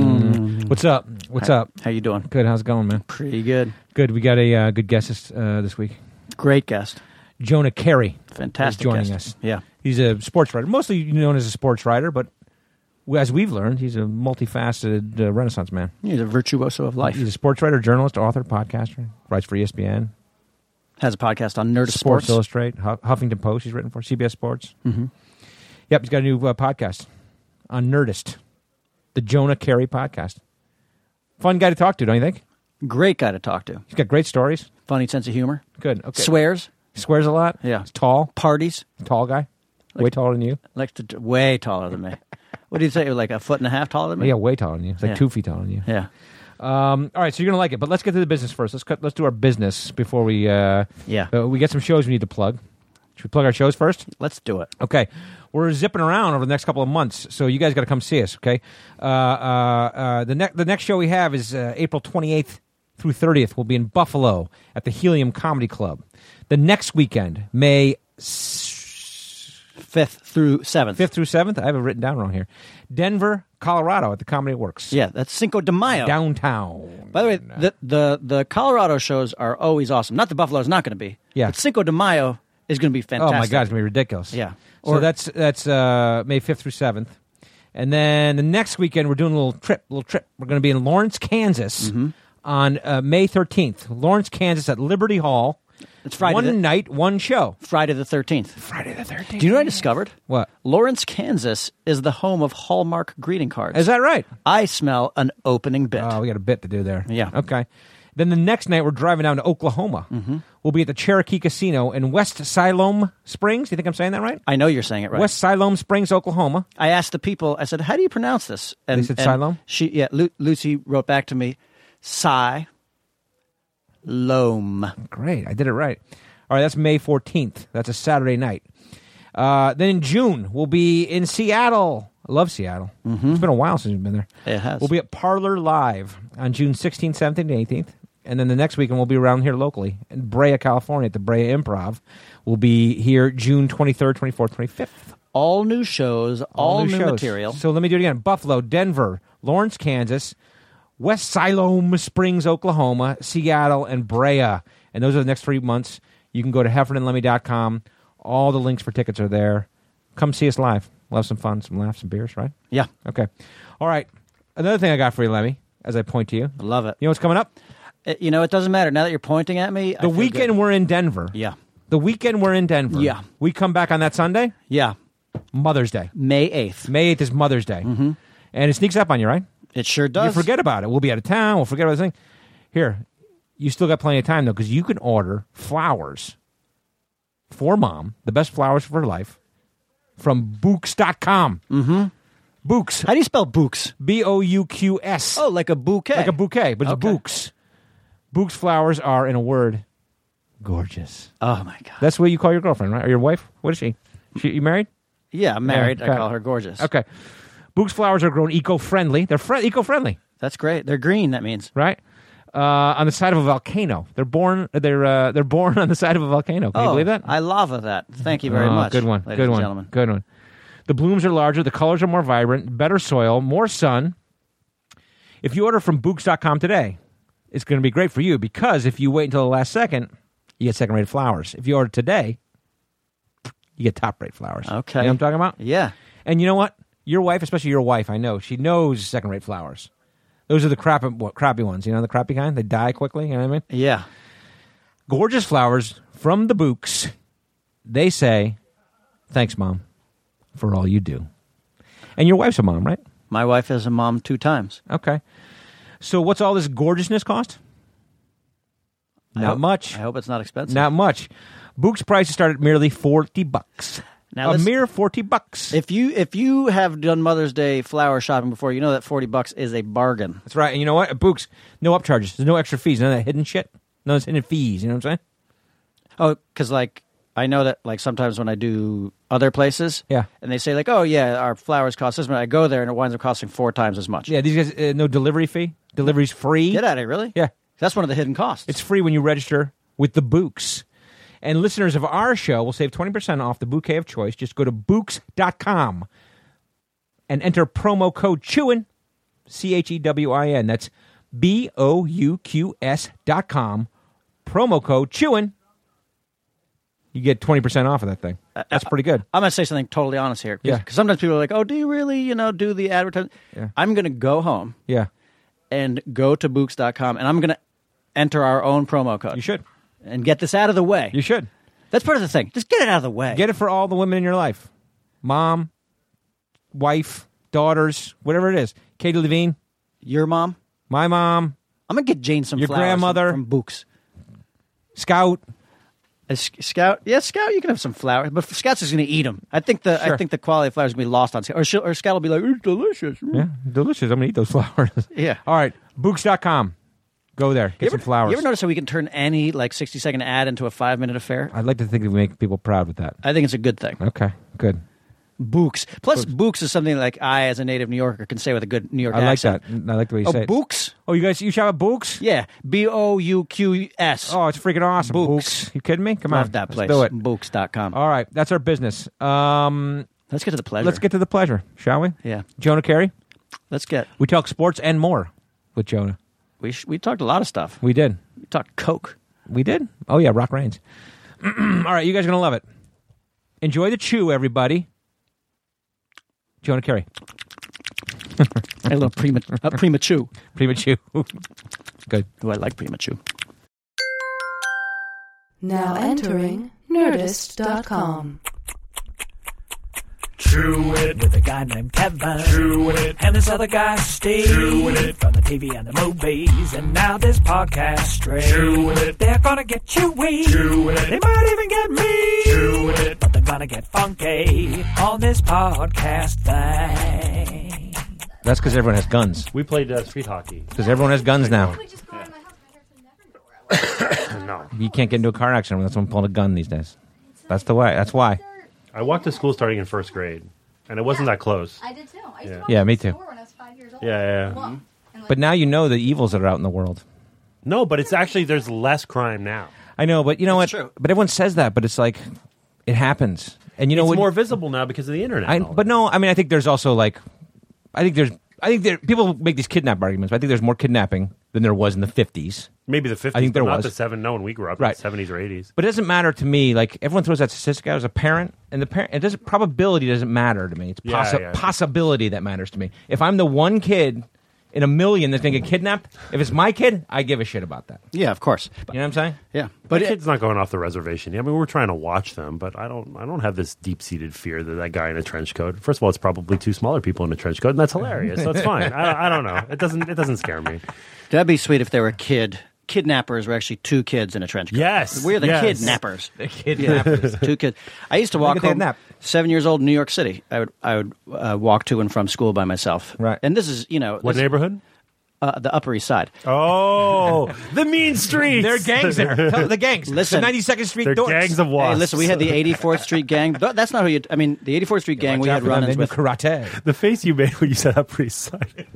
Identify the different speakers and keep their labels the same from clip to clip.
Speaker 1: Mm. What's up? What's
Speaker 2: Hi.
Speaker 1: up?
Speaker 2: Mm. How you doing?
Speaker 1: Good. How's it going, man?
Speaker 2: Pretty good.
Speaker 1: Good. We got a uh, good guest this, uh, this week.
Speaker 2: Great guest.
Speaker 1: Jonah Carey.
Speaker 2: Fantastic
Speaker 1: joining
Speaker 2: guest.
Speaker 1: us.
Speaker 2: Yeah.
Speaker 1: He's a sports writer, mostly known as a sports writer, but as we've learned, he's a multifaceted uh, Renaissance man.
Speaker 2: He's a virtuoso of life.
Speaker 1: He's a sports writer, journalist, author, podcaster. Writes for E ESPN,
Speaker 2: Has a podcast on Nerd
Speaker 1: Sports,
Speaker 2: Sports.
Speaker 1: Illustrated, Huff- Huffington Post. He's written for CBS Sports.
Speaker 2: hmm
Speaker 1: Yep, he's got a new uh, podcast on Nerdist, the Jonah Carey podcast. Fun guy to talk to, don't you think?
Speaker 2: Great guy to talk to.
Speaker 1: He's got great stories.
Speaker 2: Funny sense of humor.
Speaker 1: Good. Okay.
Speaker 2: Swears.
Speaker 1: Swears a lot.
Speaker 2: Yeah.
Speaker 1: He's tall.
Speaker 2: Parties.
Speaker 1: Tall guy. way taller than you.
Speaker 2: Likes to way taller than me. what do you say? Like a foot and a half taller than me?
Speaker 1: Yeah, way taller than you. It's like
Speaker 2: Yeah.
Speaker 1: two feet taller than you.
Speaker 2: Yeah.
Speaker 1: Um, all right, so you're gonna like it, but let's get to the business first. Let's cut, let's do our business before we uh,
Speaker 2: Yeah.
Speaker 1: uh, we get some shows we need to plug. Should we plug our shows first?
Speaker 2: Let's do it.
Speaker 1: Okay, we're zipping around over the next couple of months, so you guys got to come see us. Okay, uh, uh, uh, the next the next show we have is uh, April 28th through 30th. We'll be in Buffalo at the Helium Comedy Club. The next weekend, May s-
Speaker 2: Fifth through seventh.
Speaker 1: fifth through seventh, I have it written down wrong here. Denver, Colorado, at the Comedy Works.
Speaker 2: Yeah, that's Cinco de Mayo.
Speaker 1: downtown.
Speaker 2: By the way, the, the the Colorado shows are always awesome. Not the Buffalo's not going to be.
Speaker 1: Yeah.
Speaker 2: But Cinco de Mayo is going to be
Speaker 1: Oh
Speaker 2: fantastic.
Speaker 1: my god, it's gonna be ridiculous.
Speaker 2: Yeah.
Speaker 1: So
Speaker 2: Or-
Speaker 1: that's that's uh, May fifth through seventh, and then the next weekend we're doing a little trip. Little trip. We're gonna be in Lawrence, Kansas,
Speaker 2: Mm-hmm.
Speaker 1: on uh, May thirteenth. Lawrence, Kansas, at Liberty Hall.
Speaker 2: It's Friday
Speaker 1: One
Speaker 2: the-
Speaker 1: night, one show.
Speaker 2: Friday the 13th.
Speaker 1: Friday the thirteenth.
Speaker 2: Do you know what I discovered?
Speaker 1: What?
Speaker 2: Lawrence, Kansas is the home of Hallmark greeting cards.
Speaker 1: Is that right?
Speaker 2: I smell an opening bit.
Speaker 1: Oh, we got a bit to do there.
Speaker 2: Yeah.
Speaker 1: Okay. Then the next night we're driving down to Oklahoma.
Speaker 2: Mm-hmm.
Speaker 1: We'll be at the Cherokee Casino in West Siloam Springs. You think I'm saying that right?
Speaker 2: I know you're saying it right.
Speaker 1: West Siloam Springs, Oklahoma.
Speaker 2: I asked the people, I said, how do you pronounce this? And,
Speaker 1: They said
Speaker 2: and
Speaker 1: Siloam?
Speaker 2: She, yeah, Lu- Lucy wrote back to me, Sigh, Loam.
Speaker 1: Great. I did it right. All right, that's May 14th. That's a Saturday night. Uh, then in June, we'll be in Seattle. I love Seattle. It's been a while since we've been there.
Speaker 2: Mm-hmm. It has.
Speaker 1: We'll be at Parlor Live on June 16th, 17th, and 18th. And then the next weekend, we'll be around here locally in Brea, California at the Brea Improv. We'll be here June 23rd, 24th, 25th.
Speaker 2: all new shows, all, new,
Speaker 1: shows.
Speaker 2: material.
Speaker 1: So let me do it again Buffalo, Denver, Lawrence, Kansas, West Siloam Springs, Oklahoma, Seattle, and Brea. And those are the next three months. You can go to heffernanlemmy.com. All the links for tickets are there. Come see us live. We'll have some fun, some laughs, some beers, right?
Speaker 2: yeah,
Speaker 1: Okay. All right. Another thing I got for you, Lemmy, as I point to you.
Speaker 2: I love it.
Speaker 1: You know what's coming up?
Speaker 2: It- you know, it doesn't matter. Now that you're pointing at me, I
Speaker 1: The
Speaker 2: feel
Speaker 1: weekend
Speaker 2: good.
Speaker 1: we're in Denver.
Speaker 2: Yeah.
Speaker 1: The weekend we're in Denver.
Speaker 2: Yeah.
Speaker 1: We come back on that Sunday,
Speaker 2: Yeah.
Speaker 1: Mother's Day.
Speaker 2: May 8th.
Speaker 1: May 8th is Mother's Day.
Speaker 2: Mm-hmm.
Speaker 1: And it sneaks up on you, right?
Speaker 2: It sure does.
Speaker 1: You forget about it. We'll be out of town. We'll forget about the thing. Here, you still got plenty of time though, because you can order flowers for mom, the best flowers for her life, from Books.com. Mm-hmm. Books,
Speaker 2: How do you spell books?
Speaker 1: B O U Q S,
Speaker 2: Oh, like a bouquet.
Speaker 1: like a bouquet, but it's
Speaker 2: Okay.
Speaker 1: Books. Books flowers are, in a word, gorgeous.
Speaker 2: Oh my god.
Speaker 1: That's what you call your girlfriend, right? Or your wife? What is she? She you married?
Speaker 2: Yeah, I'm married.
Speaker 1: Okay.
Speaker 2: I call her gorgeous.
Speaker 1: Okay. Books flowers are grown eco-friendly. They're fri eco-friendly.
Speaker 2: That's great. They're green. That means.
Speaker 1: right? Uh, on the side of a volcano. They're born. They're uh, they're born on the side of a volcano. Can you
Speaker 2: oh,
Speaker 1: believe that?
Speaker 2: I lava that. Thank you very
Speaker 1: Oh,
Speaker 2: much.
Speaker 1: Good one.
Speaker 2: ladies
Speaker 1: good
Speaker 2: and
Speaker 1: one.
Speaker 2: Gentlemen.
Speaker 1: Good one. The blooms are larger. The colors are more vibrant. Better soil. More sun. If you order from Books.com today, it's going to be great for you because if you wait until the last second, you get second rate flowers. If you order today, you get top rate flowers.
Speaker 2: Okay.
Speaker 1: You know what I'm talking about?
Speaker 2: Yeah.
Speaker 1: And you know what? Your wife, especially your wife, I know she knows second-rate flowers. Those are the crappy, what, crappy ones. You know the crappy kind. They die quickly. You know what I mean?
Speaker 2: Yeah.
Speaker 1: Gorgeous flowers from the Books. They say, "Thanks, mom, for all you do." And your wife's a mom, right?
Speaker 2: My wife is a mom two times.
Speaker 1: Okay. So what's all this gorgeousness cost?
Speaker 2: I
Speaker 1: Not
Speaker 2: hope-
Speaker 1: much.
Speaker 2: I hope it's not expensive.
Speaker 1: Not much. Books prices start at merely forty bucks. a
Speaker 2: Now let's-
Speaker 1: mere forty bucks.
Speaker 2: If you if you have done Mother's Day flower shopping before, you know that forty bucks is a bargain.
Speaker 1: That's right. And you know what? At Books, no upcharges. There's no extra fees. None of that hidden shit. None of those hidden fees. You know what I'm saying?
Speaker 2: Oh, because like I know that like sometimes when I do other places,
Speaker 1: Yeah.
Speaker 2: and they say like, oh yeah, our flowers cost this much. I go there and it winds up costing four times as much.
Speaker 1: Yeah, these guys, uh, no delivery fee. Delivery's free.
Speaker 2: Get out of here, really?
Speaker 1: Yeah.
Speaker 2: That's one of the hidden costs.
Speaker 1: It's free when you register with the Books. And listeners of our show will save 20% off the bouquet of choice. Just go to Books.com. and enter promo code CHEWIN, C H E W I N. That's B O U Q S dot com, promo code CHEWIN. You get 20% off of that thing.
Speaker 2: Uh,
Speaker 1: That's pretty good.
Speaker 2: I'm gonna say something totally honest here. Cause,
Speaker 1: Yeah.
Speaker 2: 'cause sometimes people are like, "Oh, do you really, you know, do the advertising?"
Speaker 1: Yeah.
Speaker 2: I'm gonna go home
Speaker 1: Yeah,
Speaker 2: and go to Books.com and I'm gonna enter our own promo code.
Speaker 1: you should.
Speaker 2: and get this out of the way.
Speaker 1: You should.
Speaker 2: That's part of the thing. Just get it out of the way.
Speaker 1: Get it for all the women in your life mom, wife, daughters, whatever it is. Katie Levine,
Speaker 2: Your mom.
Speaker 1: my mom,
Speaker 2: I'm gonna get Jane some
Speaker 1: Your
Speaker 2: flowers
Speaker 1: grandmother.
Speaker 2: from, from Books.
Speaker 1: Scout.
Speaker 2: A s- scout, yeah, scout. You can have some flowers, but Scout's is going to eat them. I think the
Speaker 1: Sure.
Speaker 2: I think the quality of flowers is going to be lost on Scout, or, she'll, or Scout will be like, "It's delicious." Mm.
Speaker 1: Yeah, delicious. I'm going to eat those flowers.
Speaker 2: Yeah.
Speaker 1: All right, books.com. Go there. Get
Speaker 2: You
Speaker 1: some
Speaker 2: ever,
Speaker 1: flowers.
Speaker 2: You ever notice how we can turn any like sixty second ad into a five minute affair?
Speaker 1: I'd like to think that we make people proud with that.
Speaker 2: I think it's a good thing.
Speaker 1: Okay, good.
Speaker 2: Books. Plus, books, is something like I, as a native New Yorker, can say with a good New York
Speaker 1: I like
Speaker 2: accent.
Speaker 1: that. I like the way you say
Speaker 2: Oh,
Speaker 1: it.
Speaker 2: books.
Speaker 1: Oh, you guys, you shout out books?
Speaker 2: Yeah, B O U Q S.
Speaker 1: Oh, it's freaking awesome.
Speaker 2: Books.
Speaker 1: You kidding me? Come on.
Speaker 2: Love that place.
Speaker 1: Let's do it.
Speaker 2: Books.com.
Speaker 1: All right, that's our business. Um,
Speaker 2: Let's get to the pleasure.
Speaker 1: let's get to the pleasure, shall we?
Speaker 2: Yeah.
Speaker 1: Jonah Carey.
Speaker 2: Let's get.
Speaker 1: We talk sports and more with Jonah.
Speaker 2: We sh- we talked a lot of stuff.
Speaker 1: We did.
Speaker 2: We talked Coke.
Speaker 1: We did. Oh yeah, Rock Reigns. All right, you guys are gonna love it. Enjoy the chew, everybody. Jonah Carey,
Speaker 2: I love prima uh, prima chew.
Speaker 1: pretty much you. Good.
Speaker 2: Ooh, I like prima chew.
Speaker 3: Now entering Nerdist.com.
Speaker 4: Chew it
Speaker 5: with a guy named Kevin.
Speaker 4: Chew it.
Speaker 5: And this other guy, Steve.
Speaker 4: Chew it.
Speaker 5: From the TV and the movies. And now this podcast straight.
Speaker 4: Chew it.
Speaker 5: They're gonna get chewy.
Speaker 4: Chew it.
Speaker 5: They might even get me.
Speaker 4: Chew it.
Speaker 5: But they're gonna get funky on this podcast thing.
Speaker 1: That's because everyone has guns.
Speaker 6: We played uh, street hockey.
Speaker 1: Because everyone has guns now.
Speaker 7: We just go out of my house. My hair's never door.
Speaker 6: No,
Speaker 1: You can't get into a car accident without someone pulling a gun these days. That's the way. That's why.
Speaker 6: I walked to school starting in first grade, and it wasn't that close.
Speaker 7: I did too. I
Speaker 6: Yeah.
Speaker 7: used to walk
Speaker 1: Yeah,
Speaker 7: to
Speaker 1: me
Speaker 7: the
Speaker 1: too.
Speaker 7: store When I was five years old.
Speaker 6: Yeah, yeah, Mm-hmm. yeah.
Speaker 7: Walk. And, like,
Speaker 1: But now you know the evils that are out in the world.
Speaker 6: No, but it's actually there's less crime now.
Speaker 1: I know, but you know
Speaker 2: It's
Speaker 1: what?
Speaker 2: true.
Speaker 1: But everyone says that, but it's like it happens, and you know
Speaker 6: It's
Speaker 1: what?
Speaker 6: more visible now because of the internet.
Speaker 1: I,
Speaker 6: and all
Speaker 1: but
Speaker 6: that.
Speaker 1: no, I mean, I think there's also like, I think there's, I think there people make these kidnap arguments. But I think there's more kidnapping than there was in the '50s.
Speaker 6: maybe the fifties.
Speaker 1: I think there
Speaker 6: but
Speaker 1: was.
Speaker 6: not the seven. No, when we grew up,
Speaker 1: Right.
Speaker 6: seventies or eighties.
Speaker 1: But it doesn't matter to me. Like everyone throws that statistic out as a parent, and the parent, it doesn't probability doesn't matter to me. It's
Speaker 6: Yeah,
Speaker 1: possi-
Speaker 6: yeah.
Speaker 1: possibility that matters to me. If I'm the one kid in a million that's gonna get kidnapped, if it's my kid, I give a shit about that.
Speaker 2: Yeah, of course.
Speaker 1: You know what I'm saying?
Speaker 2: Yeah,
Speaker 6: But
Speaker 2: but it,
Speaker 6: kid's not going off the reservation. I mean, we're trying to watch them, but I don't. I don't have this deep seated fear that that guy in a trench coat. First of all, it's probably two smaller people in a trench coat, and that's hilarious. so it's fine. I, I don't know. It doesn't. It doesn't scare me.
Speaker 2: that'd be sweet if there were a kid. Kidnappers were actually two kids in a trench coat.
Speaker 6: Yes,
Speaker 2: we're the
Speaker 6: yes.
Speaker 2: kidnappers.
Speaker 1: The kidnappers.
Speaker 2: two kids. I used to walk
Speaker 1: could they
Speaker 2: home.
Speaker 1: nap?
Speaker 2: Seven years old, in New York City. I would I would uh, walk to and from school by myself.
Speaker 1: Right.
Speaker 2: And this is you know
Speaker 6: What
Speaker 2: this-
Speaker 6: neighborhood?
Speaker 2: Uh, the Upper East Side.
Speaker 6: Oh, the mean streets.
Speaker 1: There are gangs there. Tell the gangs.
Speaker 2: Listen.
Speaker 1: the 92nd Street
Speaker 6: They're
Speaker 1: dorks.
Speaker 6: gangs of wasps.
Speaker 2: Hey, listen, we had the 84th Street gang. Th- That's not who you. I mean, the 84th Street gang.
Speaker 1: Watch
Speaker 2: We
Speaker 1: out
Speaker 2: had
Speaker 1: for them. They
Speaker 2: run-ins
Speaker 1: do
Speaker 2: with.
Speaker 1: karate.
Speaker 6: the face you made when you said up pretty side.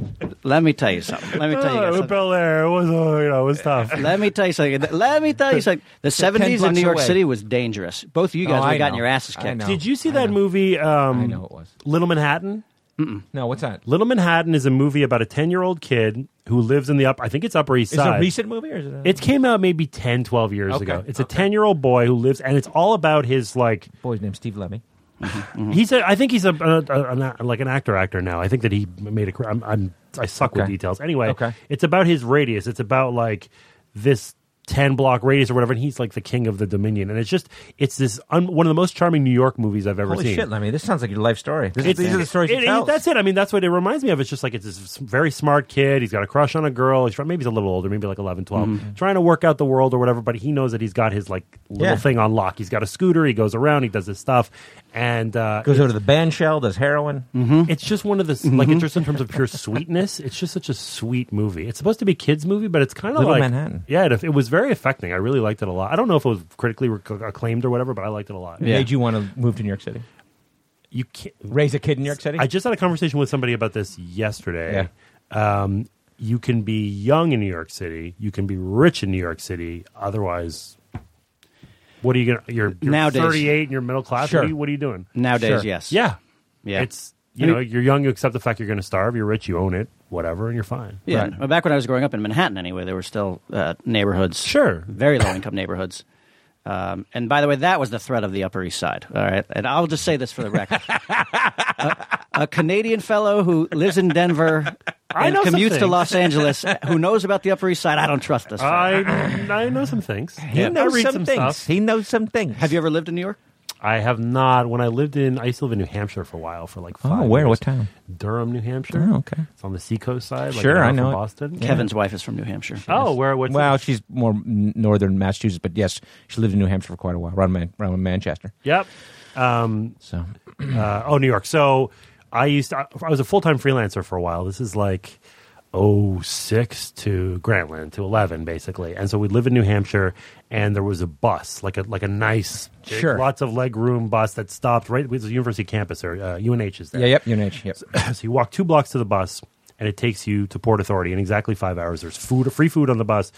Speaker 2: Let me tell you something. Let me tell you
Speaker 6: Oh,
Speaker 2: guys something.
Speaker 6: Ah, Bel Air. It was, uh, you know, it was tough.
Speaker 2: Let me tell you something. Let me tell you something. The seventies in
Speaker 1: blocks
Speaker 2: New York
Speaker 1: away.
Speaker 2: City was dangerous. Both of you guys
Speaker 1: Oh,
Speaker 2: would
Speaker 1: I
Speaker 2: have gotten
Speaker 1: know.
Speaker 2: your asses
Speaker 1: I
Speaker 2: kicked.
Speaker 1: know.
Speaker 6: Did you see that movie? Um,
Speaker 1: I know it was.
Speaker 6: Little Manhattan.
Speaker 1: No, what's that?
Speaker 6: Little Manhattan is a movie about a ten-year-old kid who lives in the up. I think it's Upper East
Speaker 1: Is it
Speaker 6: Side.
Speaker 1: a recent movie or is it? A-
Speaker 6: It came out maybe 10, 12 years
Speaker 1: Okay,
Speaker 6: ago. It's
Speaker 1: okay.
Speaker 6: a ten-year-old boy who lives, and it's all about his like.
Speaker 1: boy's named Steve Lemmy. Hmm.
Speaker 6: He's a. I think he's a, a, a, a- like an actor actor now. I think that he made a. cr- I'm. I'm I suck with
Speaker 1: Okay.
Speaker 6: details. Anyway,
Speaker 1: Okay.
Speaker 6: it's about his radius. It's about like this. 10 block radius or whatever and he's like the king of the dominion and it's just it's this un- one of the most charming new york movies i've ever
Speaker 1: Holy
Speaker 6: seen
Speaker 1: shit, Lemmy! This sounds like your life story. This,
Speaker 6: It's-
Speaker 1: these are the stories
Speaker 6: it-
Speaker 1: you
Speaker 6: it-
Speaker 1: tell.
Speaker 6: That's it. I mean, that's what it reminds me of. It's just like it's this very smart kid. He's got a crush on a girl. He's maybe he's a little older, maybe like 11, 12,
Speaker 1: Mm-hmm.
Speaker 6: trying to work out the world or whatever. But he knows that he's got his like little
Speaker 1: Yeah.
Speaker 6: thing on lock. He's got a scooter. He goes around. He does his stuff, and uh,
Speaker 1: Goes over to the band shell, does heroin.
Speaker 6: it's just one of the like it's just in terms of pure sweetness. It's just such a sweet movie. It's supposed to be a kids movie, but it's kind of
Speaker 1: Little
Speaker 6: like
Speaker 1: Manhattan.
Speaker 6: Yeah, it, it was very affecting. I really liked it a lot. I don't know if it was critically rec- acclaimed or whatever, but I liked it a lot.
Speaker 2: Yeah.
Speaker 1: Made you want to move to New York City?
Speaker 6: You can't.
Speaker 1: Raise a kid in New York City?
Speaker 6: I just had a conversation with somebody about this yesterday. Um, you can be young in New York City. You can be rich in New York City. Otherwise, what are you gonna? You're, you're
Speaker 2: Nowadays.
Speaker 6: 38 and you're middle class.
Speaker 1: Sure.
Speaker 6: What, are you, what are you doing?
Speaker 2: Nowadays,
Speaker 1: Sure.
Speaker 2: yes.
Speaker 6: Yeah,
Speaker 2: Yeah.
Speaker 6: It's You know, you're young, you accept the fact you're going to starve. You're rich, you own it, whatever, and you're fine.
Speaker 2: Yeah.
Speaker 1: Right.
Speaker 2: Well, Back when I was growing up in Manhattan, anyway, there were still uh, neighborhoods.
Speaker 6: Sure.
Speaker 2: Very low income neighborhoods. Um, and by the way, that was the threat of the Upper East Side. All right. And I'll just say this for the record a, a Canadian fellow who lives in Denver
Speaker 6: I
Speaker 2: and
Speaker 6: know some
Speaker 2: commutes to
Speaker 6: things.
Speaker 2: Los Angeles who knows about the Upper East Side, I don't trust this. fellow.
Speaker 6: I I know some things.
Speaker 1: He
Speaker 6: Yeah. I
Speaker 1: knows
Speaker 6: read
Speaker 1: some,
Speaker 6: some
Speaker 1: things.
Speaker 6: stuff.
Speaker 1: He knows some things.
Speaker 2: Have you ever lived in New York?
Speaker 6: I have not. When I lived in, I used to live in New Hampshire for a while, for like five.
Speaker 1: Oh, where?
Speaker 6: years.
Speaker 1: What town?
Speaker 6: Durham, New Hampshire.
Speaker 1: Oh, okay.
Speaker 6: It's on the seacoast side. Like
Speaker 1: Sure,
Speaker 6: an hour
Speaker 1: I know
Speaker 6: from
Speaker 1: it.
Speaker 6: Boston.
Speaker 2: Kevin's wife is from New Hampshire.
Speaker 6: Oh, where? What's
Speaker 1: Well, she's more n- northern Massachusetts, but yes, she lived in New Hampshire for quite a while, around, Man- around Manchester.
Speaker 6: Yep.
Speaker 1: So
Speaker 6: Uh, oh, New York. So I used to, I was a full time freelancer for a while. This is like oh six to Grantland to 11, basically. And so we'd live in New Hampshire, and there was a bus, like a like a nice, big,
Speaker 1: Sure.
Speaker 6: lots of leg room bus that stopped right. It was a university campus, or uh, UNH is there.
Speaker 1: yeah, yep, UNH, yep.
Speaker 6: so you walk two blocks to the bus, and it takes you to Port Authority in exactly five hours. There's food, free food on the bus,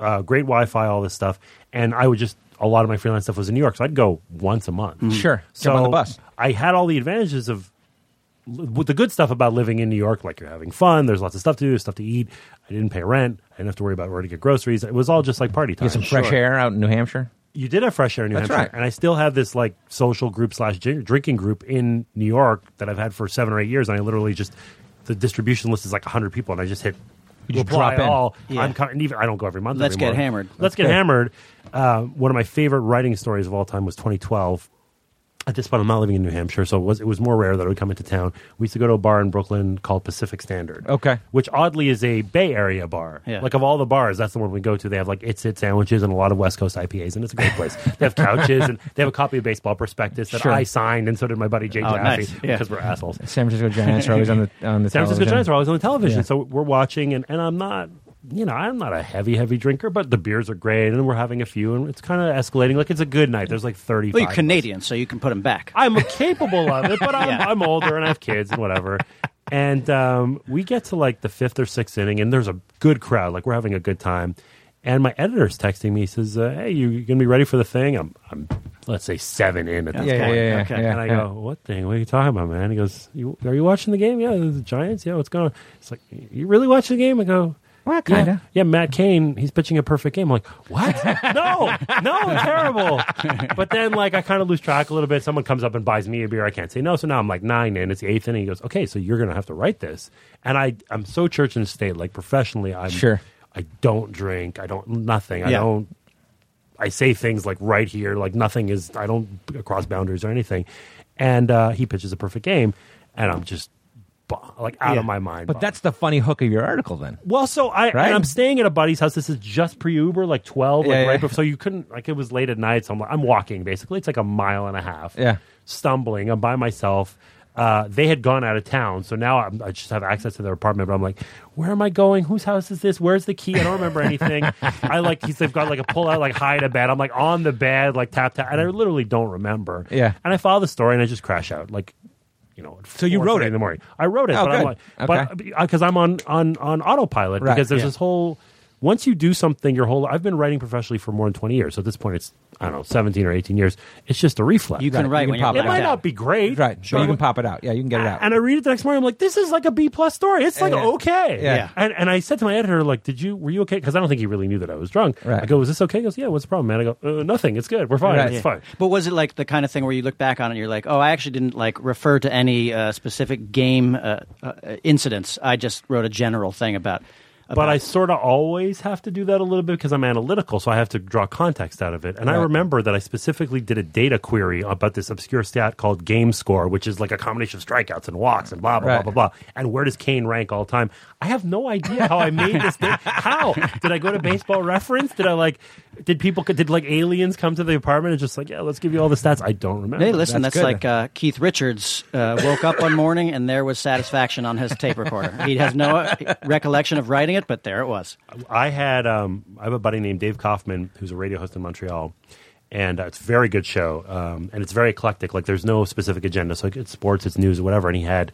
Speaker 6: uh, great Wi-Fi, all this stuff. And I would just a lot of my freelance stuff was in New York, so I'd go once a month.
Speaker 1: Mm. Sure.
Speaker 6: so
Speaker 1: Jump on the bus.
Speaker 6: I had all the advantages of with the good stuff about living in New York, like you're having fun. There's lots of stuff to do, stuff to eat. I didn't pay rent. I didn't have to worry about where to get groceries. It was all just like party time.
Speaker 1: Get some fresh air out in New Hampshire.
Speaker 6: You did have fresh air in New
Speaker 1: That's
Speaker 6: Hampshire,
Speaker 1: right.
Speaker 6: and I still have this like social group slash gin- drinking group in New York that I've had for seven or eight years. And I literally just the distribution list is like hundred people, and I just hit
Speaker 1: You just
Speaker 6: reply
Speaker 1: drop in.
Speaker 6: all.
Speaker 2: Yeah.
Speaker 6: I'm coming. Even I don't go every month.
Speaker 2: Let's
Speaker 6: anymore.
Speaker 2: get hammered.
Speaker 6: Let's get hammered. Uh, one of my favorite writing stories of all time was 2012 at this point, I'm not living in New Hampshire, so it was it was more rare that I would come into town. We used to go to a bar in Brooklyn called Pacific Standard,
Speaker 1: Okay.
Speaker 6: which oddly is a Bay Area bar.
Speaker 2: Yeah.
Speaker 6: Like of all the bars, that's the one we go to. They have like it's it sandwiches and a lot of West Coast IPAs, and it's a great place. they have couches and they have a copy of Baseball Prospectus that
Speaker 1: Sure.
Speaker 6: I signed, and so did my buddy Jay
Speaker 2: Oh,
Speaker 6: Jaffe
Speaker 2: nice. Yeah. Oh,
Speaker 6: because we're assholes.
Speaker 1: San Francisco Giants are always on the on the
Speaker 6: San Francisco
Speaker 1: television.
Speaker 6: Giants are always on the television,
Speaker 1: Yeah.
Speaker 6: so we're watching, and, and I'm not, you know, I'm not a heavy, heavy drinker, but the beers are great, and we're having a few, and it's kind of escalating. Like it's a good night. There's like 35.
Speaker 2: Well, you're
Speaker 6: of us.
Speaker 2: Canadian, so you can put him back.
Speaker 6: I'm capable of it, but I'm,
Speaker 2: Yeah.
Speaker 6: I'm older and I have kids and whatever. And um, we get to like the fifth or sixth inning, and there's a good crowd. Like we're having a good time. And my editor's texting me. He says, uh, "Hey, you, you gonna be ready for the thing?" I'm, I'm let's say seven in at this
Speaker 1: Yeah, yeah,
Speaker 6: point.
Speaker 1: yeah, yeah,
Speaker 2: Okay.
Speaker 1: yeah,
Speaker 6: and I
Speaker 1: yeah.
Speaker 6: go, "What thing? What are you talking about, man?" He goes, you, "Are you watching the game? Yeah, the Giants. Yeah, what's going on?" It's like, "You really watching the game?" I go,
Speaker 1: Well,
Speaker 6: yeah,
Speaker 1: kinda.
Speaker 6: Yeah, Matt Cain, he's pitching a perfect game. I'm like, what? no, no, terrible. But then, like, I kind of lose track a little bit. Someone comes up and buys me a beer. I can't say no. So now I'm like nine in. It's the eighth inning. He goes, okay, so you're going to have to write this. And I, I'm so church and state. Like, professionally, I'm
Speaker 1: Sure.
Speaker 6: I don't drink. I don't nothing. I
Speaker 2: Yeah.
Speaker 6: don't I say things like right here, like nothing is. I don't cross boundaries or anything. And uh, he pitches a perfect game, and I'm just bu- like out
Speaker 2: Yeah.
Speaker 6: of my mind.
Speaker 1: But
Speaker 6: bu-
Speaker 1: that's the funny hook of your article, then.
Speaker 6: well, so I
Speaker 1: Right?
Speaker 6: and I'm staying at a buddy's house. This is just pre Uber, like twelve, like
Speaker 1: Yeah,
Speaker 6: right
Speaker 1: yeah.
Speaker 6: before. So you couldn't like it was late at night. So I'm like I'm walking basically. It's like a mile and a half.
Speaker 1: Yeah.
Speaker 6: stumbling. I'm by myself. Uh, they had gone out of town, so now I'm, I just have access to their apartment. But I'm like, where am I going? Whose house is this? Where's the key? I don't remember anything. I like he's they've got like a pull out like hide a bed. I'm like on the bed like tap tap, and I literally don't remember.
Speaker 1: Yeah.
Speaker 6: and I follow the story and I just crash out like. You know, at
Speaker 1: So you
Speaker 6: 4:30
Speaker 1: wrote it?
Speaker 6: in the morning. I wrote it,
Speaker 1: Oh,
Speaker 6: but I'm
Speaker 1: good.
Speaker 6: like, but because uh, I'm on on on autopilot
Speaker 1: Right,
Speaker 6: because there's
Speaker 1: yeah.
Speaker 6: this whole once you do something your whole I've been writing professionally for more than 20 years. So at this point it's I don't know 17 or 18 years. It's just a reflex.
Speaker 2: You can
Speaker 1: Right,
Speaker 2: write
Speaker 1: you can
Speaker 2: when you're
Speaker 1: pop
Speaker 6: it
Speaker 1: it
Speaker 6: might
Speaker 2: blacked out.
Speaker 6: not be great.
Speaker 1: Right. Sure.
Speaker 6: but-
Speaker 1: you can pop it out. Yeah, you can get it out.
Speaker 6: And I read it the next morning. I'm like, this is like a B plus story. It's like
Speaker 1: Yeah.
Speaker 6: okay.
Speaker 1: Yeah.
Speaker 6: And and I said to my editor, like, did you were you okay? Because I don't think he really knew that I was drunk.
Speaker 1: Right.
Speaker 6: I go, is this okay? He goes, yeah. What's the problem, man? I go, uh, nothing. It's good. We're fine.
Speaker 1: Right.
Speaker 6: It's
Speaker 1: Yeah.
Speaker 6: fine.
Speaker 2: But was it like the kind of thing where you look back on it and you're like, oh, I actually didn't like refer to any uh, specific game uh, uh, incidents. I just wrote a general thing about.
Speaker 6: But I sort of always have to do that a little bit because I'm analytical, so I have to draw context out of it. And I
Speaker 1: Right.
Speaker 6: remember that I specifically did a data query about this obscure stat called game score, which is like a combination of strikeouts and walks and blah blah
Speaker 1: Right.
Speaker 6: blah blah blah. And where does Kane rank all time? I have no idea how I made this. thing. How did I go to Baseball Reference? Did I like? Did people? Did like aliens come to the apartment and just like, yeah, let's give you all the stats? I don't remember.
Speaker 2: Hey, listen,
Speaker 1: That's
Speaker 2: that's,
Speaker 1: good.
Speaker 2: like uh, Keith Richards uh, woke up one morning and there was satisfaction on his tape recorder. He has no uh, recollection of writing it, but there it was.
Speaker 6: I had um, I have a buddy named Dave Kaufman who's a radio host in Montreal, and uh, it's a very good show, um, and it's very eclectic. Like there's no specific agenda, so like, it's sports, it's news, whatever. And he had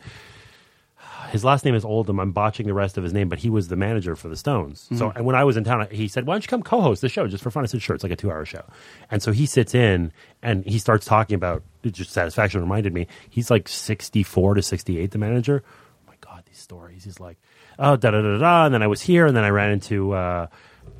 Speaker 6: his last name is Oldham. I'm botching the rest of his name, but he was the manager for the Stones.
Speaker 2: Mm.
Speaker 6: So and when I was in town, I- he said, "Why don't you come co-host the show just for fun?" I said, "Sure." It's like a two-hour show, and so he sits in and he starts talking about it just satisfaction. Reminded me, he's like 64 to 68, the manager. Oh my god, these stories. He's like, "Oh, da da da da," and then I was here, and then I ran into. Uh,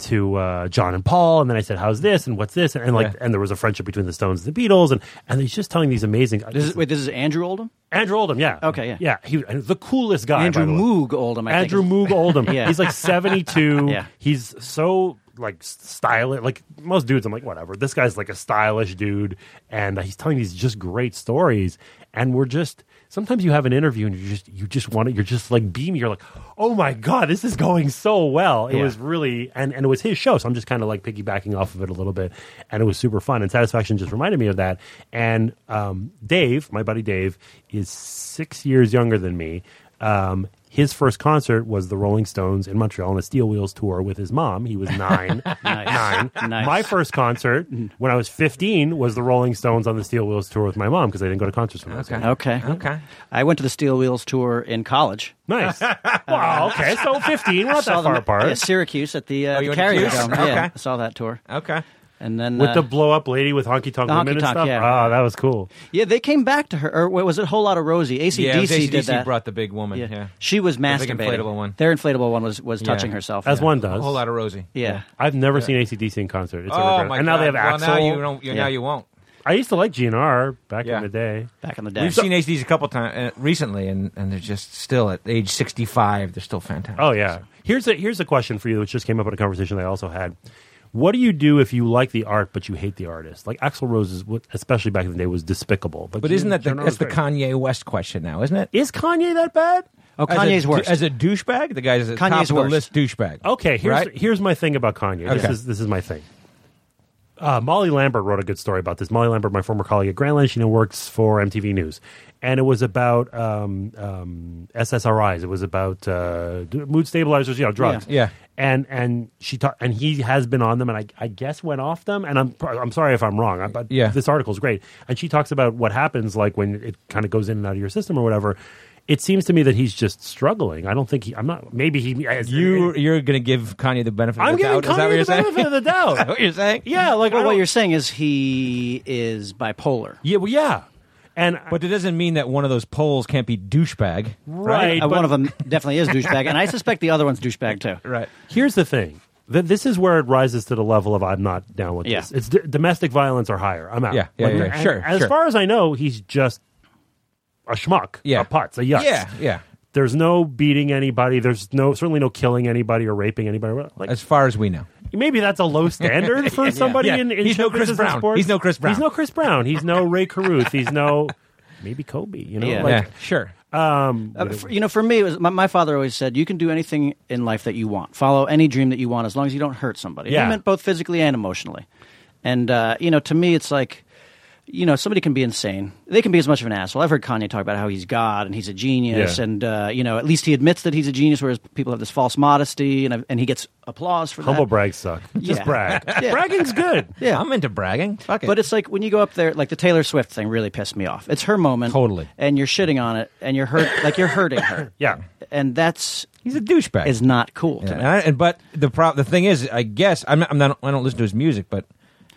Speaker 6: to uh, John and Paul, and then I said, "How's this?" and "What's this?" and, and like,
Speaker 1: Yeah.
Speaker 6: and there was a friendship between the Stones and the Beatles, and and he's just telling these amazing.
Speaker 2: This is, wait, this is Andrew Oldham?
Speaker 6: Andrew Oldham, yeah.
Speaker 2: Okay, yeah.
Speaker 6: Yeah, he, and the coolest guy.
Speaker 2: Andrew
Speaker 6: by the way.
Speaker 2: Moog Oldham, I
Speaker 6: Andrew
Speaker 2: think.
Speaker 6: Moog Oldham.
Speaker 2: Yeah.
Speaker 6: He's like 72.
Speaker 2: Yeah.
Speaker 6: He's so like stylish. Like most dudes, I'm like, whatever. This guy's like a stylish dude. And uh, he's telling these just great stories. And we're just, sometimes you have an interview and you just, you just want to, you're just like beaming. You're like, oh my God, this is going so well. It
Speaker 2: Yeah.
Speaker 6: was really, and, and it was his show. So I'm just kind of like piggybacking off of it a little bit. And it was super fun. And Satisfaction just reminded me of that. And um, Dave, my buddy Dave, is six years younger than me um, his first concert was the Rolling Stones in Montreal on the Steel Wheels tour with his mom. He was nine.
Speaker 2: Nice.
Speaker 6: Nine.
Speaker 2: Nice.
Speaker 6: My first concert when I was 15 was the Rolling Stones on the Steel Wheels tour with my mom because I didn't go to concerts when I was
Speaker 1: Okay.
Speaker 6: young.
Speaker 2: Okay.
Speaker 1: Okay.
Speaker 2: I went to the Steel Wheels tour in college.
Speaker 6: Nice. wow, okay. So 15, we're not that far apart. Oh,
Speaker 2: Yeah, Syracuse at the, uh,
Speaker 1: you
Speaker 2: the
Speaker 1: went to
Speaker 2: Carrier
Speaker 1: Cuse?
Speaker 2: Dome. Yeah,
Speaker 1: Okay.
Speaker 2: I saw that tour.
Speaker 1: Okay.
Speaker 2: And then
Speaker 6: With
Speaker 2: uh,
Speaker 6: the blow up lady with honky tonk
Speaker 2: the
Speaker 6: women and
Speaker 2: honky-tonk,
Speaker 6: stuff.
Speaker 2: yeah.
Speaker 6: Oh, that was cool.
Speaker 2: yeah, they came back to her. Or wait, was it Whole Lot of Rosie? ACDC,
Speaker 1: yeah, it was
Speaker 2: did
Speaker 1: ACDC
Speaker 2: that.
Speaker 1: brought the big woman. Yeah.
Speaker 2: She was
Speaker 1: big
Speaker 2: masturbating.
Speaker 1: inflatable one.
Speaker 2: Their inflatable one was, was
Speaker 1: Yeah.
Speaker 2: touching herself.
Speaker 6: As
Speaker 2: yeah.
Speaker 6: one
Speaker 1: A
Speaker 6: does.
Speaker 1: whole lot of Rosie.
Speaker 2: Yeah.
Speaker 6: I've never seen ACDC in concert. It's a
Speaker 1: Oh
Speaker 6: regret.
Speaker 1: my
Speaker 6: And now they have
Speaker 1: God.
Speaker 6: Axl.
Speaker 1: Well, now you don't. You,
Speaker 2: Yeah.
Speaker 1: Now you won't.
Speaker 6: I used to like GNR back
Speaker 1: Yeah.
Speaker 6: in the day.
Speaker 2: Back in the day.
Speaker 1: We've seen ACDC a couple times uh, recently, and, and they're just still at age sixty five. They're still fantastic.
Speaker 6: Oh yeah. Here's a here's a question for you, which just came up in a conversation that I also had. What do you do if you like the art but you hate the artist? Like Axl Rose is, what- especially back in the day, was despicable. But,
Speaker 1: But isn't that the,
Speaker 6: Jonah
Speaker 1: that's the
Speaker 6: was great.
Speaker 1: Kanye West question now, isn't it?
Speaker 6: Is Kanye that bad?
Speaker 2: oh, Kanye's
Speaker 1: as a,
Speaker 2: worst.
Speaker 1: As a douchebag, the guy's at the
Speaker 2: Kanye's
Speaker 1: top of the
Speaker 2: worst.
Speaker 1: list douchebag.
Speaker 6: Okay, here's
Speaker 1: Right?
Speaker 6: here's my thing about Kanye. This
Speaker 1: Okay.
Speaker 6: is this is my thing. Uh, Molly Lambert wrote a good story about this. Molly Lambert, my former colleague at Grantland, she now works for MTV News, and it was about um, um, SSRIs. It was about uh, d- mood stabilizers, you know, drugs.
Speaker 1: Yeah.
Speaker 6: And and she ta- and he has been on them, and I, I guess went off them. And I'm pro- I'm sorry if I'm wrong, I- but
Speaker 1: Yeah.
Speaker 6: this article is great. And she talks about what happens like when it kind of goes in and out of your system or whatever. It seems to me that he's just struggling. I don't think he. I'm not. Maybe he. as-
Speaker 1: you you're gonna give Kanye the benefit.
Speaker 6: I'm
Speaker 1: of the
Speaker 6: giving
Speaker 1: doubt. Is that what
Speaker 6: Kanye
Speaker 1: you're
Speaker 6: the
Speaker 1: saying?
Speaker 6: benefit of the
Speaker 1: Is that
Speaker 6: doubt.
Speaker 1: what you're saying?
Speaker 6: yeah, like
Speaker 2: well,
Speaker 6: I
Speaker 2: what
Speaker 6: don't-
Speaker 2: you're saying is he is bipolar.
Speaker 6: Yeah, well, yeah, and
Speaker 1: But it doesn't mean that one of those polls can't be douchebag,
Speaker 6: right,
Speaker 2: Uh,
Speaker 6: but
Speaker 2: one of them definitely is douchebag, and I suspect the other one's douchebag too.
Speaker 1: Right.
Speaker 6: here's the thing. That this is where it rises to the level of I'm not down with
Speaker 2: Yeah.
Speaker 6: this. It's d- domestic violence or higher. I'm out.
Speaker 1: Yeah, yeah, yeah,
Speaker 6: and-
Speaker 1: sure,
Speaker 6: and As
Speaker 1: sure.
Speaker 6: far as I know, he's just a schmuck,
Speaker 1: Yeah.
Speaker 6: a putz, a yutz.
Speaker 1: Yeah, yeah.
Speaker 6: There's no beating anybody. There's no certainly no killing anybody or raping anybody. Like,
Speaker 1: As far as we know.
Speaker 6: maybe that's a low standard for somebody
Speaker 1: Yeah.
Speaker 6: in, in
Speaker 1: He's
Speaker 6: show
Speaker 1: no Chris
Speaker 6: business and
Speaker 1: Brown.
Speaker 6: sports.
Speaker 1: He's no Chris Brown.
Speaker 6: He's no Chris Brown. He's no Ray Caruth. He's no maybe Kobe. You know,
Speaker 2: Yeah.
Speaker 6: like,
Speaker 1: yeah, sure.
Speaker 6: Um,
Speaker 2: Uh, for- you know, for me, it was, my, my father always said, "You can do anything in life that you want. Follow any dream that you want, as long as you don't hurt somebody."
Speaker 6: Yeah.
Speaker 2: He meant both physically and emotionally. And uh, you know, to me, it's like, you know, somebody can be insane. They can be as much of an asshole. I've heard Kanye talk about how he's God and he's a genius,
Speaker 6: Yeah.
Speaker 2: and uh, you know, at least he admits that he's a genius, whereas people have this false modesty, and uh, and he gets applause for
Speaker 6: humble
Speaker 2: that.
Speaker 6: brags suck. Just
Speaker 2: Yeah.
Speaker 6: brag.
Speaker 2: Yeah.
Speaker 6: Bragging's good.
Speaker 2: yeah.
Speaker 1: I'm into bragging. Fuck it.
Speaker 2: But it's like when you go up there, like the Taylor Swift thing really pissed me off. It's her moment,
Speaker 1: Totally.
Speaker 2: and you're shitting on it, and you're hurt, like you're hurting her,
Speaker 6: Yeah.
Speaker 2: and that's
Speaker 1: he's a douchebag.
Speaker 2: is not cool.
Speaker 1: Yeah,
Speaker 2: To me.
Speaker 1: and I- and- but the pro- the thing is, I guess I'm not, I'm not I don't listen to his music, but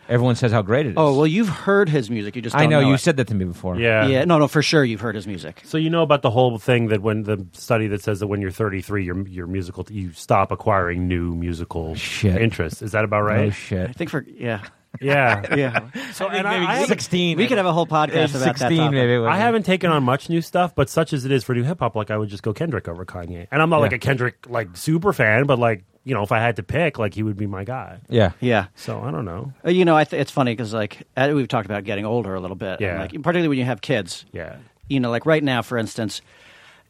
Speaker 1: everyone says how great it is.
Speaker 2: Oh well, you've heard his music. You just
Speaker 1: I
Speaker 2: don't
Speaker 1: know, you
Speaker 2: it.
Speaker 1: said that to me before.
Speaker 6: Yeah.
Speaker 2: yeah. No, no, for sure you've heard his music.
Speaker 6: So you know about the whole thing that when the study that says that when you're 33, your your musical you stop acquiring new musical
Speaker 1: Shit.
Speaker 6: interests. Is that about right?
Speaker 1: Oh shit.
Speaker 2: I think for yeah,
Speaker 6: yeah.
Speaker 2: yeah.
Speaker 1: So
Speaker 6: and I- I haven't-
Speaker 1: sixteen.
Speaker 2: We could have a whole podcast
Speaker 1: Age
Speaker 2: about that.
Speaker 1: sixteen,
Speaker 2: topic.
Speaker 1: maybe. it was.
Speaker 6: I haven't taken on much new stuff, but such as it is for new hip hop, like I would just go Kendrick over Kanye. And I'm not like
Speaker 1: Yeah.
Speaker 6: a Kendrick like super fan, but like you know, if I had to pick, like he would be my guy.
Speaker 1: Yeah.
Speaker 2: Yeah.
Speaker 6: So I don't know.
Speaker 2: Uh, You know, I th- it's funny because like uh, we've talked about getting older a little bit. and,
Speaker 6: Yeah.
Speaker 2: like particularly when you have kids.
Speaker 6: Yeah.
Speaker 2: You know, like right now, for instance.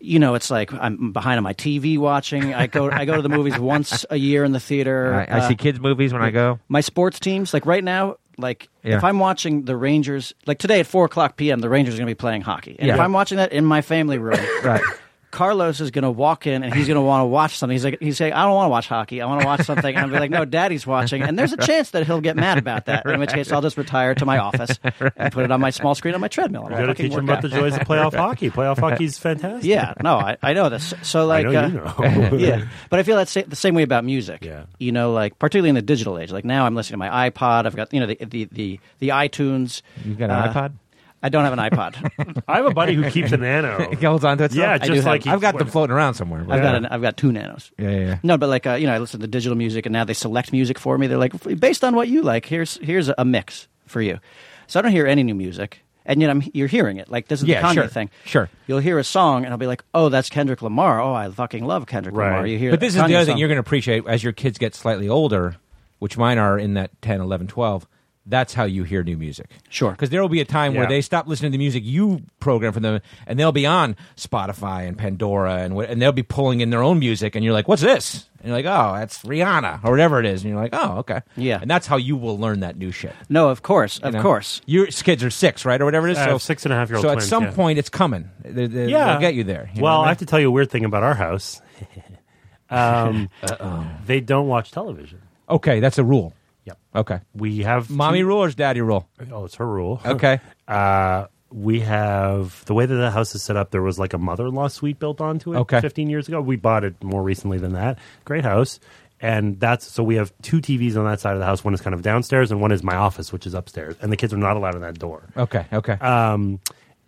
Speaker 2: You know, it's like I'm behind on my TV watching. I go, I go to the movies once a year in the theater.
Speaker 1: I, I
Speaker 2: Uh,
Speaker 1: see kids movies when I go.
Speaker 2: my sports teams, like right now, like
Speaker 1: Yeah.
Speaker 2: if I'm watching the Rangers, like today at four o'clock p.m., the Rangers are going to be playing hockey, and if
Speaker 1: Yeah.
Speaker 2: I'm watching that in my family room,
Speaker 1: Right.
Speaker 2: Carlos is going to walk in and he's going to want to watch something. He's like, he's saying, I don't want to watch hockey. I want to watch something. And I'll be like, no, daddy's watching. And there's a chance that he'll get mad about that, in which case I'll just retire to my office and put it on my small screen on my treadmill. and
Speaker 6: You
Speaker 2: I'll
Speaker 6: got to
Speaker 2: fucking
Speaker 6: teach him
Speaker 2: work
Speaker 6: about the
Speaker 2: out.
Speaker 6: joys of playoff hockey. Playoff hockey's fantastic.
Speaker 2: Yeah, no, I, I know this. So,
Speaker 6: I
Speaker 2: like,
Speaker 6: know
Speaker 2: uh,
Speaker 6: you know.
Speaker 2: yeah, but I feel that sa- the same way about music.
Speaker 6: Yeah.
Speaker 2: you know, like particularly in the digital age. Like now, I'm listening to my iPod. I've got you know the the the, the iTunes.
Speaker 1: You got an
Speaker 2: Uh,
Speaker 1: iPod?
Speaker 2: I don't have an iPod.
Speaker 6: I have a buddy who keeps a nano.
Speaker 1: It holds on to itself?
Speaker 6: Yeah,
Speaker 2: do
Speaker 6: just
Speaker 2: have-
Speaker 6: like he-
Speaker 1: I've got them floating around somewhere.
Speaker 2: I've
Speaker 1: but-
Speaker 2: got an, I've got two nanos.
Speaker 1: yeah, yeah, yeah.
Speaker 2: No, but like uh, you know, I listen to digital music, and now they select music for me. They're like, based on what you like, here's here's a mix for you. So I don't hear any new music, and yet I'm you're hearing it. Like this is
Speaker 1: Yeah,
Speaker 2: the Kanye
Speaker 1: sure,
Speaker 2: thing.
Speaker 1: sure.
Speaker 2: you'll hear a song, and I'll be like, oh, that's Kendrick Lamar. Oh, I fucking love Kendrick
Speaker 6: Right.
Speaker 2: Lamar. You hear,
Speaker 1: But this is
Speaker 2: Kanye
Speaker 1: the other thing
Speaker 2: song.
Speaker 1: you're going to appreciate as your kids get slightly older, which mine are in that 10, 11, 12. That's how you hear new music.
Speaker 2: Sure.
Speaker 1: Because there will be a time where
Speaker 6: Yeah.
Speaker 1: they stop listening to the music you program for them, and they'll be on Spotify and Pandora, and, wh- and they'll be pulling in their own music, and you're like, what's this? And you're like, oh, that's Rihanna, or whatever it is. And you're like, oh, okay.
Speaker 2: Yeah.
Speaker 1: And that's how you will learn that new shit.
Speaker 2: No, of course,
Speaker 1: you
Speaker 2: of
Speaker 1: know?
Speaker 2: course.
Speaker 1: Your kids are six, right? Or whatever it is.
Speaker 6: I
Speaker 1: so
Speaker 6: have Uh, six and a half year old
Speaker 1: So at
Speaker 6: twins,
Speaker 1: some
Speaker 6: yeah.
Speaker 1: point, it's coming. They, they,
Speaker 6: yeah,
Speaker 1: They'll get you there. you know
Speaker 6: well,
Speaker 1: what
Speaker 6: I
Speaker 1: I
Speaker 6: have to tell you a weird thing about our house. um, they don't watch television.
Speaker 1: mean? okay, that's a rule.
Speaker 6: Yep.
Speaker 1: Okay.
Speaker 6: We have
Speaker 1: Mommy rule or is daddy rule?
Speaker 6: Oh, it's her rule.
Speaker 1: Okay.
Speaker 6: Uh, we have the way that the house is set up. There was like a mother-in-law suite built onto it.
Speaker 1: Okay.
Speaker 6: 15 years ago. We bought it more recently than that. Great house, and that's so we have two TVs on that side of the house. One is kind of downstairs, and one is my office, which is upstairs. And the kids are not allowed in that door.
Speaker 1: Okay, okay.
Speaker 6: um,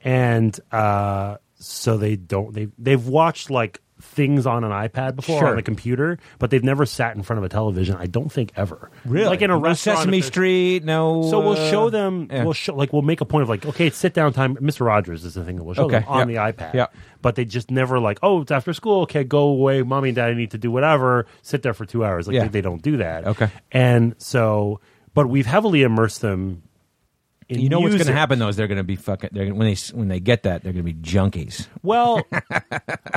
Speaker 6: and uh, so they don't they they've watched like things on an iPad before
Speaker 1: Sure.
Speaker 6: on a computer, but they've never sat in front of a television. I don't think ever. like in a
Speaker 1: No
Speaker 6: restaurant,
Speaker 1: Sesame
Speaker 6: if there's-
Speaker 1: Street. No.
Speaker 6: So we'll
Speaker 1: uh,
Speaker 6: show them.
Speaker 1: yeah.
Speaker 6: We'll show like we'll make a point of like okay, it's sit down time. Mr. Rogers is the thing that we'll show
Speaker 1: Okay,
Speaker 6: them on
Speaker 1: yeah,
Speaker 6: the iPad.
Speaker 1: yeah.
Speaker 6: But they just never like oh it's after school. Okay, go away. Mommy and daddy need to do whatever. Sit there for two hours. Like
Speaker 1: Yeah.
Speaker 6: they, they don't do that.
Speaker 1: Okay.
Speaker 6: And so, but we've heavily immersed them. In
Speaker 1: You know what's going to
Speaker 6: music.
Speaker 1: happen though is they're going to be fucking. They're gonna, when they s- when they get that they're going to be junkies.
Speaker 6: Well,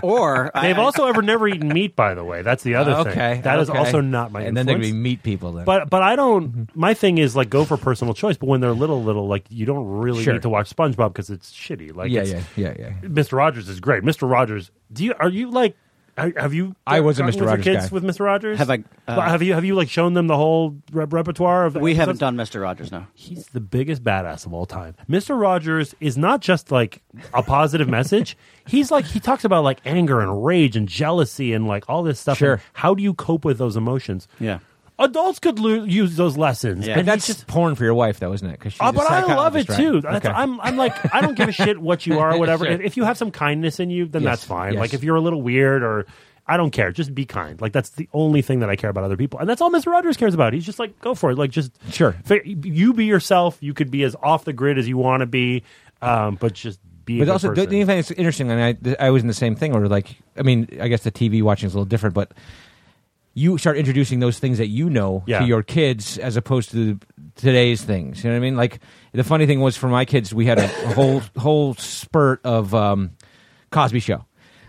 Speaker 2: Or I-
Speaker 6: They've also ever never eaten meat, by the way. That's the other
Speaker 1: okay,
Speaker 6: thing. That is
Speaker 1: okay.
Speaker 6: also not my.
Speaker 1: And then they're going
Speaker 6: influence.
Speaker 1: to be meat Mm-hmm. people. Then.
Speaker 6: But but I don't. My thing is like go for personal choice. But when they're little, little, like you don't really
Speaker 1: Sure.
Speaker 6: need to watch SpongeBob because it's shitty. Like
Speaker 1: yeah,
Speaker 6: it's,
Speaker 1: yeah, yeah, yeah.
Speaker 6: Mr. Rogers is great. Mr. Rogers, do you are you like? are- Have you?
Speaker 1: I was a
Speaker 6: gotten
Speaker 1: Mr.
Speaker 6: with your
Speaker 1: Rogers
Speaker 6: kids
Speaker 1: guy.
Speaker 6: with Mr. Rogers.
Speaker 2: Have I, uh,
Speaker 6: have you have you like shown them the whole rep- repertoire of?
Speaker 2: we haven't
Speaker 6: episodes?
Speaker 2: done Mister Rogers now.
Speaker 6: He's the biggest badass of all time. Mr. Rogers is not just like a positive message. He's like he talks about like anger and rage and jealousy and like all this stuff.
Speaker 1: Sure.
Speaker 6: And How do you cope with those emotions?
Speaker 2: Yeah.
Speaker 6: Adults could lo- use those lessons.
Speaker 2: Yeah.
Speaker 6: And
Speaker 2: But
Speaker 6: he
Speaker 1: That's
Speaker 6: just-
Speaker 1: just porn for your wife, though, isn't it? 'Cause she's
Speaker 6: Oh,
Speaker 1: a
Speaker 6: but I love it
Speaker 1: psychologist, right?
Speaker 6: too. That's-
Speaker 1: Okay.
Speaker 6: I'm, I'm like, I don't give a shit what you are or whatever.
Speaker 1: Sure.
Speaker 6: if, if you have some kindness in you, then
Speaker 1: Yes,
Speaker 6: that's fine.
Speaker 1: yes.
Speaker 6: Like if you're a little weird or I don't care, just be kind. Like that's the only thing that I care about other people, and that's all Mr. Rogers cares about. He's just like, go for it. Like just
Speaker 1: Sure.
Speaker 6: fi- you be yourself. You could be as off the grid as you want to be, um, but just be. a
Speaker 1: But
Speaker 6: good
Speaker 1: also, the,
Speaker 6: person.
Speaker 1: the thing that's interesting, and I, th- I was in the same thing, where like, I mean, I guess the TV watching is a little different, but you start introducing those things that you know
Speaker 6: Yeah.
Speaker 1: to your kids as opposed to today's things. You know what I mean? Like, the funny thing was for my kids, we had a, a whole whole spurt of um, Cosby Show.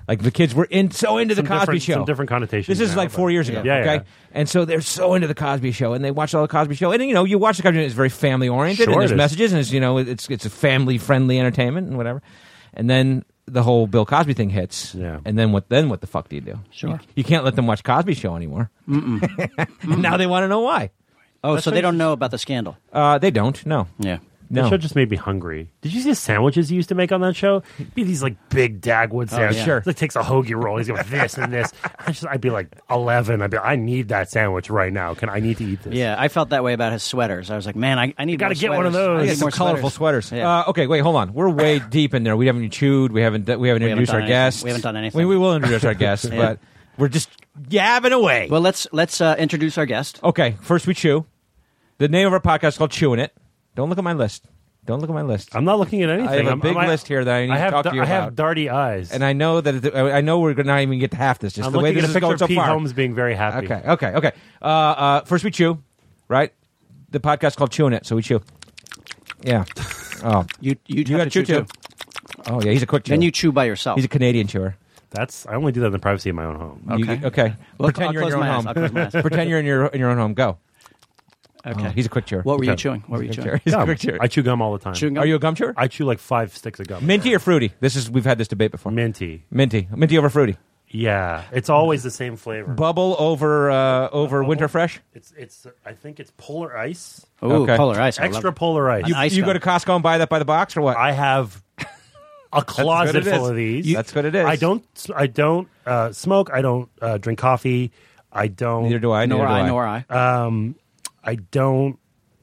Speaker 1: Like the kids were in so into the
Speaker 6: Some
Speaker 1: Cosby
Speaker 6: different-
Speaker 1: Show.
Speaker 6: some different connotations
Speaker 1: This is
Speaker 6: now,
Speaker 1: like four
Speaker 6: but-
Speaker 1: years ago.
Speaker 6: Yeah. Yeah,
Speaker 1: okay,
Speaker 6: yeah.
Speaker 1: and so they're so into the Cosby Show, and they watch all the Cosby Show, and you know, you watch the Cosby Show. It's very family oriented,
Speaker 6: Sure
Speaker 1: and
Speaker 6: it
Speaker 1: there's
Speaker 6: is.
Speaker 1: messages messages, and it's you know it's it's a family friendly entertainment and whatever. And then the whole Bill Cosby thing hits.
Speaker 6: Yeah.
Speaker 1: And then what? Then what the fuck do you do?
Speaker 2: Sure.
Speaker 1: You, you can't let them watch Cosby Show anymore. and now they want to know why.
Speaker 2: Oh, so they don't know about the scandal.
Speaker 1: Uh, they don't. No.
Speaker 2: Yeah.
Speaker 6: That
Speaker 1: No.
Speaker 6: show just made me hungry. Did you see the sandwiches he used to make on that show? It'd be these like big Dagwood sandwiches.
Speaker 2: yeah.
Speaker 1: Oh, Sure.
Speaker 6: Like takes a hoagie roll. He's going this and this. I just, I'd be like eleven. I'd be, I need that sandwich right now. Can I need to eat this?
Speaker 2: Yeah, I felt that way about his sweaters. I was like, man, I, I need.
Speaker 6: gotta
Speaker 2: more
Speaker 6: get one of
Speaker 2: sweaters. I need
Speaker 6: those. Yeah,
Speaker 1: Get
Speaker 6: some
Speaker 1: some
Speaker 2: more
Speaker 1: colorful sweaters.
Speaker 2: Yeah.
Speaker 1: Uh, okay, wait, hold on. We're way deep in there. We haven't chewed. We haven't. d- We haven't
Speaker 2: haven't
Speaker 1: introduced
Speaker 2: done
Speaker 1: our
Speaker 2: anything.
Speaker 1: guests.
Speaker 2: We haven't done anything.
Speaker 1: We, we will introduce our guests, but we're just yabbing away.
Speaker 2: well, let's let's uh, introduce our guest.
Speaker 1: okay, first we chew. The name of our podcast is called Chewing It. Don't look at my list. Don't look at my list.
Speaker 6: I'm not looking at anything.
Speaker 1: I have a
Speaker 6: I'm-
Speaker 1: big
Speaker 6: I'm-
Speaker 1: list here that I need to
Speaker 6: have
Speaker 1: talk to you
Speaker 6: I have
Speaker 1: about.
Speaker 6: darty eyes.
Speaker 1: and I know that it, I know we're not even get to half this. Just
Speaker 6: I'm
Speaker 1: the way
Speaker 6: looking
Speaker 1: this
Speaker 6: at a
Speaker 1: is
Speaker 6: picture
Speaker 1: going
Speaker 6: of
Speaker 1: so
Speaker 6: Pete
Speaker 1: far.
Speaker 6: Holmes being very happy.
Speaker 1: Okay, okay, okay. Uh, uh, first we chew, right? The podcast called Chewing It, so we chew. Yeah. Oh,
Speaker 2: You you,
Speaker 1: you
Speaker 2: have
Speaker 1: got
Speaker 2: to
Speaker 1: to chew too. Oh yeah, he's a quick chewer.
Speaker 2: Then you chew by yourself.
Speaker 1: he's a Canadian chewer.
Speaker 6: That's I only do that in the privacy of my own home.
Speaker 1: You-
Speaker 2: Okay.
Speaker 1: okay.
Speaker 2: Well,
Speaker 1: Pretend
Speaker 2: I'll
Speaker 1: you're in your
Speaker 2: close
Speaker 1: own
Speaker 2: my eyes.
Speaker 1: home.
Speaker 2: I'll close my eyes.
Speaker 1: Pretend you're in your in your own home. Go.
Speaker 2: Okay.
Speaker 1: Oh, he's a quick chewer.
Speaker 2: What were you
Speaker 6: Okay.
Speaker 2: chewing? What were you
Speaker 1: Quick
Speaker 2: chewing?
Speaker 1: chewer. He's a
Speaker 6: Gum.
Speaker 1: quick chewer.
Speaker 6: I chew gum all the time.
Speaker 2: Chewing gum?
Speaker 1: Are you a gum chewer?
Speaker 6: I chew like five sticks of gum.
Speaker 1: Minty or fruity? This is we've had this debate before.
Speaker 6: Minty.
Speaker 1: Minty, minty over fruity.
Speaker 6: Yeah, it's always the same flavor.
Speaker 1: Bubble over uh, over winter fresh.
Speaker 6: it's it's. I think it's polar ice,
Speaker 2: Ooh,
Speaker 1: Okay.
Speaker 2: polar ice. I love
Speaker 6: extra
Speaker 2: it.
Speaker 6: polar ice.
Speaker 1: You,
Speaker 2: ice
Speaker 1: you go
Speaker 2: gum.
Speaker 1: to Costco and buy that by the box or what?
Speaker 6: I have a closet
Speaker 1: it
Speaker 6: full
Speaker 1: is.
Speaker 6: of these.
Speaker 1: You- That's what it is.
Speaker 6: I don't. I don't uh, smoke. I don't uh, drink coffee. I don't.
Speaker 1: Neither do I.
Speaker 2: Nor
Speaker 1: neither do
Speaker 2: I, nor I.
Speaker 6: I don't.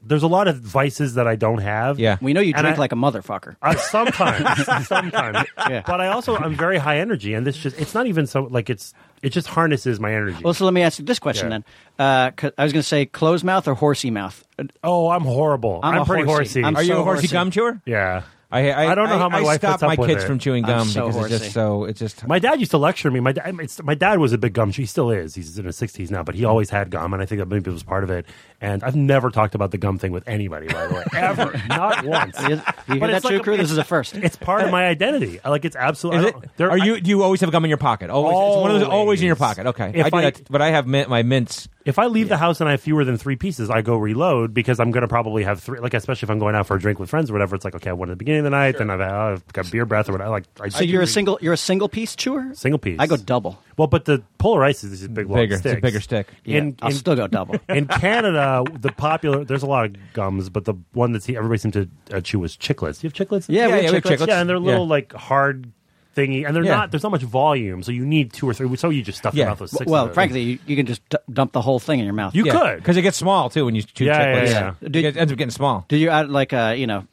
Speaker 6: There's a lot of vices that I don't have.
Speaker 1: Yeah.
Speaker 2: we know you
Speaker 6: and
Speaker 2: drink
Speaker 6: I-
Speaker 2: like a motherfucker.
Speaker 6: Uh, sometimes, sometimes.
Speaker 2: Yeah.
Speaker 6: But I also I'm very high energy, and this just it's not even so like it's it just harnesses my energy.
Speaker 2: Well, so let me ask you this question
Speaker 6: Yeah.
Speaker 2: then. Uh, 'cause I was going to say closed mouth or horsey mouth. Uh,
Speaker 6: oh, I'm horrible.
Speaker 2: I'm
Speaker 6: I'm,
Speaker 2: a
Speaker 6: pretty
Speaker 2: horsey.
Speaker 6: horsey.
Speaker 2: I'm
Speaker 1: Are you
Speaker 2: so
Speaker 1: a horsey
Speaker 2: horsey.
Speaker 1: gum chewer?
Speaker 6: yeah.
Speaker 1: I, I,
Speaker 6: I don't know how my
Speaker 1: I, I
Speaker 6: wife
Speaker 1: stop
Speaker 6: puts up
Speaker 1: my
Speaker 6: with
Speaker 1: kids
Speaker 6: it.
Speaker 1: from chewing
Speaker 2: I'm
Speaker 1: gum
Speaker 2: so
Speaker 1: because it's
Speaker 2: horsey.
Speaker 1: just so it's just
Speaker 6: My dad used to lecture me. My dad, it's, my dad was a big gum. He still is. He's in his sixties now, but he always had gum, and I think that maybe was part of it. And I've never talked about the gum thing with anybody, by the way, ever, not once.
Speaker 2: You, you hear
Speaker 6: But
Speaker 2: that,
Speaker 6: it's like
Speaker 2: Chew
Speaker 6: a-
Speaker 2: Crew? This is a first.
Speaker 6: It's part of my identity. I- Like it's
Speaker 1: Is
Speaker 6: absolutely.
Speaker 1: it, are you? Do you always have gum in your pocket? Always, It's one of those always in your
Speaker 6: Always.
Speaker 1: pocket. Okay,
Speaker 6: If
Speaker 1: I do
Speaker 6: I-
Speaker 1: that, but I have mint, my mints.
Speaker 6: If I leave the house and I have fewer than three pieces, I go reload because I'm going to probably have three. Like especially if I'm going out for a drink with friends or whatever, it's like okay, I have one at the beginning of the night, then I've, oh, I've got beer breath or whatever. Like I
Speaker 2: So you're a single you're a single piece chewer?
Speaker 6: Single piece.
Speaker 2: I go double.
Speaker 6: Well, but the polar ice is these big long
Speaker 1: Bigger. It's a
Speaker 6: sticks.
Speaker 1: bigger stick.
Speaker 2: Yeah,
Speaker 6: In,
Speaker 2: I'll
Speaker 6: in,
Speaker 2: still go double.
Speaker 6: in Canada, the popular there's a lot of gums, but the one that everybody seemed to uh, chew was chiclets. Do you have chiclets?
Speaker 2: Yeah, we have
Speaker 1: we have
Speaker 2: chiclets.
Speaker 1: chiclets.
Speaker 6: yeah, and they're
Speaker 1: Yeah.
Speaker 6: little like hard thingy, and they're
Speaker 1: Yeah.
Speaker 6: not. There's not much volume, so you need two or three. So you just stuff
Speaker 1: Yeah.
Speaker 6: them out those six. of
Speaker 2: well,
Speaker 6: them.
Speaker 2: frankly, you, you can just d- dump the whole thing in your mouth.
Speaker 6: you could
Speaker 1: because it gets small too when you chew
Speaker 6: Yeah, yeah,
Speaker 1: chiclets.
Speaker 6: yeah.
Speaker 1: It gets- ends up getting small.
Speaker 2: Do you add like uh, you know,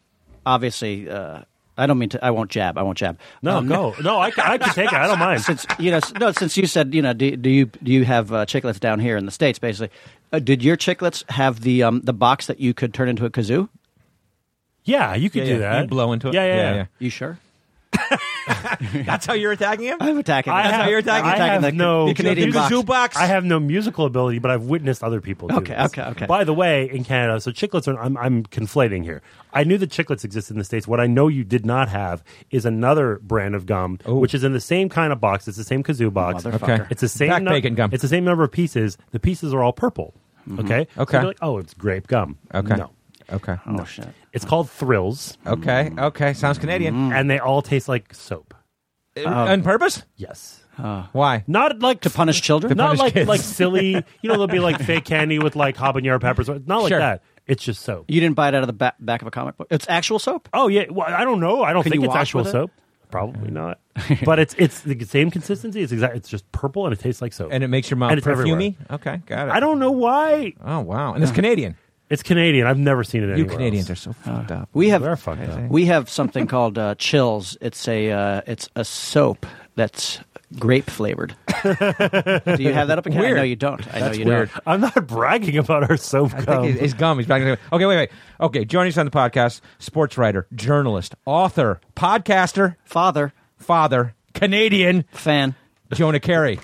Speaker 2: obviously uh, I don't mean to I won't jab, I won't jab.
Speaker 6: No,
Speaker 2: Um,
Speaker 6: no, no. I, can- I can take it. I don't mind.
Speaker 2: since you know, s- no, since you said you know, do, do you do you have uh, chiclets down here in the states? Basically, uh, did your chiclets have the um, the box that you could turn into a kazoo?
Speaker 6: Yeah, you could
Speaker 1: Yeah,
Speaker 6: do
Speaker 1: yeah.
Speaker 6: that.
Speaker 1: You blow into it.
Speaker 6: Yeah, yeah.
Speaker 1: Yeah,
Speaker 6: yeah.
Speaker 1: yeah.
Speaker 2: You sure?
Speaker 1: That's how you're attacking him.
Speaker 2: I'm attacking.
Speaker 6: I
Speaker 2: That's
Speaker 6: have,
Speaker 2: how you're attacking.
Speaker 6: I
Speaker 2: attacking the,
Speaker 6: have no
Speaker 2: the Canadian
Speaker 1: the
Speaker 2: box.
Speaker 1: kazoo box.
Speaker 6: I have no musical ability, but I've witnessed other people do
Speaker 2: Okay,
Speaker 6: this.
Speaker 2: okay, okay.
Speaker 6: By the way, in Canada, so chiclets are. I'm, I'm conflating here. I knew that chiclets existed in the states. What I know you did not have is another brand of gum, which is in the same kind of box. It's the same kazoo box.
Speaker 2: Motherfucker.
Speaker 1: Okay.
Speaker 6: It's the same
Speaker 1: Back
Speaker 6: nu-
Speaker 1: bacon gum.
Speaker 6: It's the same number of pieces. The pieces are all purple.
Speaker 2: Mm-hmm.
Speaker 6: Okay. So
Speaker 1: Okay.
Speaker 6: they're like, oh, it's grape gum.
Speaker 1: Okay.
Speaker 6: No.
Speaker 1: Okay.
Speaker 2: Oh shit!
Speaker 6: It's called Thrills,
Speaker 1: Okay. Okay. Sounds Canadian.
Speaker 2: Mm.
Speaker 6: and they all taste like soap. Mm, uh,
Speaker 1: On purpose?
Speaker 6: Yes.
Speaker 1: Why?
Speaker 6: Not like
Speaker 2: To punish children?
Speaker 6: not
Speaker 1: punish
Speaker 6: like
Speaker 1: kids.
Speaker 6: like silly. You know, there'll be like fake candy with like habanero peppers. Not like
Speaker 1: Sure.
Speaker 6: that. It's just soap.
Speaker 2: You didn't buy it out of the back, back of a comic book. It's actual soap.
Speaker 6: Oh yeah. Well, I don't know. I don't
Speaker 2: Can
Speaker 6: think
Speaker 2: you
Speaker 6: it's
Speaker 2: wash
Speaker 6: actual
Speaker 2: with it?
Speaker 6: soap. Probably not. but it's it's the same consistency. It's exact. It's just purple and it tastes like soap.
Speaker 1: And it makes your mouth
Speaker 6: And it's
Speaker 1: perfumey. Okay, got it.
Speaker 6: I don't know why.
Speaker 1: Oh wow! And it's Canadian.
Speaker 6: It's Canadian. I've never seen it.
Speaker 1: You
Speaker 6: anywhere
Speaker 1: Canadians are
Speaker 6: else.
Speaker 1: so fucked up.
Speaker 2: We have
Speaker 6: They're fucked up.
Speaker 2: we have something called uh, chills. It's a uh, it's a soap that's grape flavored. Do you have that up in Canada?
Speaker 1: Weird.
Speaker 2: I know you don't. I know you
Speaker 1: weird.
Speaker 2: don't.
Speaker 6: I'm not bragging about our soap
Speaker 1: I
Speaker 6: gum.
Speaker 1: think he's gum. He's back. Okay, wait, wait. Okay, joining us on the podcast: sports writer, journalist, author, podcaster,
Speaker 2: Father,
Speaker 1: father, Canadian,
Speaker 2: fan.
Speaker 1: Jonah Carey.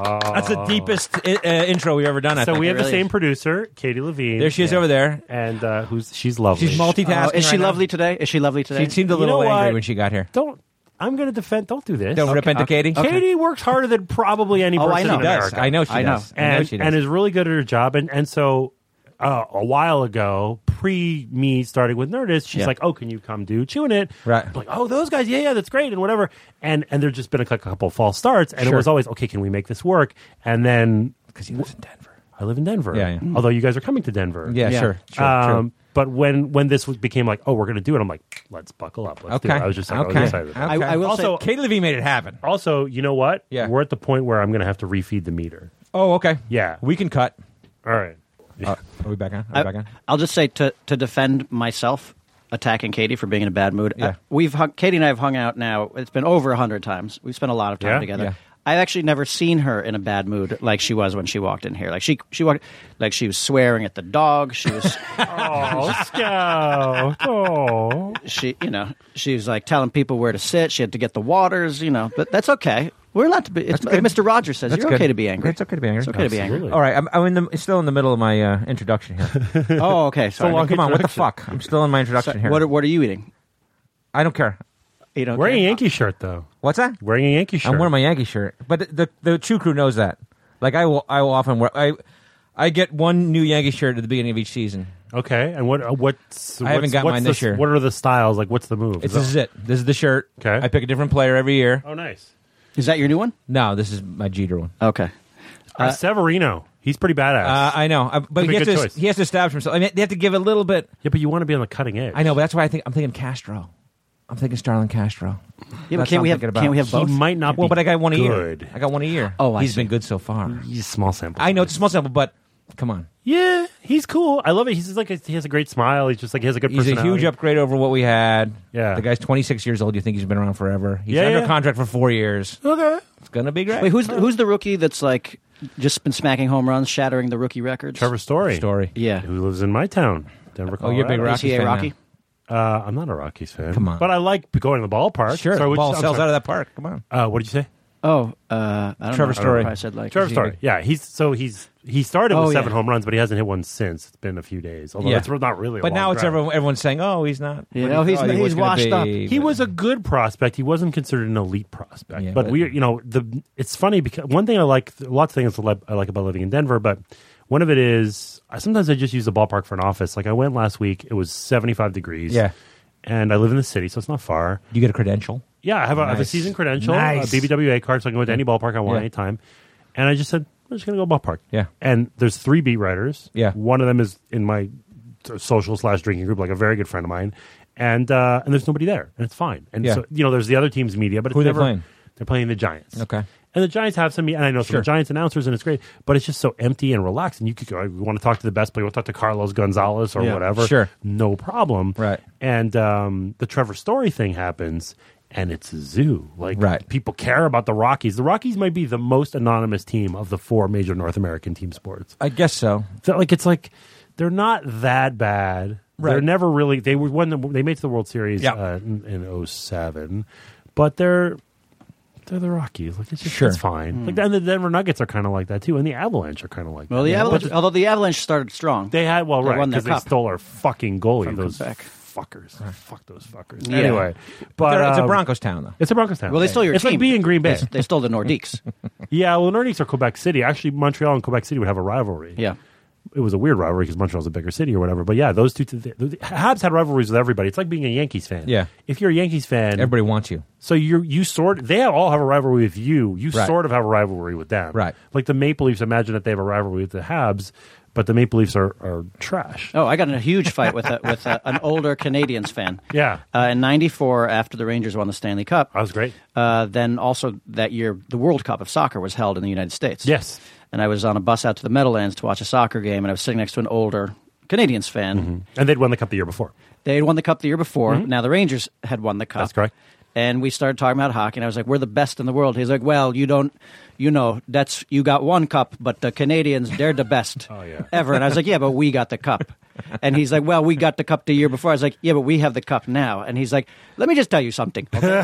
Speaker 6: Oh.
Speaker 1: That's the deepest i- uh, intro we've ever done. I
Speaker 6: so
Speaker 1: think.
Speaker 6: we have the
Speaker 2: Really?
Speaker 6: same producer, Katie Levine.
Speaker 1: there she is
Speaker 6: Yeah.
Speaker 1: over there.
Speaker 6: and uh, who's she's lovely.
Speaker 1: She's multitasking.
Speaker 2: Oh, is she
Speaker 1: right now.
Speaker 2: lovely today? Is she lovely today?
Speaker 1: She seemed a
Speaker 6: You know
Speaker 1: little angry
Speaker 6: what?
Speaker 1: when she got here.
Speaker 6: Don't. I'm going to defend. Don't do this.
Speaker 1: Don't rip into Katie.
Speaker 6: Katie works harder than probably any
Speaker 2: Oh, I
Speaker 6: person
Speaker 2: know.
Speaker 6: in
Speaker 1: She does.
Speaker 6: America.
Speaker 1: I know she
Speaker 2: I know.
Speaker 1: does. I know
Speaker 6: and
Speaker 1: she does.
Speaker 6: and is really good at her job. And and so uh, a while ago, pre me starting with Nerdist, she's
Speaker 2: Yeah.
Speaker 6: like, "Oh, can you come do chewing it?"
Speaker 1: Right.
Speaker 6: I'm like, "Oh, those guys, yeah, yeah, that's great," and whatever. And and there's just been a cou- couple false starts, and
Speaker 1: Sure.
Speaker 6: it was always, "Okay, can we make this work?" And then
Speaker 1: because he lives in Denver.
Speaker 6: I live in Denver.
Speaker 1: Yeah, yeah.
Speaker 6: Although you guys are coming to Denver.
Speaker 1: Yeah,
Speaker 2: Yeah.
Speaker 1: sure. sure,
Speaker 6: um, But when when this was- became like, "Oh, we're going to do it," I'm like, "Let's buckle up." Let's do
Speaker 1: Okay.
Speaker 6: it. I was just like, "Oh, I
Speaker 1: Okay.
Speaker 6: was excited.
Speaker 1: Okay.
Speaker 2: I, I will
Speaker 6: Also,
Speaker 1: true. Katie Levine made it happen.
Speaker 6: Also, you know what?
Speaker 1: Yeah.
Speaker 6: We're at the point where I'm going to have to refeed the meter.
Speaker 1: Oh, okay.
Speaker 6: Yeah.
Speaker 1: we can cut.
Speaker 6: All right.
Speaker 1: Uh, are we back on? Are we
Speaker 2: say
Speaker 1: back on?
Speaker 2: I'll just say to to defend myself attacking Katie for being in a bad mood.
Speaker 1: Yeah.
Speaker 2: Uh, we've hung, Katie and I have hung out now. It's been over a hundred times. We've spent a lot of time
Speaker 6: Yeah?
Speaker 2: together.
Speaker 1: Yeah.
Speaker 2: I've actually never seen her in a bad mood like she was when she walked in here. Like she she walked like she was swearing at the dog. She was
Speaker 6: Oh, Scout. Oh.
Speaker 2: she you know she was like telling people where to sit. She had to get the waters. You know, but that's okay. We're allowed to be. It's, like Mr. Rogers says
Speaker 1: That's
Speaker 2: you're
Speaker 1: good.
Speaker 2: okay to be angry.
Speaker 1: It's okay to be angry.
Speaker 2: It's okay to be angry.
Speaker 6: Absolutely.
Speaker 1: All right, I'm, I'm in the, still in the middle of my uh, introduction here.
Speaker 2: Oh, okay. Sorry.
Speaker 6: long
Speaker 1: Come on, what the
Speaker 6: introduction.
Speaker 1: fuck? I'm still in my introduction
Speaker 2: Sorry.
Speaker 1: here.
Speaker 2: What are, what are you eating?
Speaker 1: I don't care.
Speaker 2: You don't
Speaker 6: Wearing a
Speaker 2: care?
Speaker 6: Yankee shirt, though.
Speaker 1: What's that?
Speaker 6: Wearing a Yankee shirt.
Speaker 1: I'm wearing my Yankee shirt, but the the, the Chew Crew knows that. Like I will, I will often wear. I I get one new Yankee shirt at the beginning of each season.
Speaker 6: Okay, and what uh, what's
Speaker 1: I haven't
Speaker 6: what's-
Speaker 1: got
Speaker 6: what's
Speaker 1: mine
Speaker 6: the-
Speaker 1: this year.
Speaker 6: What are the styles like? What's the move?
Speaker 1: It's,
Speaker 6: Is
Speaker 1: this is
Speaker 6: it-
Speaker 1: it. This is the shirt.
Speaker 6: Okay.
Speaker 1: I pick a different player every year.
Speaker 6: Oh, nice.
Speaker 2: Is that your new one?
Speaker 1: No, this is my Jeter one.
Speaker 2: Okay.
Speaker 6: Uh, Severino, he's pretty badass.
Speaker 1: Uh, I know, uh, but
Speaker 6: Could
Speaker 1: he
Speaker 6: be a
Speaker 1: has,
Speaker 6: good
Speaker 1: to,
Speaker 6: choice.
Speaker 1: he has to establish himself. I mean, they have to give a little bit.
Speaker 6: yeah, but you want to be on the cutting edge.
Speaker 1: I know, but that's why I think I'm thinking Castro. I'm thinking Starlin Castro.
Speaker 2: Yeah, but
Speaker 1: That's
Speaker 2: can't
Speaker 1: what
Speaker 2: we
Speaker 1: I'm
Speaker 2: have
Speaker 1: thinking about.
Speaker 2: can't we have
Speaker 6: He
Speaker 2: both?
Speaker 6: might not
Speaker 1: Well,
Speaker 6: be
Speaker 1: but I got one a
Speaker 6: good.
Speaker 1: year. I got one a year.
Speaker 2: Oh, I
Speaker 1: he's
Speaker 2: see.
Speaker 1: been good so far.
Speaker 6: He's small sample.
Speaker 1: I know it's a small sample, but come on,
Speaker 6: Yeah, he's cool. I love it. He's just like he has a great smile. He's just like he has a good.
Speaker 1: he's a
Speaker 6: personality.
Speaker 1: huge upgrade over what we had.
Speaker 6: Yeah.
Speaker 1: the guy's 26 years old. You think he's been around forever? He's
Speaker 6: Yeah,
Speaker 1: under
Speaker 6: yeah.
Speaker 1: contract for four years.
Speaker 6: Okay.
Speaker 1: It's gonna be great.
Speaker 2: Wait, who's the, who's the rookie that's like just been smacking home runs, shattering the rookie records?
Speaker 6: Trevor Story.
Speaker 1: story?
Speaker 2: Yeah.
Speaker 6: Who lives in my town, Denver,
Speaker 1: Oh,
Speaker 6: Colorado.
Speaker 1: you're a big
Speaker 2: Is
Speaker 1: Rockies
Speaker 2: he a
Speaker 1: fan
Speaker 2: Rocky?
Speaker 1: now.
Speaker 6: Uh, I'm not a Rockies fan.
Speaker 1: Come on.
Speaker 6: But I like going to the ballpark.
Speaker 1: Sure,
Speaker 6: Sorry,
Speaker 1: the
Speaker 6: what-
Speaker 1: ball
Speaker 6: I'm
Speaker 1: sells out
Speaker 6: sorry.
Speaker 1: of that park. Come on.
Speaker 6: Uh, what did you say?
Speaker 2: Oh, uh, I don't
Speaker 1: Trevor
Speaker 2: know.
Speaker 1: Story.
Speaker 2: I probably said like
Speaker 6: Trevor
Speaker 1: he-
Speaker 6: Story. Yeah, he's so he's he started
Speaker 2: Oh,
Speaker 6: with seven
Speaker 2: yeah.
Speaker 6: home runs, but he hasn't hit one since. It's been a few days. Although
Speaker 1: Yeah.
Speaker 6: it's not really. a
Speaker 1: But
Speaker 6: long
Speaker 1: now it's
Speaker 6: drought.
Speaker 1: everyone, everyone's saying, "Oh, he's not."
Speaker 2: Yeah,
Speaker 1: what he
Speaker 2: oh, he's-
Speaker 1: thought he was
Speaker 2: he's
Speaker 1: gonna
Speaker 2: washed
Speaker 1: be,
Speaker 2: up.
Speaker 6: He
Speaker 1: but-
Speaker 6: was a good prospect. He wasn't considered an elite prospect,
Speaker 1: Yeah,
Speaker 6: but,
Speaker 1: but-
Speaker 6: we, you know, the it's funny because one thing I like, lots of things I like- I like about living in Denver, but one of it is I, sometimes I just use the ballpark for an office. Like I went last week; it was seventy five degrees.
Speaker 1: Yeah.
Speaker 6: and I live in the city, so it's not far.
Speaker 1: You get a credential.
Speaker 6: Yeah, I have a, I have a
Speaker 1: Nice.
Speaker 6: season credential,
Speaker 1: Nice.
Speaker 6: a BBWA card, so I can go to any ballpark I want
Speaker 1: Yeah.
Speaker 6: anytime. And I just said, I'm just going to go ballpark.
Speaker 1: Yeah.
Speaker 6: And there's three beat writers.
Speaker 1: Yeah.
Speaker 6: One of them is in my t- social slash drinking group, like a very good friend of mine. And uh, and there's nobody there, and it's fine. And
Speaker 1: Yeah.
Speaker 6: so you know, there's the other team's media, but it's
Speaker 1: Who are they
Speaker 6: never,
Speaker 1: playing?
Speaker 6: They're playing the Giants.
Speaker 1: Okay.
Speaker 6: And the Giants have some, and I know some
Speaker 1: Sure.
Speaker 6: of the Giants announcers, and it's great, but it's just so empty and relaxed. And you could go, we want to talk to the best player, we'll talk to Carlos Gonzalez or
Speaker 2: Yeah.
Speaker 6: whatever.
Speaker 1: Sure.
Speaker 6: No problem.
Speaker 1: Right.
Speaker 6: And um, the Trevor Story thing happens, and it's a zoo. Like,
Speaker 1: Right.
Speaker 6: people care about the Rockies. The Rockies might be the most anonymous team of the four major North American team sports.
Speaker 1: I guess so.
Speaker 6: So, like, it's like they're not that bad.
Speaker 1: Right.
Speaker 6: They're never really. They were when they made it to the World Series
Speaker 1: Yeah.
Speaker 6: uh, in, in 07, but they're they're the Rockies. Like, it's just
Speaker 1: Sure. Hmm.
Speaker 6: it's fine. Like, and the Denver Nuggets are kind of like that too, and the Avalanche are kind of like
Speaker 2: Well, the
Speaker 6: that.
Speaker 2: Avalanche,
Speaker 6: But
Speaker 2: although the Avalanche started strong.
Speaker 6: They had well
Speaker 2: They
Speaker 6: right
Speaker 2: won their
Speaker 6: because they
Speaker 2: cup.
Speaker 6: stole our fucking goalie. those
Speaker 2: Quebec.
Speaker 6: fuckers. Fuck those fuckers.
Speaker 2: Yeah.
Speaker 6: Anyway, but,
Speaker 1: They're- it's a
Speaker 6: um,
Speaker 1: Broncos town, though.
Speaker 6: It's a Broncos town.
Speaker 2: well, they stole your
Speaker 6: it's
Speaker 2: team.
Speaker 6: like being Green Bay.
Speaker 2: They, they stole the Nordiques.
Speaker 6: Yeah, well, Nordiques are Quebec City. Actually, Montreal and Quebec City would have a rivalry.
Speaker 2: yeah.
Speaker 6: It was a weird rivalry because Montreal's a bigger city or whatever. But yeah, those two. The, the, Habs had rivalries with everybody. It's like being a Yankees fan.
Speaker 1: Yeah.
Speaker 6: If you're a Yankees fan,
Speaker 1: Everybody wants you.
Speaker 6: so you you sort they all have a rivalry with you. You
Speaker 1: Right.
Speaker 6: sort of have a rivalry with them.
Speaker 1: Right.
Speaker 6: Like the Maple Leafs imagine that they have a rivalry with the Habs, but the Maple Leafs are, are trash.
Speaker 2: Oh, I got in a huge fight with a, with a, an older Canadians fan.
Speaker 6: Yeah.
Speaker 2: Uh, in '94, after the Rangers won the Stanley Cup,
Speaker 6: That was great.
Speaker 2: Uh, then also that year, the World Cup of soccer was held in the United States.
Speaker 6: Yes.
Speaker 2: And I was on a bus out to the Meadowlands to watch a soccer game, and I was sitting next to an older Canadians fan.
Speaker 6: And they'd won the cup the year before.
Speaker 2: They had won the cup the year before. Now the Rangers had won the cup.
Speaker 6: Mm-hmm. That's correct.
Speaker 2: And we started talking about hockey, and I was like, "We're the best in the world." He's like, "Well, you don't, you know, that's you got one cup, but the Canadians, they're the best
Speaker 6: Oh, yeah.
Speaker 2: ever." And I was like, "Yeah, but we got the cup." And he's like, "Well, we got the cup the year before." I was like, "Yeah, but we have the cup now." And he's like, "Let me just tell you something. Okay?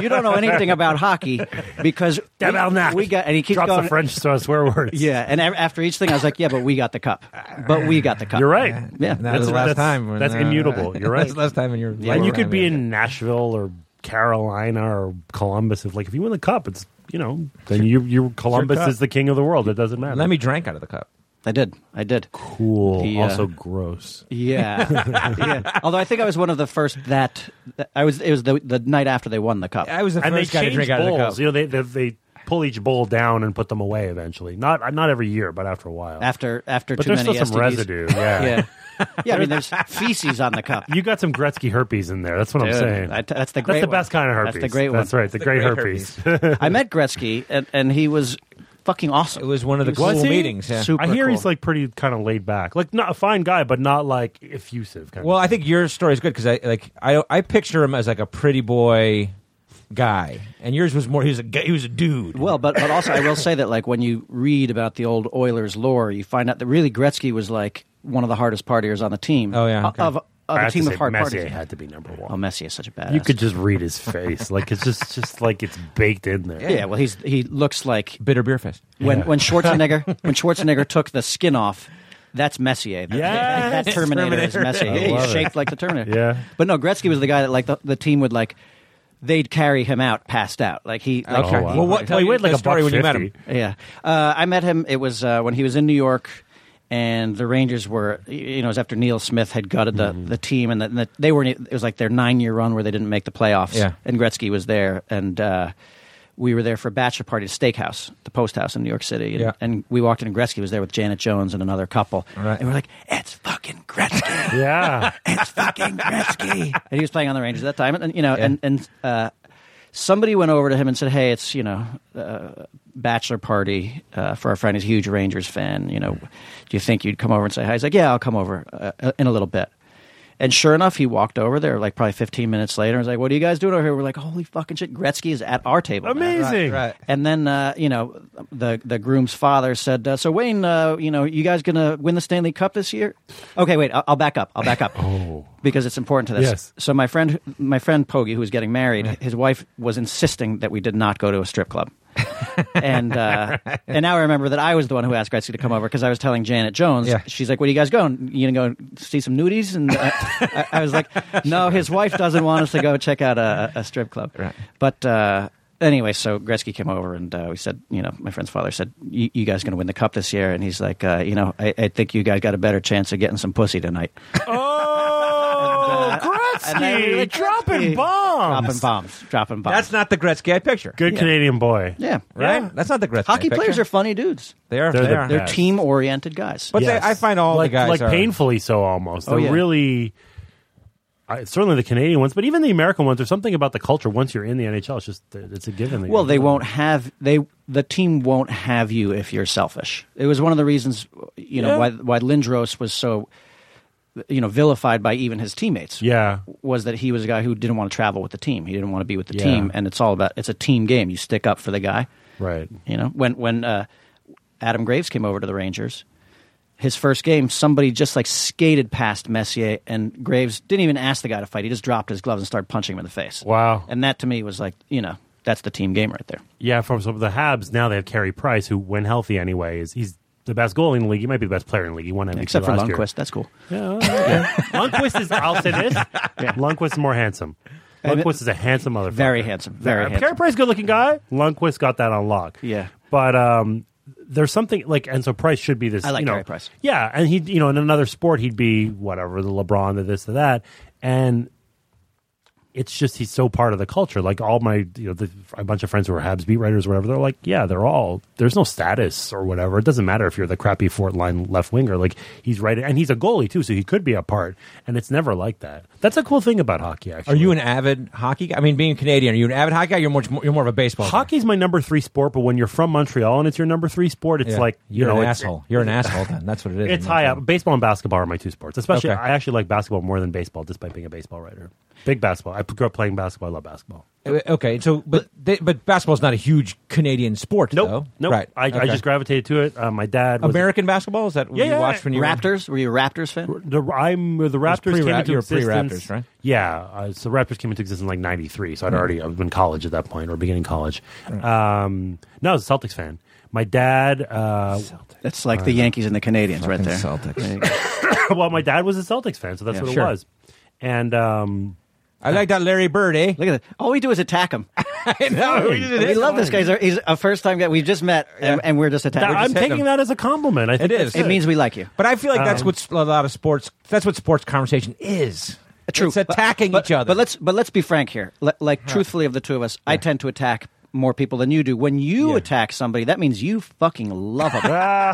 Speaker 2: you don't know anything about hockey because we, we got." And he keeps
Speaker 6: drops
Speaker 2: going
Speaker 6: the French so I swear words.
Speaker 2: Yeah, and a- after each thing, I was like, "Yeah, but we got the cup, but we got the cup."
Speaker 6: You're right.
Speaker 2: Yeah.
Speaker 1: And that was
Speaker 6: That's-
Speaker 1: the last
Speaker 6: that's-
Speaker 1: time. when- uh,
Speaker 6: that's immutable. You're right.
Speaker 1: That's the last time in your
Speaker 2: Yeah,
Speaker 6: and
Speaker 2: we're
Speaker 6: you could be in Nashville or Carolina or Columbus. If like if you win the cup, it's you know then you you Columbus
Speaker 1: cup.
Speaker 6: is the king of the world. It doesn't matter.
Speaker 1: Let me drank out of the cup.
Speaker 2: I did. I did.
Speaker 6: cool.
Speaker 2: The, uh,
Speaker 6: also gross.
Speaker 2: Yeah. yeah. Although I think I was one of the first that that- I was. It was the the night after they won the cup.
Speaker 1: I was the
Speaker 6: And they
Speaker 1: first guy to
Speaker 6: change
Speaker 1: drink
Speaker 6: bowls.
Speaker 1: out of the cup.
Speaker 6: You know they, they they pull each bowl down and put them away eventually. Not uh, not every year, but after a while.
Speaker 2: after after
Speaker 6: but
Speaker 2: too
Speaker 6: there's
Speaker 2: many
Speaker 6: still some
Speaker 2: STDs.
Speaker 6: residue. Yeah.
Speaker 2: Yeah. Yeah. I mean, there's feces on the cup.
Speaker 6: You got some Gretzky herpes in there. That's what
Speaker 2: Dude,
Speaker 6: I'm saying.
Speaker 2: that- that's the
Speaker 6: that's
Speaker 2: great
Speaker 6: the
Speaker 2: one.
Speaker 6: best kind of herpes.
Speaker 2: That's the great
Speaker 6: That's
Speaker 2: one.
Speaker 6: right. The, great,
Speaker 1: great
Speaker 6: herpes.
Speaker 2: I met Gretzky, and, and he was fucking awesome.
Speaker 1: It was one of the
Speaker 2: He
Speaker 1: cool
Speaker 6: he?
Speaker 1: meetings. yeah.
Speaker 2: Super
Speaker 6: I hear
Speaker 2: cool.
Speaker 6: he's like pretty kind of laid back, like not a fine guy, but not like effusive. Kind
Speaker 1: Well,
Speaker 6: of.
Speaker 1: I think your story is good because I like I I picture him as like a pretty boy guy, and yours was more. He was a guy- he was a dude.
Speaker 2: Well, but but also I will say that like when you read about the old Oilers lore, you find out that really Gretzky was like one of the hardest partiers on the team.
Speaker 1: Oh, yeah,
Speaker 2: O-
Speaker 1: okay.
Speaker 2: of, of
Speaker 6: I
Speaker 2: a
Speaker 6: have to
Speaker 2: team of
Speaker 6: say
Speaker 2: hard
Speaker 6: Messier
Speaker 2: partiers.
Speaker 6: had to be number one.
Speaker 2: Oh, Messi is such a badass.
Speaker 6: You could just read his face. Like it's just just like it's baked in there.
Speaker 2: yeah. Well, he's he looks like
Speaker 1: bitter beer fest.
Speaker 2: when
Speaker 6: Yeah.
Speaker 2: when Schwarzenegger when Schwarzenegger took the skin off. That's Messier. That,
Speaker 6: Yes.
Speaker 2: that, that Terminator, is Messier. Yeah,
Speaker 6: love
Speaker 2: he's
Speaker 6: it.
Speaker 2: shaped like the Terminator.
Speaker 6: Yeah.
Speaker 2: But no, Gretzky was the guy that like the, the team would like they'd carry him out passed out. Like he like,
Speaker 6: Okay.
Speaker 2: he-
Speaker 6: Oh, wow.
Speaker 1: Well, what?
Speaker 6: Well,
Speaker 1: Tell
Speaker 6: he
Speaker 1: you
Speaker 6: weighed like
Speaker 1: the
Speaker 6: a
Speaker 1: story
Speaker 6: buck
Speaker 1: when you met
Speaker 6: 50.
Speaker 1: him.
Speaker 2: Yeah. Uh, I met him. It was uh, when he was in New York. and the Rangers were, you know, it was after Neil Smith had gutted the,
Speaker 1: Mm-hmm.
Speaker 2: the team, and, the, and the, they were it was like their nine year run where they didn't make the playoffs.
Speaker 1: Yeah.
Speaker 2: and Gretzky was there, and uh, we were there for a bachelor party at Steakhouse, the Post House in New York City, and,
Speaker 1: Yeah.
Speaker 2: and we walked in, and Gretzky was there with Janet Jones and another couple,
Speaker 1: Right.
Speaker 2: and we're like, it's fucking Gretzky.
Speaker 6: Yeah.
Speaker 2: it's fucking Gretzky. and he was playing on the Rangers at that time, and, and, you know,
Speaker 1: Yeah.
Speaker 2: and and uh, somebody went over to him and said, "Hey, it's you know, uh, bachelor party uh, for our friend. He's a huge Rangers fan. You know, do you think you'd come over and say hi?" He's like, "Yeah, I'll come over uh, in a little bit." And sure enough, he walked over there like probably 15 minutes later. and was like, "What are you guys doing over here?" We're like, "Holy fucking shit! Gretzky is at our table." man."
Speaker 6: Amazing.
Speaker 1: Right.
Speaker 2: And then uh, you know the the groom's father said, uh, "So Wayne, uh, you know, you guys gonna win the Stanley Cup this year?" Okay, wait, I'll, I'll back up. I'll back up
Speaker 6: Oh.
Speaker 2: because it's important to this.
Speaker 6: Yes.
Speaker 2: So my friend, my friend Pogi, who was getting married, his wife was insisting that we did not go to a strip club. and uh, and now I remember that I was the one who asked Gretzky to come over because I was telling Janet Jones.
Speaker 1: Yeah.
Speaker 2: She's like, "What are you guys going? You gonna go see some nudies?" And I, I, I was like, "No, his wife doesn't want us to go check out a, a strip club."
Speaker 1: Right.
Speaker 2: But uh, anyway, so Gretzky came over and uh, we said, you know, my friend's father said, "You you guys going to win the cup this year?" And he's like, uh, "You know, I, I think you guys got a better chance of getting some pussy tonight."
Speaker 6: Oh,
Speaker 2: And then we
Speaker 6: Gretzky
Speaker 2: were like,
Speaker 6: dropping
Speaker 2: Gretzky,
Speaker 6: bombs.
Speaker 2: dropping bombs, dropping bombs.
Speaker 1: That's not the Gretzky I picture.
Speaker 6: Good Canadian boy.
Speaker 2: yeah,
Speaker 1: Right?
Speaker 6: Yeah.
Speaker 1: That's not the Gretzky.
Speaker 2: Hockey
Speaker 1: I picture.
Speaker 2: players are funny dudes.
Speaker 1: They are.
Speaker 6: They're
Speaker 1: They're
Speaker 6: the
Speaker 2: They're
Speaker 6: Yes.
Speaker 2: team oriented guys.
Speaker 1: But they- I find all
Speaker 6: like,
Speaker 1: the guys
Speaker 6: like
Speaker 1: are
Speaker 6: painfully so almost. They're
Speaker 2: Oh, yeah.
Speaker 6: really. I, certainly the Canadian ones, but even the American ones. There's something about the culture. Once you're in the NHL, it's just it's a given. that
Speaker 2: well,
Speaker 6: you're
Speaker 2: they
Speaker 6: in.
Speaker 2: won't have they the team won't have you if you're selfish. It was one of the reasons you know
Speaker 6: Yeah.
Speaker 2: why why Lindros was so you know vilified by even his teammates.
Speaker 6: Yeah,
Speaker 2: was that he was a guy who didn't want to travel with the team. He didn't want to be with the
Speaker 6: Yeah.
Speaker 2: team, and it's all about it's a team game. You stick up for the guy.
Speaker 6: right.
Speaker 2: You know, when when uh, Adam Graves came over to the Rangers, his first game, somebody just like skated past Messier, and Graves didn't even ask the guy to fight. He just dropped his gloves and started punching him in the face.
Speaker 6: Wow.
Speaker 2: And that to me was like, you know, that's the team game right there.
Speaker 6: Yeah, from some of the Habs now they have Carey Price, who, when healthy anyway, is he's the best goalie in the league. He might be the best player in the league. He won MVP
Speaker 2: Except for
Speaker 6: last
Speaker 2: Lundqvist, that's cool.
Speaker 6: Year. Yeah, yeah. Lundqvist is. I'll say this: Lundqvist is more handsome.
Speaker 2: And-
Speaker 6: Lundqvist is a handsome motherfucker.
Speaker 2: Very handsome, very
Speaker 6: Carey
Speaker 2: handsome.
Speaker 6: Price, good looking guy. Lundqvist got that on lock.
Speaker 2: Yeah.
Speaker 6: but um, there's something like, and so Price should be this.
Speaker 2: I like
Speaker 6: you know,
Speaker 2: Carey Price.
Speaker 6: Yeah, and he, you know, in another sport, he'd be whatever the LeBron, the this, the that, and it's just he's so part of the culture. Like all my, you know, the, a bunch of friends who are Habs beat writers, or whatever. They're like, yeah, they're all. There's no status or whatever. It doesn't matter if you're the crappy fourth line left winger. Like he's right, and he's a goalie too, so he could be a part. And it's never like that. That's a cool thing about hockey. Actually,
Speaker 1: Are you an avid hockey guy? I mean, being Canadian, are you an avid hockey guy? You're more, you're more of a baseball. guy.
Speaker 6: Hockey's my number three sport, but when you're from Montreal and it's your number three sport, it's
Speaker 1: Yeah.
Speaker 6: like you
Speaker 1: you're
Speaker 6: know,
Speaker 1: an
Speaker 6: it's,
Speaker 1: asshole. you're an asshole. Then that's what it is.
Speaker 6: It's
Speaker 1: in my
Speaker 6: high
Speaker 1: opinion.
Speaker 6: up. Baseball and basketball are my two sports. Especially,
Speaker 1: Okay.
Speaker 6: I actually like basketball more than baseball, despite being a baseball writer. Big basketball. I grew up playing basketball. I love
Speaker 1: Uh,
Speaker 6: basketball.
Speaker 1: Okay, so but they, but basketball's not a huge Canadian sport,
Speaker 6: Nope,
Speaker 1: though.
Speaker 6: nope.
Speaker 1: Oh? Right.
Speaker 6: I, I
Speaker 1: Okay.
Speaker 6: just gravitated to it. Uh, my dad was
Speaker 1: American basketball is that what
Speaker 6: Yeah,
Speaker 1: you
Speaker 6: yeah,
Speaker 1: watched when you were-
Speaker 2: Raptors? Were you a Raptors fan?
Speaker 6: The, I'm the Raptors
Speaker 1: pre-Ra-
Speaker 6: came into
Speaker 1: you were
Speaker 6: existence.
Speaker 1: pre-Raptors, right? Hmm.
Speaker 6: Yeah, uh, so Raptors came into existence in like '93. So I'd already I was in college at that point, or beginning college. Um, no, I was a Celtics fan. My dad, uh,
Speaker 2: That's like the Yankees and the Canadians right there.
Speaker 1: Celtics.
Speaker 2: There you go.
Speaker 6: well, my dad was a Celtics fan, so that's
Speaker 1: Yeah,
Speaker 6: what
Speaker 1: sure.
Speaker 6: it was. And um,
Speaker 1: I like that Larry Bird, eh?
Speaker 2: Look at that. All we do is attack him.
Speaker 1: no, we did
Speaker 2: we
Speaker 1: it.
Speaker 2: love this guy. He's a, he's a first time guy. We just met, and, and we're just
Speaker 6: that-
Speaker 2: attacking.
Speaker 6: I'm
Speaker 1: hit
Speaker 6: taking
Speaker 1: them.
Speaker 6: that as a compliment. I think
Speaker 1: is.
Speaker 6: that's
Speaker 2: it means we like you.
Speaker 1: But I feel like
Speaker 6: Um,
Speaker 1: that's what a lot of sports. That's what sports conversation is.
Speaker 2: True,
Speaker 1: It's attacking
Speaker 2: but,
Speaker 1: each other.
Speaker 2: But let's but let's be frank here. L- like truthfully, of the two of us, I tend to attack more people than you do. When you
Speaker 1: Yeah.
Speaker 2: attack somebody, that means you fucking love them.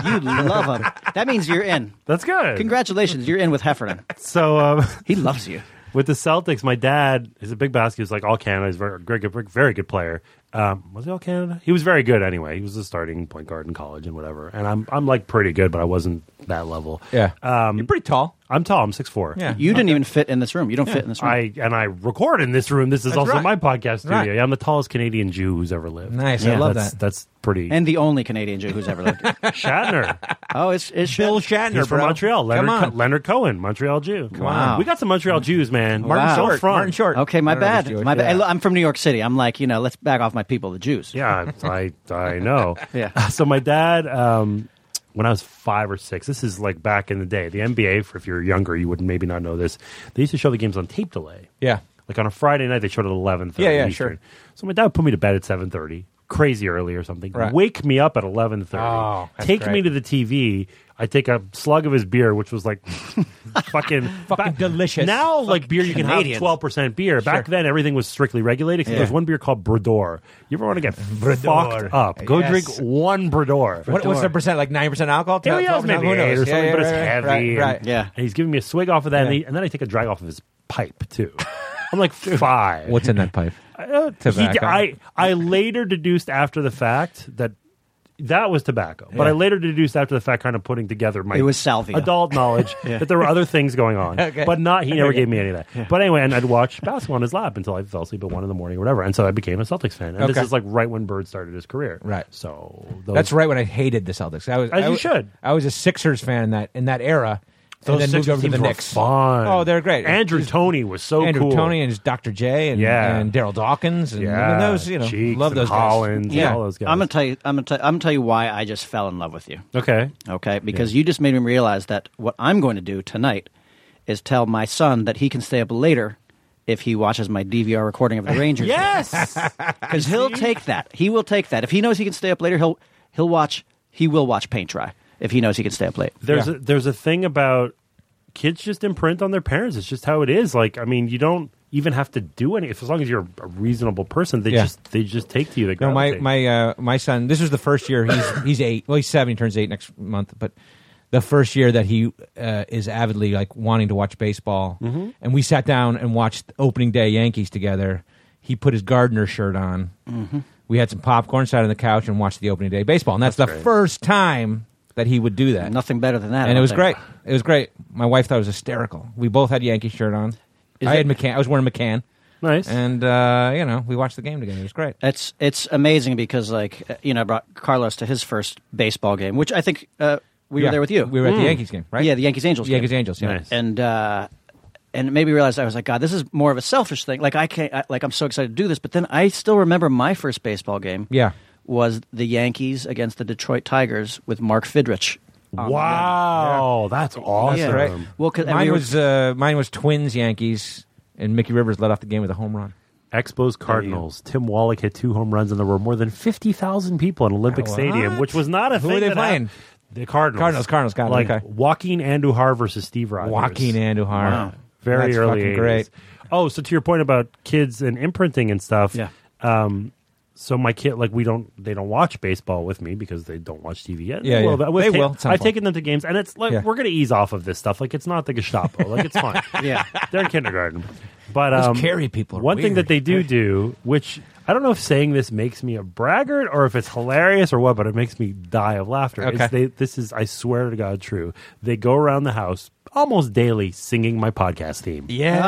Speaker 2: you love them. That means you're in.
Speaker 6: that's good.
Speaker 2: Congratulations, you're in with Heffernan.
Speaker 6: So um,
Speaker 2: He loves you.
Speaker 6: with the Celtics, my dad is a big basket. He's like all Canada. He's a very, very good, very good player. Um, was he all Canada? He was very good anyway. He was a starting point guard in college and whatever. And I'm I'm like pretty good, but I wasn't that level.
Speaker 1: yeah,
Speaker 6: Um,
Speaker 1: you're pretty tall.
Speaker 6: I'm tall. I'm six four.
Speaker 1: Yeah.
Speaker 2: You didn't even fit in this room. You don't fit in this room.
Speaker 6: I and I record in this room. This is
Speaker 1: That's
Speaker 6: also
Speaker 1: right.
Speaker 6: my podcast studio.
Speaker 1: Right.
Speaker 6: Yeah, I'm the tallest Canadian Jew who's ever lived.
Speaker 1: Nice,
Speaker 2: Yeah.
Speaker 1: I love
Speaker 6: that's,
Speaker 1: that.
Speaker 6: That's pretty.
Speaker 2: and the only Canadian Jew who's ever lived.
Speaker 6: Shatner.
Speaker 2: Oh, it's it's
Speaker 1: Bill Shatner
Speaker 6: He's from
Speaker 1: bro.
Speaker 6: Montreal. Leonard,
Speaker 1: Come on.
Speaker 6: Co- Leonard Cohen, Montreal Jew.
Speaker 2: on.
Speaker 6: We got some Montreal Jews, man.
Speaker 1: Martin
Speaker 2: Wow.
Speaker 1: Short.
Speaker 6: Don't front.
Speaker 1: Martin Short.
Speaker 2: Okay, my
Speaker 1: I don't know if
Speaker 2: bad.
Speaker 1: he's Jewish.
Speaker 2: My bad.
Speaker 1: Yeah.
Speaker 2: I, am from New York City. I'm like, you know, let's back off my people, the Jews.
Speaker 6: Yeah, I I know. Uh,
Speaker 2: Yeah.
Speaker 6: So my dad, um, when I was five or six, this is like back in the day. The NBA, for if you're younger, you would maybe not know this. They used to show the games on tape delay.
Speaker 1: Yeah.
Speaker 6: Like on a Friday night, they showed it at eleven thirty.
Speaker 1: Yeah, yeah,
Speaker 6: Eastern.
Speaker 1: sure.
Speaker 6: So my dad put me to bed at seven thirty. crazy early or something.
Speaker 1: Right.
Speaker 6: Wake me up at eleven thirty.
Speaker 1: Oh, that's
Speaker 6: Take
Speaker 1: great.
Speaker 6: me to the TV. I take a slug of his beer, which was like fucking
Speaker 1: Fucking delicious.
Speaker 6: Now, like beer, you can
Speaker 1: Canadians.
Speaker 6: have twelve percent beer. Back then, everything was strictly regulated. Except
Speaker 1: Yeah.
Speaker 6: there was one beer called Brador. You ever want to get fucked up? Go
Speaker 1: Yes.
Speaker 6: drink one Brador.
Speaker 1: What, what's the percent? Like nine percent alcohol?
Speaker 6: It was
Speaker 1: 12%?
Speaker 6: maybe
Speaker 1: Who
Speaker 6: eight
Speaker 1: knows?
Speaker 6: or something,
Speaker 1: Yeah, yeah,
Speaker 6: but it's
Speaker 1: right,
Speaker 6: heavy.
Speaker 1: Right,
Speaker 6: and-
Speaker 1: right.
Speaker 2: Yeah.
Speaker 6: and he's giving me a swig off of that, and,
Speaker 1: Yeah.
Speaker 6: he, and then I take a drag off of his pipe too. I'm like five.
Speaker 1: What's in that pipe?
Speaker 6: Uh,
Speaker 1: Tobacco.
Speaker 6: He, I I later deduced after the fact that that was tobacco, but I later deduced after the fact, kind of putting together my
Speaker 2: It was salvia.
Speaker 6: adult knowledge that there were other things going on,
Speaker 1: Okay.
Speaker 6: but not he never gave me any of that. But anyway, and I'd watch basketball on his lap until I fell asleep at one in the morning or whatever, and so I became a Celtics fan. And this
Speaker 1: Okay.
Speaker 6: is like right when Bird started his career,
Speaker 1: Right.
Speaker 6: So those,
Speaker 1: That's right when I hated the Celtics. I was
Speaker 6: As
Speaker 1: I
Speaker 6: you
Speaker 1: was-
Speaker 6: should.
Speaker 1: I was a Sixers fan in that in that era. and
Speaker 6: Those
Speaker 1: then moved
Speaker 6: Sixers
Speaker 1: over to the
Speaker 6: teams were
Speaker 1: Knicks.
Speaker 6: Fun.
Speaker 1: Oh, they're great.
Speaker 6: Andrew Tony was so
Speaker 1: Andrew
Speaker 6: cool.
Speaker 1: Tony and his Dr. J and,
Speaker 6: Yeah.
Speaker 1: and Daryl Dawkins and
Speaker 6: Yeah,
Speaker 1: and those you know
Speaker 6: Cheeks
Speaker 1: love
Speaker 6: and
Speaker 1: those
Speaker 6: Collins
Speaker 1: guys.
Speaker 6: and
Speaker 1: Yeah.
Speaker 6: all those guys.
Speaker 2: I'm gonna tell you. I'm gonna. Tell, I'm gonna tell you why I just fell in love with you.
Speaker 6: okay.
Speaker 2: Okay, because you just made me realize that what I'm going to do tonight is tell my son that he can stay up later if he watches my DVR recording of the Rangers.
Speaker 6: Yes.
Speaker 2: because he'll take that. He will take that if he knows he can stay up later. He'll he'll watch. He will watch paint dry if he knows he can stay up late.
Speaker 6: there's
Speaker 1: Yeah.
Speaker 6: a, there's a thing about kids just imprint on their parents. It's just how it is. Like I mean, you don't even have to do any. If as long as you're a reasonable person, they
Speaker 1: Yeah.
Speaker 6: just they just take to you. They
Speaker 1: No, my
Speaker 6: gravitate.
Speaker 1: my uh, my son. This was the first year he's he's eight. Well, he's seven. He turns eight next month. But the first year that he uh, is avidly like wanting to watch baseball,
Speaker 2: Mm-hmm.
Speaker 1: and we sat down and watched opening day Yankees together. He put his gardener shirt on.
Speaker 2: Mm-hmm.
Speaker 1: We had some popcorn, sat on the couch, and watched the opening day baseball. And that's, the first time that he would do that.
Speaker 2: Nothing better than that. I
Speaker 1: and it
Speaker 2: don't
Speaker 1: was
Speaker 2: think.
Speaker 1: great. It was great. My wife thought it was hysterical. We both had Yankee shirt on.
Speaker 2: Is
Speaker 1: I
Speaker 2: it-
Speaker 1: had McCann. I was wearing McCann,
Speaker 6: nice.
Speaker 1: and uh, you know we watched the game together. It was great.
Speaker 2: It's it's amazing because like uh, you know I brought Carlos to his first baseball game, which I think uh, we
Speaker 1: Yeah.
Speaker 2: were there with you. Mm-hmm. Mm.
Speaker 1: We were at the Yankees game, right?
Speaker 2: Yeah, the Yankees Angels.
Speaker 1: Yankees
Speaker 2: game.
Speaker 1: Angels. Yeah.
Speaker 6: Nice.
Speaker 2: and uh, and it made me realize I was like, God, this is more of a selfish thing. Like I can't, I, like I'm so excited to do this, but then I still remember my first baseball game.
Speaker 1: Yeah.
Speaker 2: was the Yankees against the Detroit Tigers with Mark Fidrich.
Speaker 6: wow, that's awesome.
Speaker 2: Yeah.
Speaker 1: Right.
Speaker 2: Well, 'cause- and
Speaker 1: mine
Speaker 2: we were-
Speaker 1: was uh, mine was Twins Yankees, and Mickey Rivers led off the game with a home run.
Speaker 6: Expos Cardinals. Tim Wallach hit two home runs, and there were more than fifty thousand people in Olympic
Speaker 1: What?
Speaker 6: Stadium, which was not a
Speaker 1: Who
Speaker 6: thing.
Speaker 1: were they
Speaker 6: that hap-
Speaker 1: playing?
Speaker 6: the Cardinals.
Speaker 1: Cardinals, Cardinals, got it,
Speaker 6: Like
Speaker 1: okay.
Speaker 6: Joaquin Andujar versus Steve Rogers.
Speaker 1: Joaquin Andujar.
Speaker 2: Wow.
Speaker 6: very
Speaker 1: That's
Speaker 6: early
Speaker 1: fucking
Speaker 6: 80s.
Speaker 1: great.
Speaker 6: Oh, so to your point about kids and imprinting and stuff.
Speaker 2: Yeah.
Speaker 6: Um, so my kid, like we don't, they don't watch baseball with me because they don't watch TV yet.
Speaker 1: Yeah,
Speaker 6: Well,
Speaker 1: yeah.
Speaker 6: that- with
Speaker 1: They
Speaker 6: ta-
Speaker 1: will at some
Speaker 6: I've
Speaker 1: point.
Speaker 6: taken them to games, and it's like
Speaker 1: Yeah.
Speaker 6: we're gonna ease off of this stuff. Like it's not the Gestapo. like it's fine.
Speaker 2: Yeah.
Speaker 6: they're in kindergarten. But
Speaker 1: Those
Speaker 6: um,
Speaker 1: Carey people are
Speaker 6: One thing
Speaker 1: weird.
Speaker 6: that they do do, which I don't know if saying this makes me a braggart or if it's hilarious or what, but it makes me die of laughter. is
Speaker 1: Okay.
Speaker 6: they, this is, I swear to God, true. They go around the house almost daily singing my podcast theme.
Speaker 1: Yeah.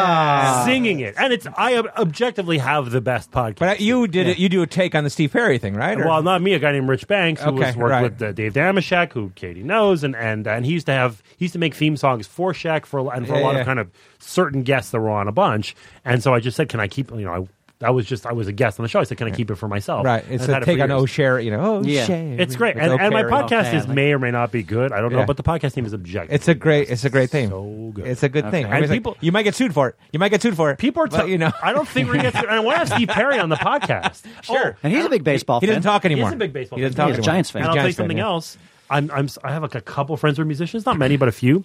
Speaker 6: Singing it, and it's I ob- objectively have the best podcast.
Speaker 1: But uh, you did it. You do a take on the Steve Perry thing, right? Or-
Speaker 6: Well, not me. A guy named Rich Banks who
Speaker 1: Okay,
Speaker 6: was worked
Speaker 1: right.
Speaker 6: with uh, Dave Damashek, who Katie knows, and and and he used to have he used to make theme songs for Shaq for and for
Speaker 1: Yeah,
Speaker 6: a lot
Speaker 1: yeah.
Speaker 6: of kind of certain guests that were on a bunch. And so I just said, can I keep you know I. I was just I was a guest on the show. I said, "Can I keep it for myself?"
Speaker 1: right.
Speaker 6: And
Speaker 1: It's
Speaker 6: I've
Speaker 1: a
Speaker 6: had it for
Speaker 1: take on
Speaker 6: years.
Speaker 1: O'Sherry. You know,
Speaker 2: Yeah.
Speaker 1: O'Sherry.
Speaker 6: It's great,
Speaker 1: with
Speaker 6: and,
Speaker 1: O'Carey.
Speaker 6: and my podcast
Speaker 2: fan,
Speaker 6: is
Speaker 2: like-
Speaker 6: may or may not be good. I don't
Speaker 1: Yeah.
Speaker 6: know, but the podcast name is objective.
Speaker 1: It's a great. It's a great thing.
Speaker 6: So good.
Speaker 1: It's a good thing. I
Speaker 6: Okay.
Speaker 1: mean,
Speaker 6: And
Speaker 1: it's like,
Speaker 6: people-
Speaker 1: you might get sued for it. You might get sued for it.
Speaker 6: People are,
Speaker 1: but,
Speaker 6: t-
Speaker 1: you know,
Speaker 6: I don't think we're gonna. Get to, I want to have Steve Perry on the podcast. Oh,
Speaker 1: Sure.
Speaker 2: and he's a big baseball
Speaker 1: he
Speaker 2: fan.
Speaker 1: doesn't talk anymore.
Speaker 6: He's a big baseball
Speaker 1: He doesn't
Speaker 6: fan.
Speaker 1: talk
Speaker 2: He's a
Speaker 1: anymore.
Speaker 2: Giants fan.
Speaker 6: And I'll
Speaker 1: Giants
Speaker 6: tell you something
Speaker 1: yeah.
Speaker 6: else. I'm, I'm, si have like a couple friends who are musicians, not many, but a few.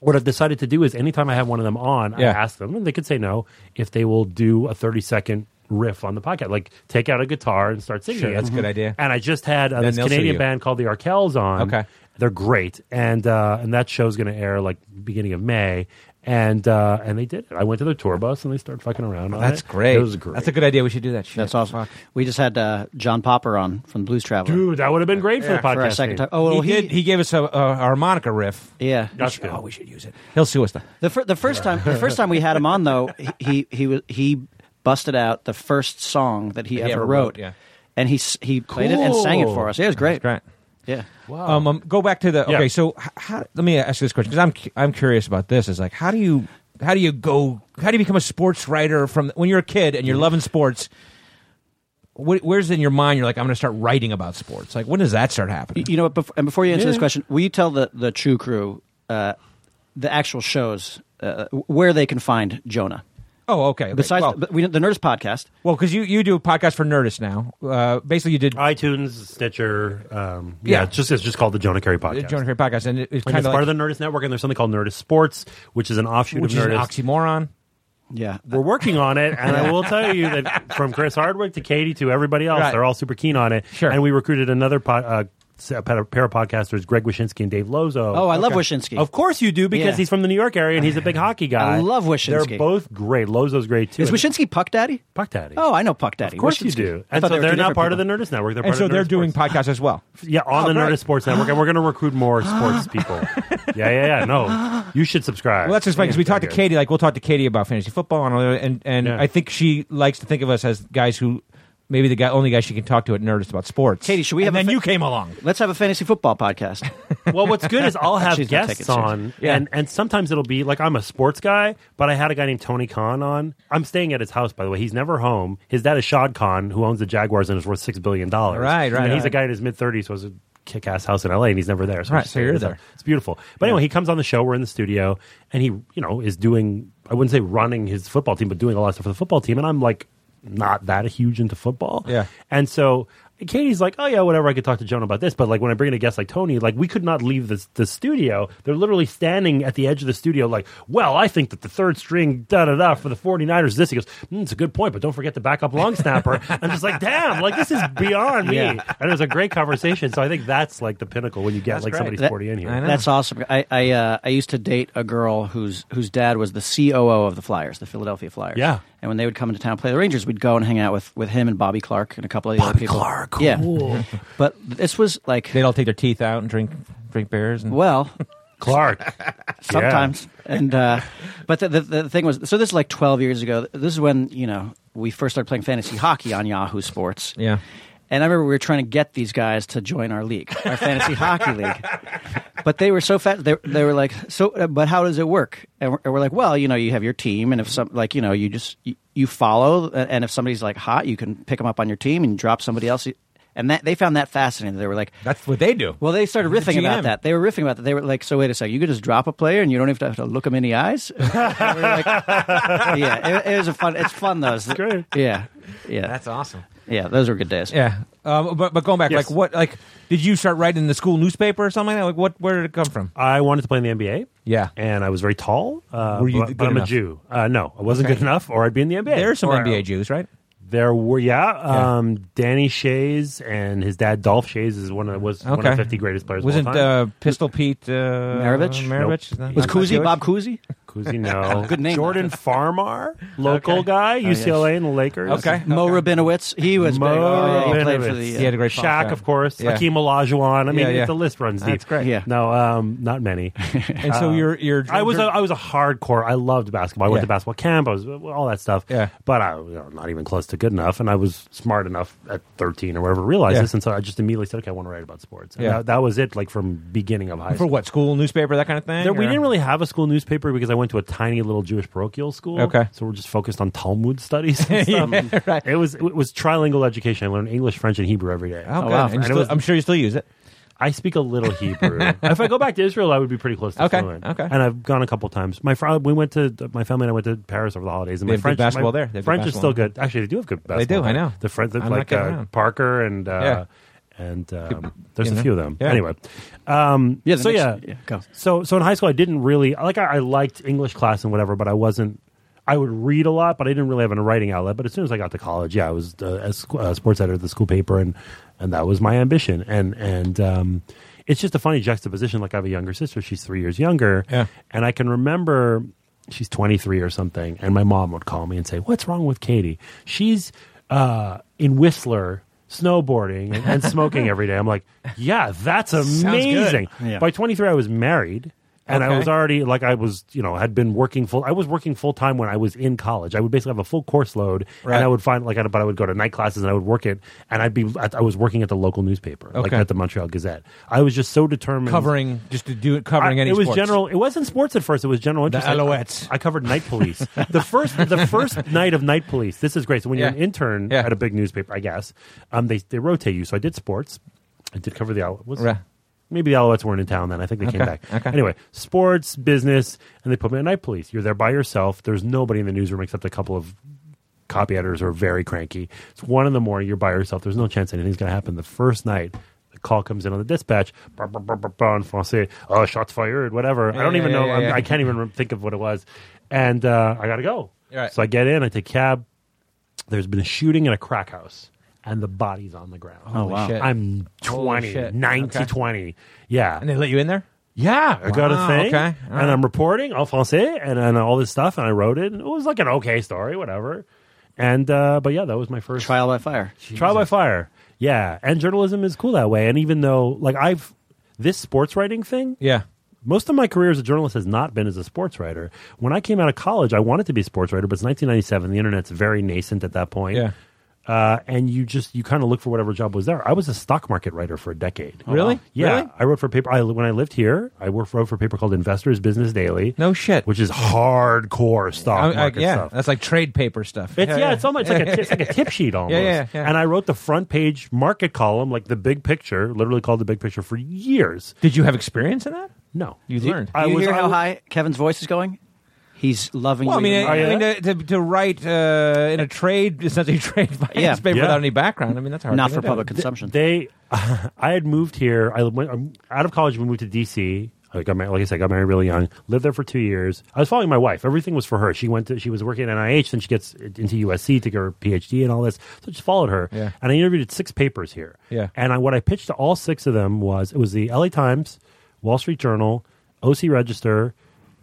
Speaker 6: What I've decided to do is anytime I have one of them on, I
Speaker 1: Yeah.
Speaker 6: ask them, and they could say no, if they will do a 30 second riff on the podcast. Like take out a guitar and start singing.
Speaker 1: Sure,
Speaker 6: it.
Speaker 1: that's a good idea.
Speaker 6: And I just had uh,
Speaker 1: Then
Speaker 6: this
Speaker 1: they'll sue
Speaker 6: Canadian
Speaker 1: you.
Speaker 6: band called the Arkells on.
Speaker 1: Okay.
Speaker 6: They're great. And uh, and that show's going to air like beginning of May. And uh, and they did it. I went to their tour bus and they started fucking around. on
Speaker 1: That's
Speaker 6: it.
Speaker 1: great.
Speaker 6: It was great.
Speaker 1: That's a good idea. We should do that. Shit.
Speaker 2: That's awesome.
Speaker 1: Fuck.
Speaker 2: We just had uh, John Popper on from Blues Traveler
Speaker 6: Dude, that would have been great for the podcast.
Speaker 2: for our second
Speaker 6: thing.
Speaker 2: time. Oh, well,
Speaker 1: he, did. He gave us a, a harmonica riff.
Speaker 2: yeah.
Speaker 6: That's good.
Speaker 1: Oh, we should use it. He'll sue us. Though.
Speaker 2: The, fir- the first time, the first time we had him on, though, he he was he busted out the first song that he, ever,
Speaker 1: ever
Speaker 2: wrote,
Speaker 1: wrote, yeah.
Speaker 2: and he s- he played it and sang it
Speaker 6: Cool.
Speaker 2: for us. Yeah, it was great.
Speaker 1: Great.
Speaker 2: Yeah,
Speaker 1: Um, um, go back to the
Speaker 6: Yeah.
Speaker 1: okay. So h- how, let me ask you this question because I'm cu- I'm curious about this. Is like how do you how do you go how do you become a sports writer from when you're a kid
Speaker 6: Mm-hmm.
Speaker 1: and you're loving sports? Wh- where's in your mind you're like I'm going to start writing about sports? Like when does that start happening?
Speaker 2: You know, what, bef- and before you answer this
Speaker 6: Yeah.
Speaker 2: question, will you tell the the True Crew uh, the actual shows uh, where they can find Jonah?
Speaker 1: Oh, okay. okay.
Speaker 2: Besides,
Speaker 1: well,
Speaker 2: but we, the Nerdist podcast.
Speaker 1: well, because you you do a podcast for Nerdist now. Uh, basically, you did
Speaker 6: iTunes, Stitcher. Um, yeah,
Speaker 1: Yeah.
Speaker 6: It's just it's just called the Jonah Carey
Speaker 1: the
Speaker 6: podcast.
Speaker 1: Jonah Carey podcast, and it, it's
Speaker 6: and
Speaker 1: kind
Speaker 6: it's
Speaker 1: of
Speaker 6: part
Speaker 1: like,
Speaker 6: of the Nerdist Network, and there's something called Nerdist Sports, which is an offshoot
Speaker 1: which
Speaker 6: of
Speaker 1: is an
Speaker 6: Nerdist.
Speaker 1: oxymoron.
Speaker 2: Yeah,
Speaker 6: We're working on it, and I will tell you that from Chris Hardwick to Katie to everybody else,
Speaker 1: Right.
Speaker 6: they're all super keen on it.
Speaker 1: Sure.
Speaker 6: And we recruited another po- uh, s- a pair of pair of podcasters, Greg Wyszynski and Dave Lozo.
Speaker 2: Oh, I love Wyszynski.
Speaker 6: Of course you do, because
Speaker 2: Yeah.
Speaker 6: he's from the New York area and he's a big hockey guy.
Speaker 2: I love
Speaker 6: They're
Speaker 2: Wyszynski.
Speaker 6: both great. Lozo's great too.
Speaker 2: is Wyszynski Puck Daddy?
Speaker 6: Puck Daddy.
Speaker 2: Oh, I know Puck Daddy.
Speaker 6: Of course you
Speaker 2: Wyszynski.
Speaker 6: do.
Speaker 2: I
Speaker 6: And
Speaker 2: thought
Speaker 6: so
Speaker 2: they were
Speaker 6: they're
Speaker 2: two
Speaker 6: not
Speaker 2: different
Speaker 6: part of the
Speaker 2: people.
Speaker 6: Nerdist Network. They're part
Speaker 1: And so
Speaker 6: of
Speaker 1: they're
Speaker 6: Nerdist
Speaker 1: doing
Speaker 6: Sports.
Speaker 1: podcasts as well.
Speaker 6: Yeah, on
Speaker 1: Oh,
Speaker 6: the
Speaker 1: great.
Speaker 6: Nerdist Sports Network, and we're going to recruit more sports people. Yeah, yeah, yeah. No, you should subscribe.
Speaker 1: Well, that's just funny because we talked to Katie. Like, we'll talk to Katie about fantasy football, and all that, and, and
Speaker 6: Yeah.
Speaker 1: I think she likes to think of us as guys who maybe the guy only guy she can talk to at Nerdist about sports.
Speaker 2: Katie, should we
Speaker 1: And
Speaker 2: have a
Speaker 1: then
Speaker 2: fa-
Speaker 1: you came along.
Speaker 2: Let's have a fantasy football podcast.
Speaker 6: Well, what's good is I'll have
Speaker 2: She's gonna take
Speaker 6: guests
Speaker 2: it seriously.
Speaker 6: on,
Speaker 1: Yeah.
Speaker 6: and and sometimes it'll be like I'm a sports guy, but I had a guy named Tony Khan on. I'm staying at his house, by the way. He's never home. His dad is Shad Khan, who owns the Jaguars and is worth six billion dollars.
Speaker 1: Right, right,
Speaker 6: And he's a
Speaker 1: right.
Speaker 6: guy in his mid 30s, so it's a kick ass house in LA, and he's never there. So I'm
Speaker 1: Right,
Speaker 6: just
Speaker 1: so you're
Speaker 6: staying at his
Speaker 1: there.
Speaker 6: house. It's beautiful. But anyway, he comes on the show. We're in the studio, and he, you know, is doing. I wouldn't say running his football team, but doing a lot of stuff for the football team. And I'm like, not that huge into football.
Speaker 1: Yeah.
Speaker 6: And so Katie's like, oh yeah, whatever. I could talk to Joan about this, but like when I bring in a guest like Tony, like we could not leave this the studio. They're literally standing at the edge of the studio, like, well, I think that the third string da da da for the 49ers is this. He goes, mm, it's a good point, but don't forget the backup long snapper. I'm just like, damn, like this is beyond me. And it was a great conversation. So I think that's like the pinnacle when you get like somebody
Speaker 2: That-
Speaker 6: sporty in here.
Speaker 1: I know.
Speaker 2: That's awesome. I I, uh, I used to date a girl whose whose dad was the COO of the Flyers, the Philadelphia Flyers.
Speaker 6: Yeah.
Speaker 2: And when they would come into town and play the Rangers, we'd go and hang out with, with him and Bobby Clark and a couple of the other people.
Speaker 6: Clark,
Speaker 2: Yeah. but this was like
Speaker 1: They'd all take their teeth out and drink drink beers. And
Speaker 2: well,
Speaker 6: Clark.
Speaker 2: sometimes. And uh, but the, the the thing was so this is like 12 years ago. This is when, you know, we first started playing fantasy hockey on Yahoo Sports.
Speaker 1: yeah,
Speaker 2: And I remember we were trying to get these guys to join our league, our fantasy hockey league. But they were so fat. They, they were like, so, uh, but how does it work? And we're, and we're like, well, you know, you have your team, and if some, like, you know, you just you, you follow, a- and if somebody's like hot, you can pick them up on your team and drop somebody else. And that they found that fascinating. They were like,
Speaker 1: that's what they do.
Speaker 2: well, they started
Speaker 1: He's the
Speaker 2: riffing
Speaker 1: GM.
Speaker 2: about that. They were riffing about that. They were like, "So wait a second, you could just drop a player and you don't even have to look him in the eyes." And we were like, yeah, it, it was a fun. It's fun though. It's
Speaker 6: great.
Speaker 2: Yeah, yeah,
Speaker 1: awesome.
Speaker 2: yeah. Those were good days.
Speaker 1: Yeah, um, but but going back,
Speaker 6: Yes.
Speaker 1: like what, like did you start writing in the school newspaper or something like that? Like what, where did it come from?
Speaker 6: I wanted to play in the NBA.
Speaker 1: Yeah.
Speaker 6: and I was very tall. Uh,
Speaker 1: Were you
Speaker 6: but,
Speaker 1: good
Speaker 6: but I'm
Speaker 1: enough?
Speaker 6: a Jew. Uh, no, I wasn't good enough, or I'd be in the NBA.
Speaker 1: There are some
Speaker 6: Or-
Speaker 1: NBA Jews, right?
Speaker 6: There were yeah,
Speaker 1: Yeah.
Speaker 6: Um, Danny Shays and his dad Dolph Shays is one of was one
Speaker 1: Okay.
Speaker 6: of fifty greatest players.
Speaker 1: Wasn't
Speaker 6: of all time.
Speaker 1: uh, Pistol Pete uh,
Speaker 2: Maravich?
Speaker 1: Maravich Is that- that's
Speaker 2: Was
Speaker 1: not
Speaker 2: Kuzi
Speaker 1: Jewish?
Speaker 2: Bob Kuzi?
Speaker 6: Kuzi, no.
Speaker 2: Good name.
Speaker 6: Jordan Farmar, local
Speaker 1: Okay. Oh,
Speaker 6: guy,
Speaker 2: yes.
Speaker 6: UCLA and the Lakers.
Speaker 1: Okay.
Speaker 2: Mo Rabinowitz. He was
Speaker 6: Mo
Speaker 2: big. Oh, yeah, he played for
Speaker 6: Rabinowitz.
Speaker 2: the.
Speaker 1: He had a great
Speaker 6: Shaq,
Speaker 1: pop, yeah.
Speaker 6: of course.
Speaker 1: Yeah.
Speaker 6: Hakeem Olajuwon. I mean,
Speaker 1: Yeah, yeah.
Speaker 6: the list runs deep.
Speaker 1: That's great.
Speaker 2: Yeah.
Speaker 6: No, um, not many.
Speaker 1: And so you're you're.
Speaker 6: I was a, I was a hardcore. I loved basketball. I went
Speaker 1: Yeah.
Speaker 6: to basketball camp. I was all that stuff.
Speaker 1: Yeah.
Speaker 6: But I was you know, not even close to good enough, and I was smart enough at 13 or whatever to realize
Speaker 1: Yeah.
Speaker 6: this, and so I just immediately said, okay, I want to write about sports. And
Speaker 1: Yeah.
Speaker 6: that, that was it, like from beginning of high
Speaker 1: for
Speaker 6: school.
Speaker 1: what school newspaper that kind of thing.
Speaker 6: There, we
Speaker 1: or-
Speaker 6: didn't really have a school newspaper because I went to a tiny little Jewish parochial school.
Speaker 1: Okay.
Speaker 6: so we're just focused on Talmud studies. And stuff. It was it was trilingual education. I learned English, French, and Hebrew every day.
Speaker 1: Oh, God.
Speaker 2: wow.
Speaker 1: And you
Speaker 6: And it
Speaker 1: still-
Speaker 6: was-
Speaker 1: I'm sure you still use it.
Speaker 6: I speak a little Hebrew. if I go back to Israel, I would be pretty close to
Speaker 1: Okay,
Speaker 6: fluent.
Speaker 1: okay.
Speaker 6: And I've gone a couple times. My fr- we went to my family and I went to Paris over the holidays. And
Speaker 1: They
Speaker 6: my
Speaker 1: have good
Speaker 6: French
Speaker 1: basketball
Speaker 6: my
Speaker 1: there. They have good
Speaker 6: French is
Speaker 1: basketball.
Speaker 6: still good. Actually, they do have good basketball.
Speaker 1: do, I
Speaker 6: there.
Speaker 1: know.
Speaker 6: The French,
Speaker 1: I'm not
Speaker 6: like
Speaker 1: getting
Speaker 6: uh,
Speaker 1: around.
Speaker 6: Parker and
Speaker 1: Yeah.
Speaker 6: uh, and um, there's
Speaker 1: you
Speaker 6: a
Speaker 1: know.
Speaker 6: few of them.
Speaker 1: Yeah.
Speaker 6: Anyway, um,
Speaker 2: Yeah, the
Speaker 6: so
Speaker 2: next-
Speaker 6: yeah,
Speaker 2: yeah, go.
Speaker 6: so so in high school, I didn't really like. I, I liked English class and whatever, but I wasn't. I would read a lot, but I didn't really have a writing outlet. But as soon as I got to college, yeah, I was uh, a, sc- uh sports editor of the school paper, and and that was my ambition. And and um, it's just a funny juxtaposition. Like I have a younger sister; she's three years younger,
Speaker 1: Yeah.
Speaker 6: and I can remember she's 23 or something, and my mom would call me and say, "What's wrong with Katie? She's uh, in Whistler." Snowboarding and, and smoking every day. I'm like, yeah, that's
Speaker 1: good.
Speaker 6: amazing.
Speaker 2: Yeah.
Speaker 6: By 23, I was married, and
Speaker 1: Okay.
Speaker 6: I was already like I was, you know, had been working full. I was working full time when I was in college. I would basically have a full course load,
Speaker 1: Right.
Speaker 6: and I would find like, I, but I would go to night classes and I would work it, and I'd be, I, I was working at the local newspaper, like
Speaker 1: Okay.
Speaker 6: at the Montreal Gazette. I was just so determined
Speaker 1: Covering just to do it. Covering
Speaker 6: I-
Speaker 1: any.
Speaker 6: It was
Speaker 1: sports.
Speaker 6: general. It wasn't sports at first. It was general interest. I-
Speaker 1: Alouettes.
Speaker 6: I, covered night police. the first, the first night of night police. This is great. So when you're
Speaker 1: Yeah.
Speaker 6: an intern
Speaker 1: Yeah.
Speaker 6: at a big newspaper, I guess, um, they they rotate you. So I did sports. I did cover the Alouettes.
Speaker 1: Right.
Speaker 6: Maybe the Alouettes weren't in town then. I think they came back.
Speaker 1: okay.
Speaker 6: Anyway, sports, business, and they put me on night police. You're there by yourself. There's nobody in the newsroom except a couple of copy editors who are very cranky. It's one in the morning. You're by yourself. There's no chance anything's going to happen. The first night, the call comes in on the dispatch. Bah, bah, bah, bah, bah, in Francais, oh, shots fired, whatever. I don't
Speaker 1: yeah,
Speaker 6: even know.
Speaker 1: yeah,
Speaker 6: I'm-
Speaker 1: yeah.
Speaker 6: I can't even rem- think of what it was. And uh, I got to go.
Speaker 1: Right.
Speaker 6: So I get in. I take cab. There's been a shooting in a crack house, and the body's on the ground.
Speaker 2: Oh, wow.
Speaker 1: shit.
Speaker 6: I'm
Speaker 1: Holy
Speaker 6: 20,
Speaker 1: shit.
Speaker 6: 90,
Speaker 1: Okay.
Speaker 6: 20. Yeah.
Speaker 1: And they let you in there?
Speaker 6: Yeah, I got
Speaker 1: Wow,
Speaker 6: a thing,
Speaker 1: okay. All
Speaker 6: and
Speaker 1: right.
Speaker 6: I'm reporting en français and, and all this stuff, and I wrote it. And it was like an okay story, whatever. And uh, but yeah, that was my first
Speaker 2: Trial by fire.
Speaker 6: trial by fire. Yeah, and journalism is cool that way. And even though like I've this sports writing thing,
Speaker 1: Yeah.
Speaker 6: most of my career as a journalist has not been as a sports writer. When I came out of college, I wanted to be a sports writer, but it's 1997. The internet's very nascent at that point.
Speaker 1: Yeah.
Speaker 6: Uh, and you just you kind of look for whatever job was there. I was a stock market writer for a decade.
Speaker 1: Oh, Really?
Speaker 6: Yeah,
Speaker 1: Really?
Speaker 6: I wrote for a paper. I, when I lived here, I worked wrote for a paper called Investors Business Daily.
Speaker 1: No shit.
Speaker 6: which is hardcore stock
Speaker 1: I- I-
Speaker 6: market
Speaker 1: yeah,
Speaker 6: stuff.
Speaker 1: that's like trade paper stuff.
Speaker 6: It's yeah, it's almost it's like a, it's like a tip sheet almost.
Speaker 1: Yeah, yeah, yeah.
Speaker 6: And I wrote the front page market column, like the big picture, literally called the big picture for years.
Speaker 1: Did you have experience in that?
Speaker 6: No,
Speaker 1: You learned.
Speaker 6: I
Speaker 2: Do you
Speaker 6: was-
Speaker 2: hear
Speaker 6: I
Speaker 2: how
Speaker 6: was-
Speaker 2: high Kevin's voice is going? He's loving
Speaker 1: Well, I
Speaker 2: you.
Speaker 1: mean,
Speaker 2: even
Speaker 1: I,
Speaker 6: yeah.
Speaker 1: I mean, to, to, to write uh, in a trade, essentially trade finance
Speaker 2: Yeah.
Speaker 1: paper
Speaker 6: Yeah.
Speaker 1: without any background. I mean, that's a hard.
Speaker 2: not
Speaker 1: thing
Speaker 2: for
Speaker 1: to
Speaker 2: public
Speaker 1: Do.
Speaker 2: consumption.
Speaker 6: They, I had moved here. I went I'm out of college. We moved to DC. I got married, like I said, I got married really young. Lived there for two years. I was following my wife. Everything was for her. She went. To, she was working at NIH, then she gets into USC to get her PhD and all this. So I just followed her.
Speaker 1: Yeah.
Speaker 6: And I interviewed at six papers here.
Speaker 1: Yeah.
Speaker 6: And I, what I pitched to all six of them was it was the LA Times, Wall Street Journal, OC Register,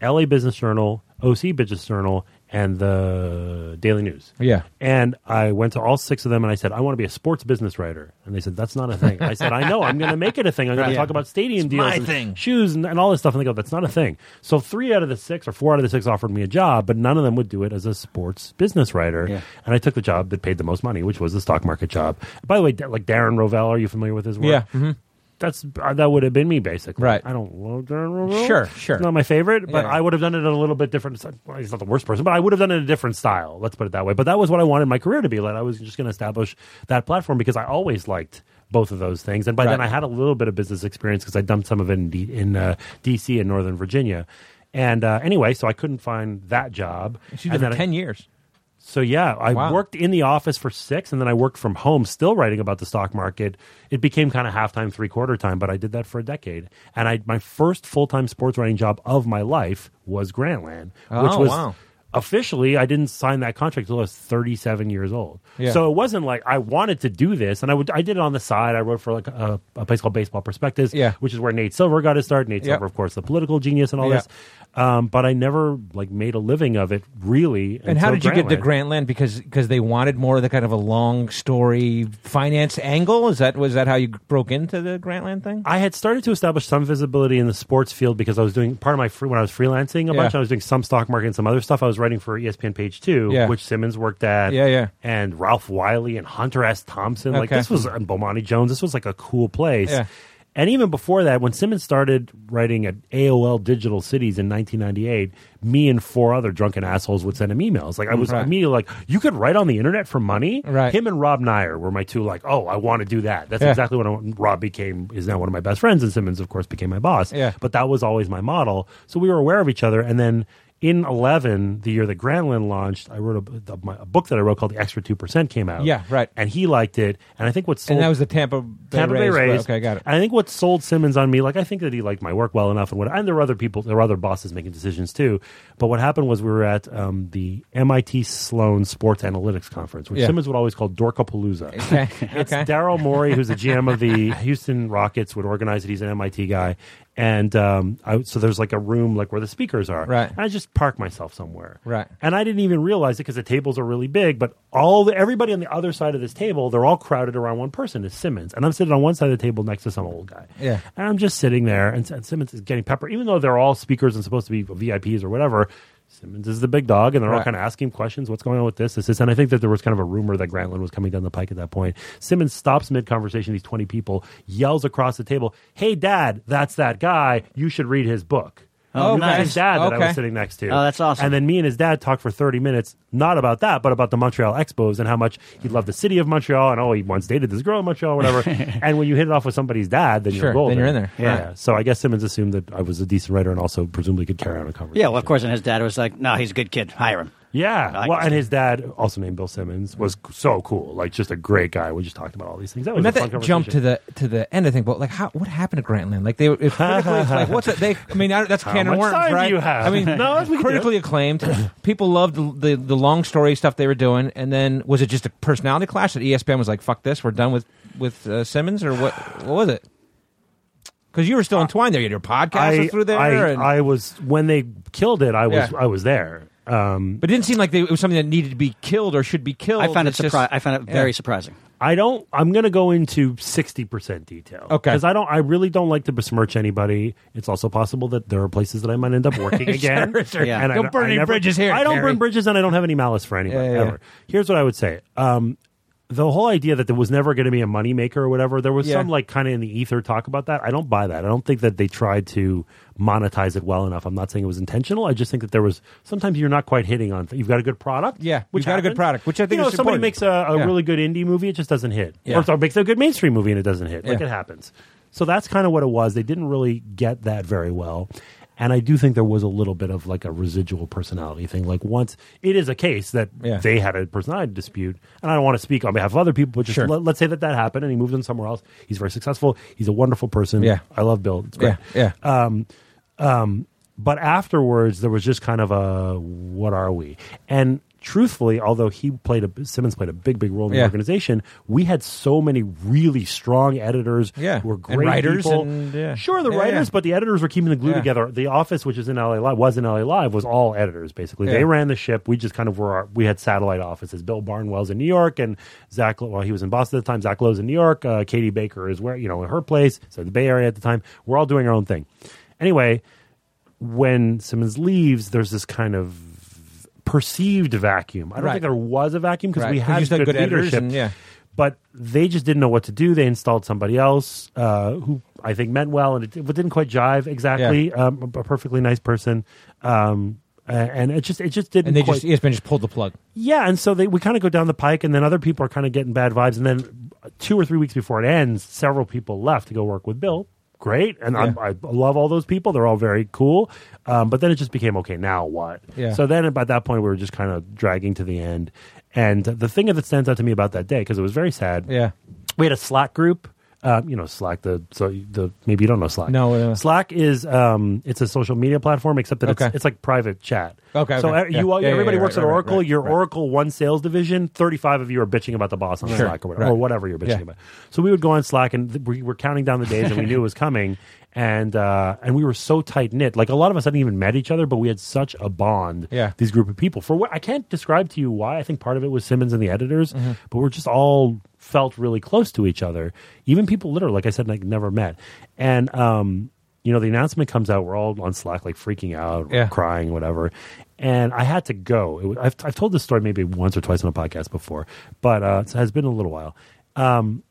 Speaker 6: LA Business Journal, OC Business Journal, and the Daily News.
Speaker 1: Yeah.
Speaker 6: And I went to all six of them and I said, I want to be a sports business writer. And they said, That's not a thing. I said, I know, I'm going to make it a thing. I'm going to
Speaker 2: Yeah.
Speaker 6: talk about stadium deals,
Speaker 1: my
Speaker 6: and
Speaker 1: thing.
Speaker 6: shoes, and, and all this stuff. And they go, That's not a thing. So three out of the six or four out of the six offered me a job, but none of them would do it as a sports business writer.
Speaker 2: Yeah.
Speaker 6: And I took the job that paid the most money, which was the stock market job. By the way, da- like Darren Rovell, are you familiar with his work?
Speaker 1: Yeah. mhm.
Speaker 6: That's uh, that would have been me basically.
Speaker 1: Right.
Speaker 6: I don't love Darren Rovell.
Speaker 1: Sure, sure.
Speaker 6: It's not my favorite, but
Speaker 1: Yeah.
Speaker 6: I would have done it in a little bit different. Well, he's not the worst person, but I would have done it in a different style. Let's put it that way. But that was what I wanted my career to be like. I was just going to establish that platform because I always liked both of those things. And by then,
Speaker 1: Right.
Speaker 6: I had a little bit of business experience because I dumped some of it in, D- in uh, DC and Northern Virginia. And uh, anyway, so I couldn't find that job.
Speaker 1: She did
Speaker 6: And
Speaker 1: it
Speaker 6: then
Speaker 1: for
Speaker 6: I-
Speaker 1: ten years.
Speaker 6: so yeah, I
Speaker 1: Wow.
Speaker 6: worked in the office for six, and then I worked from home, still writing about the stock market. It became kind of halftime, three quarter time, but I did that for a decade. And I my first full time sports writing job of my life was Grantland,
Speaker 1: Oh,
Speaker 6: which was
Speaker 1: wow.
Speaker 6: officially I didn't sign that contract until I was thirty seven years old.
Speaker 1: Yeah.
Speaker 6: So it wasn't like I wanted to do this, and I would I did it on the side. I wrote for like a, a place called Baseball Perspectives,
Speaker 1: Yeah.
Speaker 6: which is where Nate Silver got his start. Nate
Speaker 1: Yep.
Speaker 6: Silver, of course, the political genius and all
Speaker 1: Yeah.
Speaker 6: this. Um, but I never like made a living of it really.
Speaker 1: And how did you get to
Speaker 6: Grantland.
Speaker 1: Grantland? Because because they wanted more of the kind of a long story finance angle. Is that was that how you broke into the Grantland thing?
Speaker 6: I had started to establish some visibility in the sports field because I was doing part of my free, when I was freelancing a bunch.
Speaker 1: Yeah.
Speaker 6: I was doing some stock market and some other stuff. I was writing for E ESPN Page Two,
Speaker 1: Yeah.
Speaker 6: which Simmons worked at.
Speaker 1: Yeah, yeah.
Speaker 6: And Ralph Wiley and Hunter S. Thompson. Like
Speaker 1: Okay.
Speaker 6: this was and Bomani Jones. This was like a cool place.
Speaker 1: Yeah.
Speaker 6: And even before that, when Simmons started writing at AOL Digital Cities in 1998, me and four other drunken assholes would send him emails. Like I was
Speaker 1: Right.
Speaker 6: immediately like, "You could write on the internet for money."
Speaker 1: Right.
Speaker 6: Him and Rob Nyer were my two like, "Oh, I want to do that." That's
Speaker 1: Yeah.
Speaker 6: exactly exactly what I want. Rob became is now one of my best friends, and Simmons, of course, became my boss.
Speaker 1: Yeah.
Speaker 6: But that was always my model. So we were aware of each other. And then in eleven, the year that Granlin launched, I wrote a, the, my, a book that I wrote called "The Extra Two Percent" came out.
Speaker 1: Yeah, right.
Speaker 6: And he liked it. And I think what sold
Speaker 1: and that was the Tampa Bay
Speaker 6: Tampa Bay
Speaker 1: Rays.
Speaker 6: Rays.
Speaker 1: Okay, got it.
Speaker 6: And I think what sold Simmons on me, like I think that he liked my work well enough, and what and there were other people, there were other bosses making decisions too. But what happened was we were at um, the MIT Sloan Sports Analytics Conference, which
Speaker 1: Yeah.
Speaker 6: Simmons would always call Dorkapalooza.
Speaker 1: Okay,
Speaker 6: it's
Speaker 1: okay.
Speaker 6: Daryl Morey, who's the GM of the Houston Rockets, would organize it. He's an MIT guy, and um, I, so there's like a room like where the speakers are.
Speaker 1: Right.
Speaker 6: And I just park myself somewhere.
Speaker 1: Right.
Speaker 6: And I didn't even realize it because the tables are really big, but all the, everybody on the other side of this table, they're all crowded around one person, is Simmons. And I'm sitting on one side of the table next to some old guy.
Speaker 1: Yeah.
Speaker 6: And I'm just sitting there, and, and Simmons is getting pepper, even though they're all speakers and supposed to be VIPs or whatever. Simmons is the big dog, and they're all
Speaker 1: Right.
Speaker 6: kind of asking questions. What's going on with this? This is, and I think that there was kind of a rumor that Grantland was coming down the pike at that point. Simmons stops mid conversation. These twenty people yells across the table, "Hey, Dad, that's that guy. You should read his book."
Speaker 1: Oh,
Speaker 2: Oh,
Speaker 1: nice.
Speaker 6: his dad that I
Speaker 1: Okay.
Speaker 6: was sitting next to.
Speaker 2: Oh, that's awesome.
Speaker 6: And then me and his dad talked for 30 minutes, not about that, but about the Montreal Expos and how much he loved the city of Montreal and, oh, he once dated this girl in Montreal, whatever. and when you hit it off with somebody's dad, then
Speaker 1: Sure,
Speaker 6: you're
Speaker 1: then
Speaker 6: golden.
Speaker 1: you're in there.
Speaker 6: Yeah.
Speaker 2: Yeah.
Speaker 6: So I guess Simmons assumed that I was a decent writer and also presumably could carry on a conversation.
Speaker 2: Yeah, well, of course. And his dad was like, "No, he's a good kid. Hire him."
Speaker 6: Yeah.
Speaker 2: I like
Speaker 6: well,
Speaker 2: this
Speaker 6: and
Speaker 2: guy.
Speaker 6: his dad, also named Bill Simmons, was c- so cool. Like, just a great guy. We just talked about all these things. That was
Speaker 1: Not
Speaker 6: a fun
Speaker 1: that jump to
Speaker 6: conversation.
Speaker 1: the to the end of the thing, but like, how what happened to Grantland? Like they, were if critically, it's like what's it? They, I mean, I- that's
Speaker 6: How
Speaker 1: canon
Speaker 6: much
Speaker 1: worms,
Speaker 6: time do
Speaker 1: right?
Speaker 6: you have?
Speaker 1: I mean,
Speaker 6: No, we can do it.
Speaker 1: critically acclaimed. People loved the, the the long story stuff they were doing, and then was it just a personality clash that E ESPN was like, "Fuck this, we're done with with uh, Simmons," or what? What was it? Because you were still entwined there, you had your podcast through there,
Speaker 6: I,
Speaker 1: and,
Speaker 6: I was when they killed it. I was
Speaker 1: Yeah.
Speaker 6: I was there. Um,
Speaker 1: but it didn't seem like they, it was something that needed to be killed or should be killed.
Speaker 2: I found it
Speaker 1: It's just-
Speaker 2: surprising. I found it very
Speaker 1: yeah.
Speaker 2: surprising.
Speaker 6: I don't. I'm going to go into sixty percent detail.
Speaker 1: Okay.
Speaker 6: because I don't. I really don't like to besmirch anybody. It's also possible that there are places that I might end up working again.
Speaker 1: sure.
Speaker 2: Yeah.
Speaker 6: And I
Speaker 1: Don't burn any
Speaker 6: never-
Speaker 1: bridges here,
Speaker 6: I don't
Speaker 1: Gary.
Speaker 6: burn bridges, and I don't have any malice for anybody
Speaker 1: Yeah, yeah, yeah.
Speaker 6: ever. Here's what I would say. Um, the whole idea that there was never going to be a moneymaker or whatever, there was
Speaker 1: Yeah.
Speaker 6: some like kind of in the ether talk about that. I don't buy that. I don't think that they tried to monetize it well enough. I'm not saying it was intentional. I just think that there was sometimes you're not quite hitting on. You've got a good product.
Speaker 1: Yeah,
Speaker 6: which
Speaker 1: you've got a good
Speaker 6: happens.
Speaker 1: product, which I think
Speaker 6: you know,
Speaker 1: is
Speaker 6: if somebody
Speaker 1: important.
Speaker 6: makes a, a
Speaker 1: Yeah.
Speaker 6: really good indie movie, it just doesn't hit.
Speaker 1: Yeah.
Speaker 6: Or somebody makes a good mainstream movie and it doesn't hit. Like
Speaker 1: Yeah.
Speaker 6: it happens. So that's kind of what it was. They didn't really get that very well. And I do think there was a little bit of like a residual personality thing. Like once it is a case that
Speaker 1: Yeah.
Speaker 6: they had a personality dispute, and I don't want to speak on behalf of other people, but just
Speaker 1: Sure.
Speaker 6: let, us say that that happened, and he moved on somewhere else. He's very successful. He's a wonderful person.
Speaker 1: Yeah.
Speaker 6: I love Bill. It's great.
Speaker 1: Yeah, yeah.
Speaker 6: Um, um, but afterwards, there was just kind of a what are we? And truthfully, although he played a Simmons played a big, big role in
Speaker 1: Yeah.
Speaker 6: the organization, we had so many really strong editors
Speaker 1: Yeah.
Speaker 6: who were
Speaker 1: And
Speaker 6: great
Speaker 1: writers
Speaker 6: people.
Speaker 1: and, yeah.
Speaker 6: Sure, the
Speaker 1: Yeah,
Speaker 6: writers,
Speaker 1: yeah.
Speaker 6: but the editors were keeping the glue
Speaker 1: Yeah.
Speaker 6: together. The office, which is in LA Live, was in LA Live, was all editors basically.
Speaker 1: Yeah.
Speaker 6: They ran the ship. We just kind of were. Our, we had satellite offices. Bill Barnwell's in New York, and Zach. Lowe- Well, he was in Boston at the time. Zach Lowe's in New York. Uh, Katie Baker is where you know in her place. So the Bay Area at the time. We're all doing our own thing. Anyway, when Simmons leaves, there's this kind of perceived vacuum. I don't
Speaker 1: Right.
Speaker 6: think there was a vacuum because
Speaker 1: Right,
Speaker 6: we
Speaker 1: 'cause
Speaker 6: had
Speaker 1: you said
Speaker 6: good,
Speaker 1: good editors
Speaker 6: leadership.
Speaker 1: and- yeah.
Speaker 6: But they just didn't know what to do. They installed somebody else uh, who I think meant well and it, it didn't quite jive exactly. Um, a perfectly nice person, um, a- and it just it just didn't.
Speaker 1: and they
Speaker 6: quite,
Speaker 1: just E ESPN just pulled the plug.
Speaker 6: yeah, and so they, we kind of go down the pike, and then other people are kind of getting bad vibes. And then two or three weeks before it ends, several people left to go work with Bill. Great, and I'm, I love all those people. They're all very cool. Um, but then it just became okay. Now what?
Speaker 1: Yeah.
Speaker 6: So then, by that point, we were just kind of dragging to the end. And the thing that stands out to me about that day because it was very sad.
Speaker 1: Yeah.
Speaker 6: we had a Slack group. Uh, you know Slack, the so the maybe you don't know Slack.
Speaker 1: No, uh,
Speaker 6: Slack is um, it's a social media platform, except that
Speaker 1: Okay.
Speaker 6: it's it's like private chat.
Speaker 1: Okay,
Speaker 6: so
Speaker 1: okay.
Speaker 6: uh, you
Speaker 1: Yeah.
Speaker 6: all
Speaker 1: Yeah, yeah,
Speaker 6: everybody
Speaker 1: yeah,
Speaker 6: works
Speaker 1: right,
Speaker 6: at
Speaker 1: right,
Speaker 6: Oracle.
Speaker 1: right,
Speaker 6: Your
Speaker 1: right.
Speaker 6: Oracle one sales division. Thirty five of you are bitching about the boss on
Speaker 1: Sure,
Speaker 6: Slack or whatever,
Speaker 1: right.
Speaker 6: or whatever you're bitching
Speaker 1: Yeah.
Speaker 6: about. So we would go on Slack and th- we were counting down the days, and we knew it was coming. And uh, and we were so tight knit. Like a lot of us hadn't even met each other, but we had such a bond.
Speaker 1: Yeah.
Speaker 6: these group of people. For what I can't describe to you why. I think part of it was Simmons and the editors,
Speaker 1: Mm-hmm.
Speaker 6: but we're just all felt really close to each other. Even people literally, like I said, like never met. And um, you know, the announcement comes out. We're all on Slack, like freaking out,
Speaker 1: Yeah.
Speaker 6: crying, whatever. And I had to go. It was, I've, I've told this story maybe once or twice on a podcast before, but uh, it has been a little while. Um,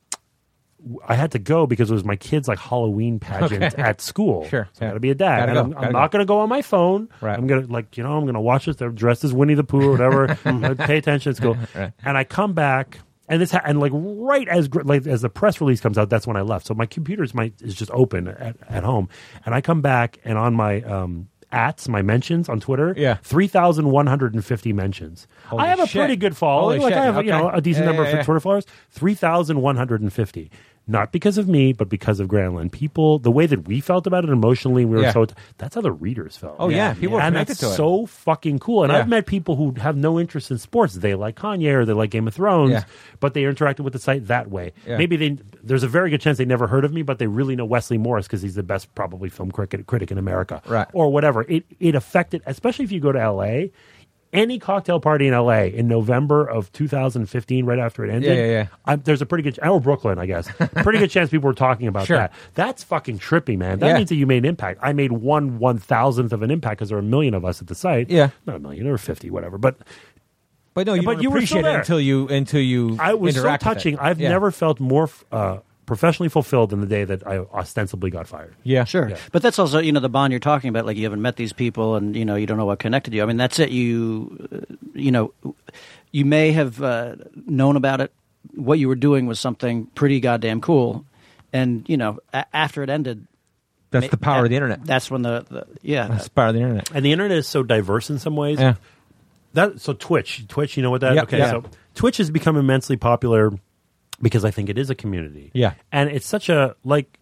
Speaker 6: I had to go because it was my kid's like Halloween pageant at school.
Speaker 1: Sure,
Speaker 6: so
Speaker 1: yeah.
Speaker 6: I got to be a dad.
Speaker 1: Gotta
Speaker 6: and
Speaker 1: go,
Speaker 6: I'm, I'm
Speaker 1: gotta
Speaker 6: not going to go on my phone.
Speaker 1: Right.
Speaker 6: I'm gonna like you know I'm gonna watch this. They're dressed as Winnie the Pooh or whatever. Uh, Pay attention at school. And I come back and this ha- and like right as gr- like as the press release comes out, that's when I left. So my computer's my is just open at, at home, and I come back and on my um ats my mentions on Twitter
Speaker 1: Yeah.
Speaker 6: three thousand one hundred and fifty mentions.
Speaker 1: Holy
Speaker 6: I have a
Speaker 1: shit.
Speaker 6: pretty good following.
Speaker 1: Holy
Speaker 6: like I
Speaker 1: shit,
Speaker 6: have you know
Speaker 1: okay.
Speaker 6: a decent
Speaker 1: Yeah,
Speaker 6: number
Speaker 1: yeah,
Speaker 6: of
Speaker 1: yeah.
Speaker 6: Twitter followers, 3,150. Not because of me, but because of Granlund. People, the way that we felt about it emotionally, we were
Speaker 1: Yeah.
Speaker 6: so, that's how the readers felt.
Speaker 1: Oh, yeah. People were
Speaker 6: and
Speaker 1: connected
Speaker 6: that's
Speaker 1: to it.
Speaker 6: so fucking cool. And
Speaker 1: Yeah.
Speaker 6: I've met people who have no interest in sports. They like Kanye or they like Game of Thrones,
Speaker 1: Yeah.
Speaker 6: but they interacted with the site that way.
Speaker 1: Yeah.
Speaker 6: Maybe they, there's a very good chance they never heard of me, but they really know Wesley Morris because he's the best probably film critic, critic in America
Speaker 1: Right.
Speaker 6: or whatever. It, it affected, especially if you go to LA. Any cocktail party in LA in November of 2015, right after it ended,
Speaker 1: Yeah, yeah, yeah.
Speaker 6: i there's a pretty good, or Brooklyn, I guess. Pretty good chance people were talking about
Speaker 1: Sure.
Speaker 6: that. That's fucking trippy, man. That
Speaker 1: Yeah.
Speaker 6: means that you made an impact. I made one one thousandth of an impact because there were a million of us at the site.
Speaker 1: Yeah.
Speaker 6: not a million or fifty, whatever. But
Speaker 1: But no, you
Speaker 6: But
Speaker 1: don't
Speaker 6: you were
Speaker 1: appreciate
Speaker 6: still
Speaker 1: it
Speaker 6: there.
Speaker 1: until you until you.
Speaker 6: I was so
Speaker 1: interact with it.
Speaker 6: touching. I've
Speaker 1: Yeah.
Speaker 6: never felt more. Uh, professionally fulfilled than the day that I ostensibly got fired.
Speaker 1: Yeah,
Speaker 2: Sure. But that's also, you know, the bond you're talking about. Like, you haven't met these people and, you know, you don't know what connected you. I mean, that's it. You, uh, you know, you may have uh, known about it. What you were doing was something pretty goddamn cool. And, you know, a- after it ended,
Speaker 1: That's the power
Speaker 2: that-
Speaker 1: of the internet.
Speaker 2: That's when the, the yeah.
Speaker 1: That's the power of the internet.
Speaker 6: And the internet is so diverse in some ways.
Speaker 1: Yeah.
Speaker 6: That so Twitch, Twitch, you know what that?
Speaker 1: Yeah,
Speaker 6: okay,
Speaker 1: yeah.
Speaker 6: so Twitch has become immensely popular because I think it is a community.
Speaker 1: Yeah.
Speaker 6: and it's such a like.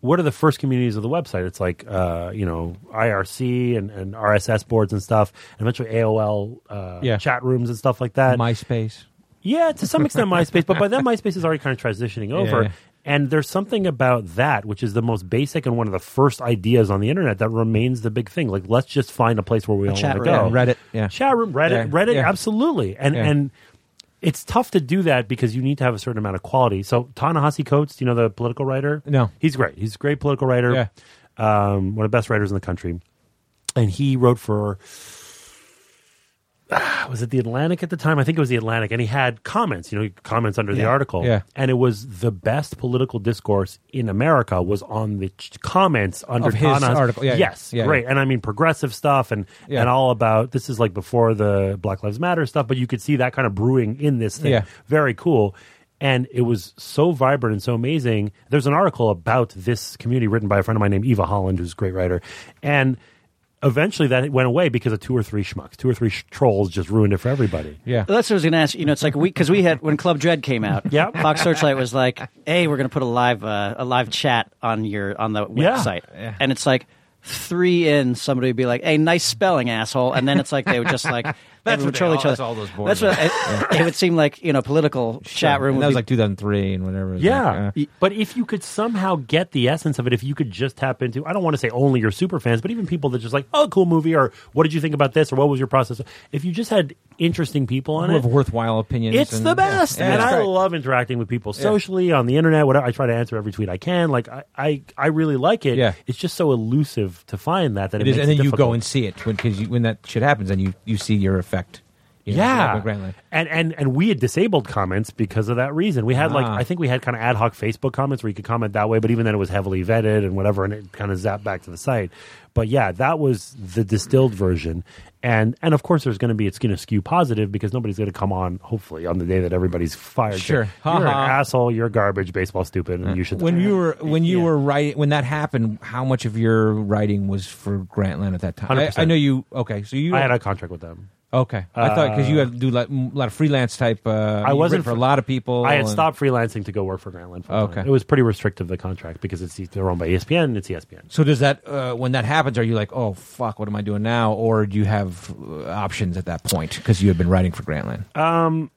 Speaker 6: What are the first communities of the website? It's like uh, you know IRC and, and RSS boards and stuff, and eventually AOL uh,
Speaker 1: Yeah.
Speaker 6: chat rooms and stuff like that.
Speaker 1: MySpace.
Speaker 6: Yeah, to some extent MySpace, but by then MySpace is already kind of transitioning over.
Speaker 1: yeah.
Speaker 6: And there's something about that, which is the most basic and one of the first ideas on the internet that remains the big thing. Like, let's just find a place where we all
Speaker 2: chat
Speaker 6: want to go.
Speaker 2: room.
Speaker 1: Reddit, yeah.
Speaker 6: Chat room, Reddit,
Speaker 1: Yeah,
Speaker 6: Reddit,
Speaker 1: yeah.
Speaker 6: absolutely. And
Speaker 1: Yeah.
Speaker 6: and it's tough to do that because you need to have a certain amount of quality. So Ta-Nehisi Coates, do you know the political writer?
Speaker 1: No.
Speaker 6: He's great. He's a great political writer. Um, one of the best writers in the country. And he wrote for ah, was it the Atlantic at the time? I think it was the Atlantic, and he had comments, you know, comments under the article,
Speaker 1: Yeah.
Speaker 6: and it was the best political discourse in America was on the ch- comments under
Speaker 1: Of his
Speaker 6: Ta-Nehisi.
Speaker 1: article, yeah, yeah.
Speaker 6: yes,
Speaker 1: Yeah,
Speaker 6: great,
Speaker 1: yeah.
Speaker 6: and I mean progressive stuff, and
Speaker 1: Yeah.
Speaker 6: and all about this is like before the Black Lives Matter stuff, but you could see that kind of brewing in this thing,
Speaker 1: Yeah.
Speaker 6: very cool. And it was so vibrant and so amazing. There's an article about this community written by a friend of mine named Eva Holland, who's a great writer, and eventually that went away because of two or three schmucks, two or three sh- trolls just ruined it for everybody.
Speaker 1: Yeah.
Speaker 2: Well, that's what I was going to ask. You know, it's like we because we had when Club Dread came out.
Speaker 6: Yep.
Speaker 2: Fox Searchlight was like, "Hey, we're going to put a live uh, a live chat on your on the
Speaker 6: Yeah.
Speaker 2: website,"
Speaker 1: Yeah.
Speaker 2: and it's like three in somebody would be like, "Hey, nice spelling, asshole," and then it's like they would just like
Speaker 1: That's
Speaker 2: they would
Speaker 1: what they
Speaker 2: troll
Speaker 1: all-
Speaker 2: each other.
Speaker 1: that's all those boards
Speaker 2: That's what it, it would seem like. You know, political chat room.
Speaker 1: And
Speaker 2: would
Speaker 1: that was
Speaker 2: be-
Speaker 1: like 2003 and whatever. It was
Speaker 6: Yeah.
Speaker 1: like, uh,
Speaker 6: but if you could somehow get the essence of it, if you could just tap into, I don't want to say only your super fans, but even people that just like, oh, cool movie, or what did you think about this, or what was your process? If you just had interesting people on
Speaker 1: people
Speaker 6: it,
Speaker 1: have worthwhile opinions.
Speaker 6: it's
Speaker 1: and-
Speaker 6: the best.
Speaker 1: Yeah. Yeah.
Speaker 6: and
Speaker 1: That's
Speaker 6: I
Speaker 1: right.
Speaker 6: love interacting with people socially, on the internet, whatever. I try to answer every tweet I can. Like, I, I, I really like it.
Speaker 1: Yeah.
Speaker 6: It's just so elusive to find that that it,
Speaker 1: it is,
Speaker 6: makes
Speaker 1: and then you go
Speaker 6: difficult.
Speaker 1: and see it when because when that shit happens, and you you see your effect. You know,
Speaker 6: Yeah,
Speaker 1: like Grantland.
Speaker 6: and and and we had disabled comments because of that reason. We had like
Speaker 1: Ah.
Speaker 6: I think we had kind of ad hoc Facebook comments where you could comment that way, but even then it was heavily vetted and whatever, and it kind of zapped back to the site. But yeah, that was the distilled version, and and of course there's going to be it's going to skew positive because nobody's going to come on hopefully on the day that everybody's fired.
Speaker 1: Sure.
Speaker 6: you're an
Speaker 1: Ha-ha.
Speaker 6: asshole, you're garbage, baseball stupid, and you should.
Speaker 1: When you were when you
Speaker 6: Yeah.
Speaker 1: were writing when that happened, how much of your writing was for Grantland at that time? I,
Speaker 6: 100%.
Speaker 1: I know you. Okay, so you
Speaker 6: I had a contract with them.
Speaker 1: okay. I thought because you had to do like, m- a lot of freelance type. Uh,
Speaker 6: I
Speaker 1: you
Speaker 6: wasn't
Speaker 1: written for a
Speaker 6: fr-
Speaker 1: lot of people.
Speaker 6: I had
Speaker 1: and-
Speaker 6: stopped freelancing to go work for Grantland. full time.
Speaker 1: Okay.
Speaker 6: it was pretty restrictive the contract because it's they're owned by E ESPN. and It's ESPN.
Speaker 1: So does that uh, when that happens? Are you like, oh fuck, what am I doing now? Or do you have uh, options at that point because you had been writing for Grantland?
Speaker 6: Um,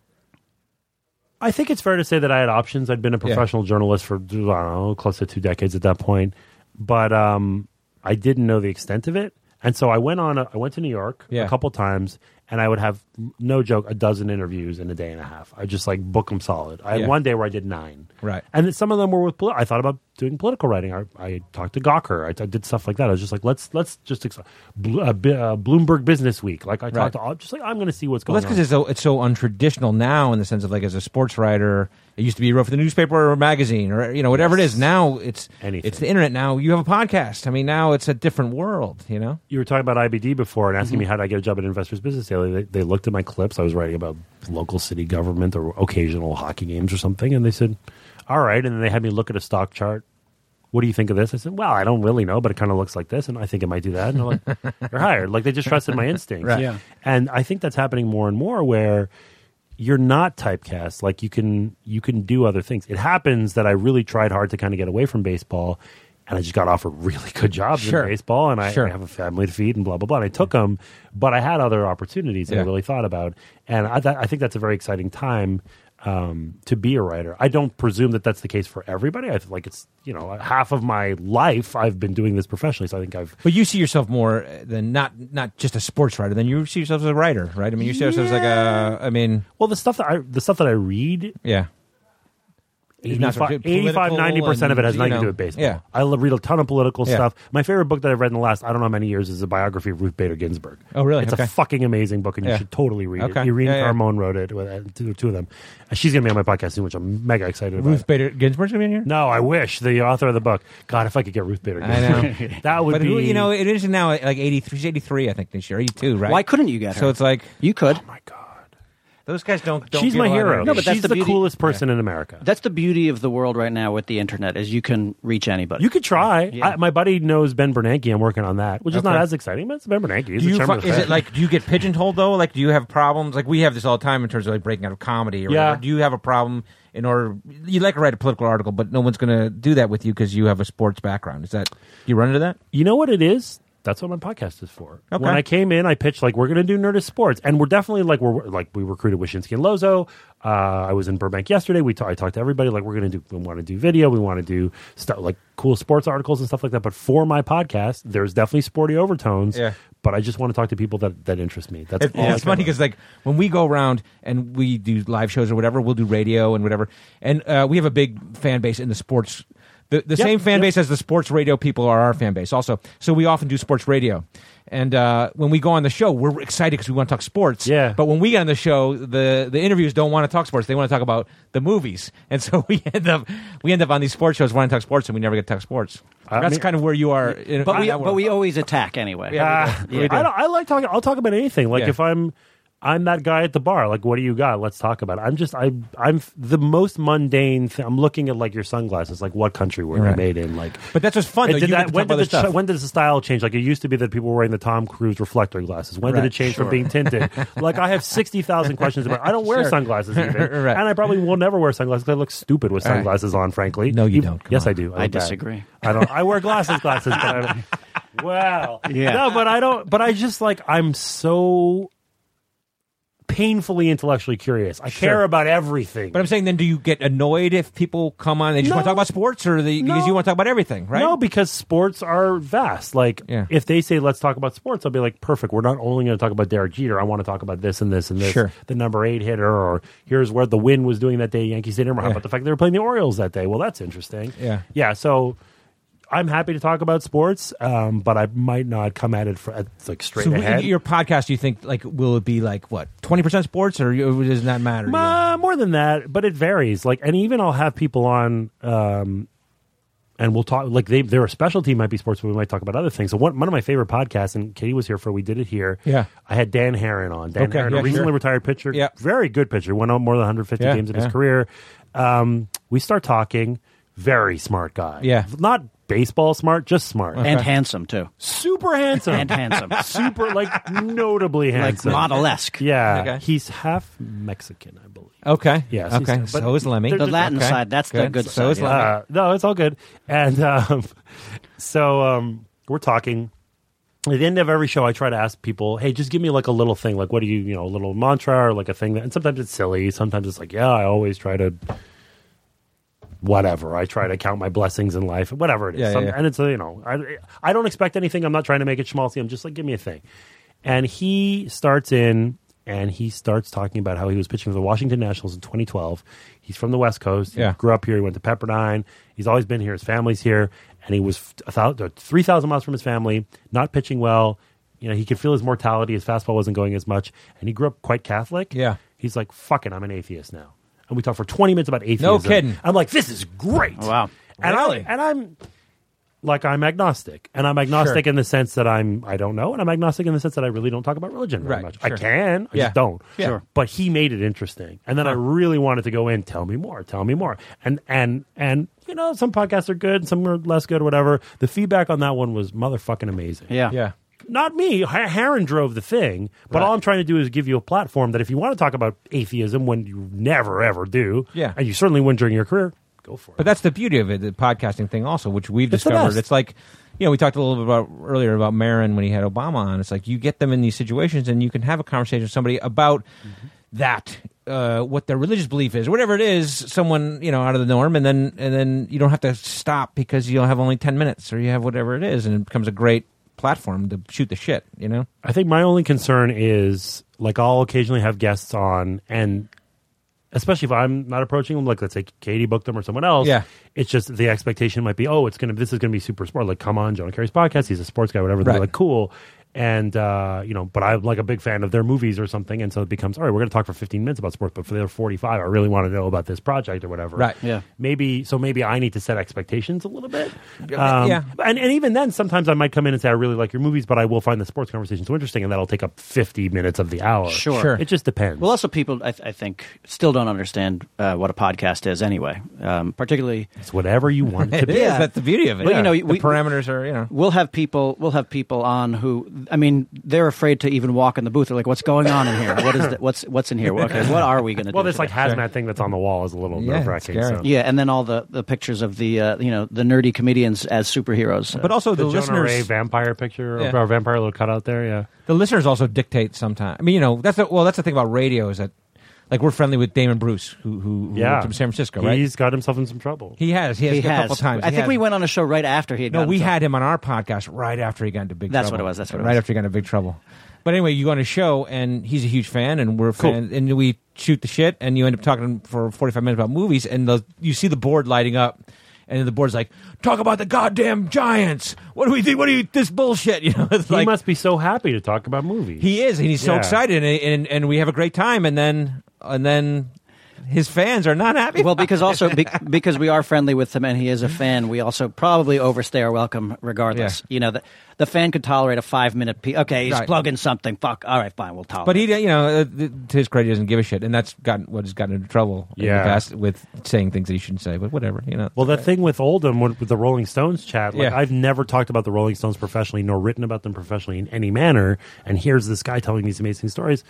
Speaker 6: I think it's fair to say that I had options. I'd been a
Speaker 1: Yeah.
Speaker 6: professional journalist for I don't know, close to two decades at that point, but um, I didn't know the extent of it, and so I went on. A, I went to New York
Speaker 1: Yeah.
Speaker 6: a couple times, and I would have no joke a dozen interviews in a day and a half. I just like book them solid. I had
Speaker 1: Yeah.
Speaker 6: one day where I did nine,
Speaker 1: Right.
Speaker 6: and then some of them were with. Poli- I thought about doing political writing. I, I talked to Gawker. I, t- I did stuff like that. I was just like, let's let's just ex- Bl- uh, B- uh, Bloomberg Business Week. Like I talked
Speaker 1: Right.
Speaker 6: to all, just like I'm going to see what's
Speaker 1: Well,
Speaker 6: going
Speaker 1: that's
Speaker 6: on.
Speaker 1: because it's so it's so untraditional now in the sense of like as a sports writer, it used to be you wrote for the newspaper or magazine or you know whatever it is. Now it's
Speaker 6: Anything.
Speaker 1: it's the internet. Now you have a podcast. I mean, now it's a different world. You know,
Speaker 6: you were talking about IBD before and
Speaker 1: Mm-hmm.
Speaker 6: asking me how did I get a job at Investors Business Daily. They, they looked at my clips. I was writing about local city government or occasional hockey games or something, and they said, "All right." And then they had me look at a stock chart. What do you think of this? I said, "Well, I don't really know, but it kind of looks like this, and I think it might do that." And they're like, "You're hired." Like they just trusted my instincts.
Speaker 1: Right.
Speaker 2: Yeah.
Speaker 6: And I think that's happening more and more where you're not typecast like you can you can do other things it happens that i really tried hard to kind of get away from baseball and i just got offered really good jobs
Speaker 1: Sure.
Speaker 6: in baseball and I,
Speaker 1: Sure.
Speaker 6: I have a family to feed and blah blah blah and i took them but i had other opportunities that i
Speaker 1: Yeah.
Speaker 6: really thought about and i, th- I think that's a very exciting time um, to be a writer i don't presume that that's the case for everybody i feel like it's you know half of my life i've been doing this professionally so i think i've
Speaker 1: but you see yourself more than not not just a sports writer. Then you see yourself as a writer, right? I mean, you see yourself as like a. I mean,
Speaker 6: well the stuff that i the stuff that i read
Speaker 1: yeah. He's not so
Speaker 6: 85,
Speaker 1: good.
Speaker 6: 85
Speaker 1: Political
Speaker 6: 90% of it has
Speaker 1: and,
Speaker 6: nothing
Speaker 1: you
Speaker 6: to do
Speaker 1: know,
Speaker 6: with baseball.
Speaker 1: yeah.
Speaker 6: I l- read a ton of political
Speaker 1: Yeah.
Speaker 6: stuff. My favorite book that I've read in the last, I don't know how many years, is a biography of Ruth Bader Ginsburg.
Speaker 1: Oh, really?
Speaker 6: It's
Speaker 1: Okay.
Speaker 6: a fucking amazing book, and
Speaker 1: Yeah.
Speaker 6: you should totally read
Speaker 1: Okay.
Speaker 6: it. Irene
Speaker 1: Yeah, yeah.
Speaker 6: Carmon wrote it, with, uh, two, two of them. Uh, She's going to be on my podcast soon, which I'm mega excited about.
Speaker 1: Ruth Bader Ginsburg's gonna be in here.
Speaker 6: No, I wish the author of the book. God, if I could get Ruth Bader
Speaker 1: I
Speaker 6: Ginsburg,
Speaker 1: know.
Speaker 6: that would
Speaker 1: but
Speaker 6: be.
Speaker 1: who, you know, it is now like 83, she's 83, I think this year, 82, right?
Speaker 2: Why couldn't you get her?
Speaker 1: So it's like oh
Speaker 2: you could.
Speaker 6: my God,
Speaker 1: those guys don't. don't
Speaker 6: she's
Speaker 1: give
Speaker 6: my
Speaker 1: a lot of
Speaker 6: hero.
Speaker 1: energy.
Speaker 2: No, but that's
Speaker 6: she's
Speaker 2: the
Speaker 6: the,
Speaker 2: beauty-
Speaker 6: coolest person in America.
Speaker 2: That's the beauty of the world right now with the internet is you can reach anybody.
Speaker 6: you could try.
Speaker 2: Yeah.
Speaker 6: I, my buddy knows Ben Bernanke. I'm working on that, which is not
Speaker 1: Okay.
Speaker 6: as exciting, but it's Ben Bernanke. He's
Speaker 1: do
Speaker 6: the
Speaker 1: you
Speaker 6: chairman
Speaker 1: fi-
Speaker 6: of the
Speaker 1: is
Speaker 6: Fed.
Speaker 1: it like do you get pigeonholed though? Like do you have problems? Like we have this all the time in terms of like breaking out of comedy. Or
Speaker 6: Yeah.
Speaker 1: whatever. Do you have a problem in order? You like to write a political article, but no one's going to do that with you because you have a sports background. Is that do you run into that?
Speaker 6: you know what it is? That's what my podcast is for.
Speaker 1: Okay.
Speaker 6: When I came in, I pitched like we're going to do Nerdist Sports, and we're definitely like we're like we recruited Wyszynski and Lozo. Uh, I was in Burbank yesterday. We ta- I talked to everybody. Like we're going to do, we want to do video, we want to do stuff like cool sports articles and stuff like that. But for my podcast, there's definitely sporty overtones.
Speaker 1: Yeah.
Speaker 6: But I just want to talk to people that that interest me. That's
Speaker 1: It-
Speaker 6: all I
Speaker 1: it's
Speaker 6: care
Speaker 1: funny
Speaker 6: about.
Speaker 1: because like when we go around and we do live shows or whatever, we'll do radio and whatever, and uh, we have a big fan base in the sports. The, the same fan
Speaker 6: yep.
Speaker 1: base as the sports radio people are our fan base also. So we often do sports radio, and uh, when we go on the show, we're excited because we want to talk sports.
Speaker 6: Yeah.
Speaker 1: But when we get on the show, the the interviews don't want to talk sports; they want to talk about the movies, and so we end up we end up on these sports shows wanting to talk sports, and we never get to talk sports.
Speaker 6: I
Speaker 1: That's
Speaker 6: mean-
Speaker 1: kind of where you are. In,
Speaker 2: but
Speaker 1: in
Speaker 2: we
Speaker 1: that
Speaker 2: but
Speaker 1: world.
Speaker 2: we always attack anyway.
Speaker 6: Ah,
Speaker 1: we do. We do.
Speaker 6: I, don't, I like talking. I'll talk about anything. Like
Speaker 1: Yeah.
Speaker 6: if I'm, I'm that guy at the bar. Like, what do you got? Let's talk about. it. I'm just, I, I'm f- the most mundane. thing. I'm looking at like your sunglasses. Like, what country were
Speaker 1: Right.
Speaker 6: they made in? Like,
Speaker 1: But that's what's fun. Though.
Speaker 6: And
Speaker 1: You get to
Speaker 6: did that-
Speaker 1: talk
Speaker 6: when
Speaker 1: about
Speaker 6: did
Speaker 1: other
Speaker 6: the
Speaker 1: stuff.
Speaker 6: when does the style change? Like, it used to be that people were wearing the Tom Cruise reflector glasses. When
Speaker 1: Right,
Speaker 6: did it change from being tinted? like, I have sixty thousand questions about. I don't wear
Speaker 1: Sure.
Speaker 6: sunglasses even,
Speaker 1: Right.
Speaker 6: and I probably will never wear sunglasses. 'cause I look stupid with
Speaker 1: All right.
Speaker 6: sunglasses on. Frankly,
Speaker 1: No, you
Speaker 6: Even-
Speaker 1: don't. Come
Speaker 6: Yes,
Speaker 1: on.
Speaker 6: I do.
Speaker 2: I
Speaker 6: look bad.
Speaker 2: disagree.
Speaker 6: I don't. I wear glasses, glasses, but I don't. Wow.
Speaker 2: Yeah.
Speaker 6: No, but I don't. But I just like I'm so painfully intellectually curious. I care about everything.
Speaker 1: But I'm saying, then do you get annoyed if people come on? They just want to
Speaker 6: No.
Speaker 1: talk about sports, or the, because
Speaker 6: No.
Speaker 1: you want to talk about everything, right?
Speaker 6: No, because sports are vast. Like
Speaker 1: Yeah.
Speaker 6: if they say let's talk about sports, I'll be like, perfect. We're not only going to talk about Derek Jeter. I want to talk about this and this and this.
Speaker 1: Sure.
Speaker 6: The number eight hitter, or here's where the wind was doing that day. at Yankee Stadium. Or how
Speaker 1: Yeah.
Speaker 6: about the fact they were playing the Orioles that day? Well, that's interesting.
Speaker 1: Yeah.
Speaker 6: Yeah. So. I'm happy to talk about sports, um, but I might not come at it for, at, like straight
Speaker 1: So we-
Speaker 6: ahead.
Speaker 1: your podcast, do you think like will it be like what twenty percent sports, or you- does that matter? to you?
Speaker 6: Uh, more than that, but it varies. Like, and even I'll have people on, um, and we'll talk. Like, they their specialty might be sports, but we might talk about other things. So one one of my favorite podcasts, and Katie was here for. We did it here.
Speaker 1: Yeah.
Speaker 6: I had Dan Heron on. Dan
Speaker 1: Okay,
Speaker 6: Heron,
Speaker 1: yeah,
Speaker 6: a recently
Speaker 1: sure.
Speaker 6: retired pitcher,
Speaker 1: Yeah.
Speaker 6: very good pitcher. Won more than 150
Speaker 1: Yeah,
Speaker 6: games in
Speaker 1: yeah.
Speaker 6: his career. Um, we start talking. Very smart guy.
Speaker 1: Yeah.
Speaker 6: not baseball smart, just smart.
Speaker 2: And handsome too.
Speaker 6: super handsome.
Speaker 2: And handsome.
Speaker 6: super like notably
Speaker 2: like
Speaker 6: handsome.
Speaker 2: modelesque.
Speaker 6: Yeah,
Speaker 1: Okay.
Speaker 6: he's half Mexican, I believe.
Speaker 1: okay,
Speaker 6: Yes, he's-
Speaker 1: okay.
Speaker 6: but
Speaker 1: So is Lemmy.
Speaker 6: The
Speaker 2: Latin
Speaker 1: Okay.
Speaker 2: side, that's the good
Speaker 1: So is
Speaker 2: side, yeah.
Speaker 1: Lemmy.
Speaker 6: Uh, no, it's all good. And um, so um, we're talking. At the end of every show, I try to ask people, "Hey, just give me like a little thing. Like, what do you, you know, a little mantra or like a thing that?" And sometimes it's silly. Sometimes it's like, "Yeah, I always try to." Whatever I try to count my blessings in life, whatever it is,
Speaker 1: Yeah, yeah,
Speaker 6: Some-
Speaker 1: yeah.
Speaker 6: and it's uh, you know I I don't expect anything. I'm not trying to make it schmaltzy. I'm just like give me a thing, and he starts in and he starts talking about how he was pitching for the Washington Nationals in 2012. He's from the West Coast. He
Speaker 1: Yeah.
Speaker 6: grew up here. He went to Pepperdine. He's always been here. His family's here, and he was f- a thou- uh, 3,000 miles from his family, not pitching well. You know, he could feel his mortality. His fastball wasn't going as much, and he grew up quite Catholic.
Speaker 1: Yeah.
Speaker 6: he's like, "Fuck it, I'm an atheist now." And we talk for 20 minutes about atheism.
Speaker 1: No kidding.
Speaker 6: I'm like, "This is great."
Speaker 2: Wow.
Speaker 6: And I-
Speaker 1: Really?
Speaker 6: and I'm like I'm agnostic, and I'm agnostic
Speaker 1: Sure.
Speaker 6: in the sense that I'm I don't know, and I'm agnostic in the sense that I really don't talk about religion very
Speaker 1: Right,
Speaker 6: much. I
Speaker 1: sure.
Speaker 6: can, I
Speaker 1: Yeah.
Speaker 6: just don't.
Speaker 1: Yeah. Sure.
Speaker 6: But he made it interesting, and then I really wanted to go in. Tell me more. Tell me more. And and and you know, some podcasts are good, some are less good, whatever. The feedback on that one was motherfucking amazing.
Speaker 2: Yeah.
Speaker 1: yeah,
Speaker 6: Not me. Ha- Heron drove the thing, but all I'm trying to do is give you a platform that if you want to talk about atheism, when you never ever do,
Speaker 1: Yeah.
Speaker 6: and you certainly wouldn't during your career, go for it.
Speaker 1: but that's the beauty of it, the podcasting thing also, which we've
Speaker 6: It's the
Speaker 1: discovered.
Speaker 6: best.
Speaker 1: It's like you know we talked a little bit about earlier about Marin when he had Obama on. It's like you get them in these situations and you can have a conversation with somebody about that. Uh, what their religious belief is, whatever it is, someone you know out of the norm, and then and then you don't have to stop because you'll have only ten minutes, or you have whatever it is, and it becomes a great platform to shoot the shit. You know,
Speaker 6: I think my only concern is like I'll occasionally have guests on and especially if I'm not approaching them, like let's say Katie booked them or someone else.
Speaker 1: Yeah.
Speaker 6: It's just the expectation might be, oh, it's gonna this is gonna be super smart. Like, come on, John Kerry's podcast, he's a sports guy, whatever. They're
Speaker 1: Right.
Speaker 6: like, cool. And uh, you know, but I'm like a big fan of their movies or something, and so it becomes all right. We're going to talk for 15 minutes about sports, but for the other 45, I really want to know about this project or whatever.
Speaker 1: Right.
Speaker 2: Yeah.
Speaker 6: Maybe so. Maybe I need to set expectations a little bit. Um,
Speaker 1: Yeah.
Speaker 6: And, and even then, sometimes I might come in and say I really like your movies, but I will find the sports conversation so interesting, and that'll take up 50 minutes of the hour.
Speaker 2: Sure.
Speaker 1: Sure.
Speaker 6: It just depends.
Speaker 2: Well, also people, I, th- I think, still don't understand uh, what a podcast is anyway. Um, particularly,
Speaker 6: It's whatever you want it to
Speaker 1: It
Speaker 6: be.
Speaker 1: is.
Speaker 2: Yeah.
Speaker 1: That's the beauty of it.
Speaker 2: But, you
Speaker 1: Yeah.
Speaker 2: know,
Speaker 1: the
Speaker 2: we-
Speaker 1: parameters are, you know.
Speaker 2: we'll have people, we'll have people on who, I mean, they're afraid to even walk in the booth. They're like, "What's going on in here? What is the, what's what's in here? Okay, what are we going to do?"
Speaker 6: Well, this like
Speaker 2: today?"
Speaker 6: hazmat thing that's on the wall is a little
Speaker 1: Yeah,
Speaker 6: nerve wracking.
Speaker 1: it's
Speaker 6: So.
Speaker 1: scary.
Speaker 2: yeah, and then all the, the pictures of the uh, you know the nerdy comedians as superheroes.
Speaker 1: But also the,
Speaker 6: The, Jonah
Speaker 1: listeners,
Speaker 6: Ray vampire picture
Speaker 1: Yeah.
Speaker 6: or, or vampire little cutout there. Yeah.
Speaker 1: the listeners also dictate sometimes. I mean, you know, that's the, well, that's the thing about radio is that, like, we're friendly with Damon Bruce, who who, who
Speaker 6: Yeah.
Speaker 1: worked in San Francisco, right?
Speaker 6: He's got himself in some trouble.
Speaker 1: he has, he has
Speaker 2: he
Speaker 1: a
Speaker 2: has.
Speaker 1: couple times.
Speaker 2: I
Speaker 1: He
Speaker 2: think
Speaker 1: has.
Speaker 2: we went on a show right after he had.
Speaker 1: No,
Speaker 2: gotten
Speaker 1: we
Speaker 2: some-
Speaker 1: had him on our podcast right after he got into big
Speaker 2: That's
Speaker 1: trouble.
Speaker 2: what it was, that's what it
Speaker 1: right
Speaker 2: was.
Speaker 1: after he got into big trouble. But anyway, you go on a show, and he's a huge fan, and we're
Speaker 6: Cool.
Speaker 1: fans, and we shoot the shit, and you end up talking for forty five minutes about movies, and the, you see the board lighting up, and the board's like, "Talk about the goddamn giants! What do we do? What do you this bullshit?" You know, it's
Speaker 6: He
Speaker 1: like
Speaker 6: must be so happy to talk about movies.
Speaker 1: he is, and he's so
Speaker 6: Yeah.
Speaker 1: excited, and, and and we have a great time, and then and then his fans are not happy.
Speaker 2: Well, because also be, because we are friendly with him and he is a fan, we also probably overstay our welcome regardless.
Speaker 1: Yeah.
Speaker 2: You know, the, the fan could tolerate a five minute. Pe- okay, he's
Speaker 1: Right.
Speaker 2: plugging something. Fuck. All right, fine, we'll tolerate.
Speaker 1: But he, you know, uh, th- to his credit, he doesn't give a shit, and that's gotten what has gotten into trouble in the
Speaker 6: Yeah.
Speaker 1: past with saying things that he shouldn't say. But whatever, you know.
Speaker 6: Well, that thing with Oldham with, with the Rolling Stones chat, like
Speaker 1: Yeah.
Speaker 6: I've never talked about the Rolling Stones professionally nor written about them professionally in any manner. And here's this guy telling these amazing stories.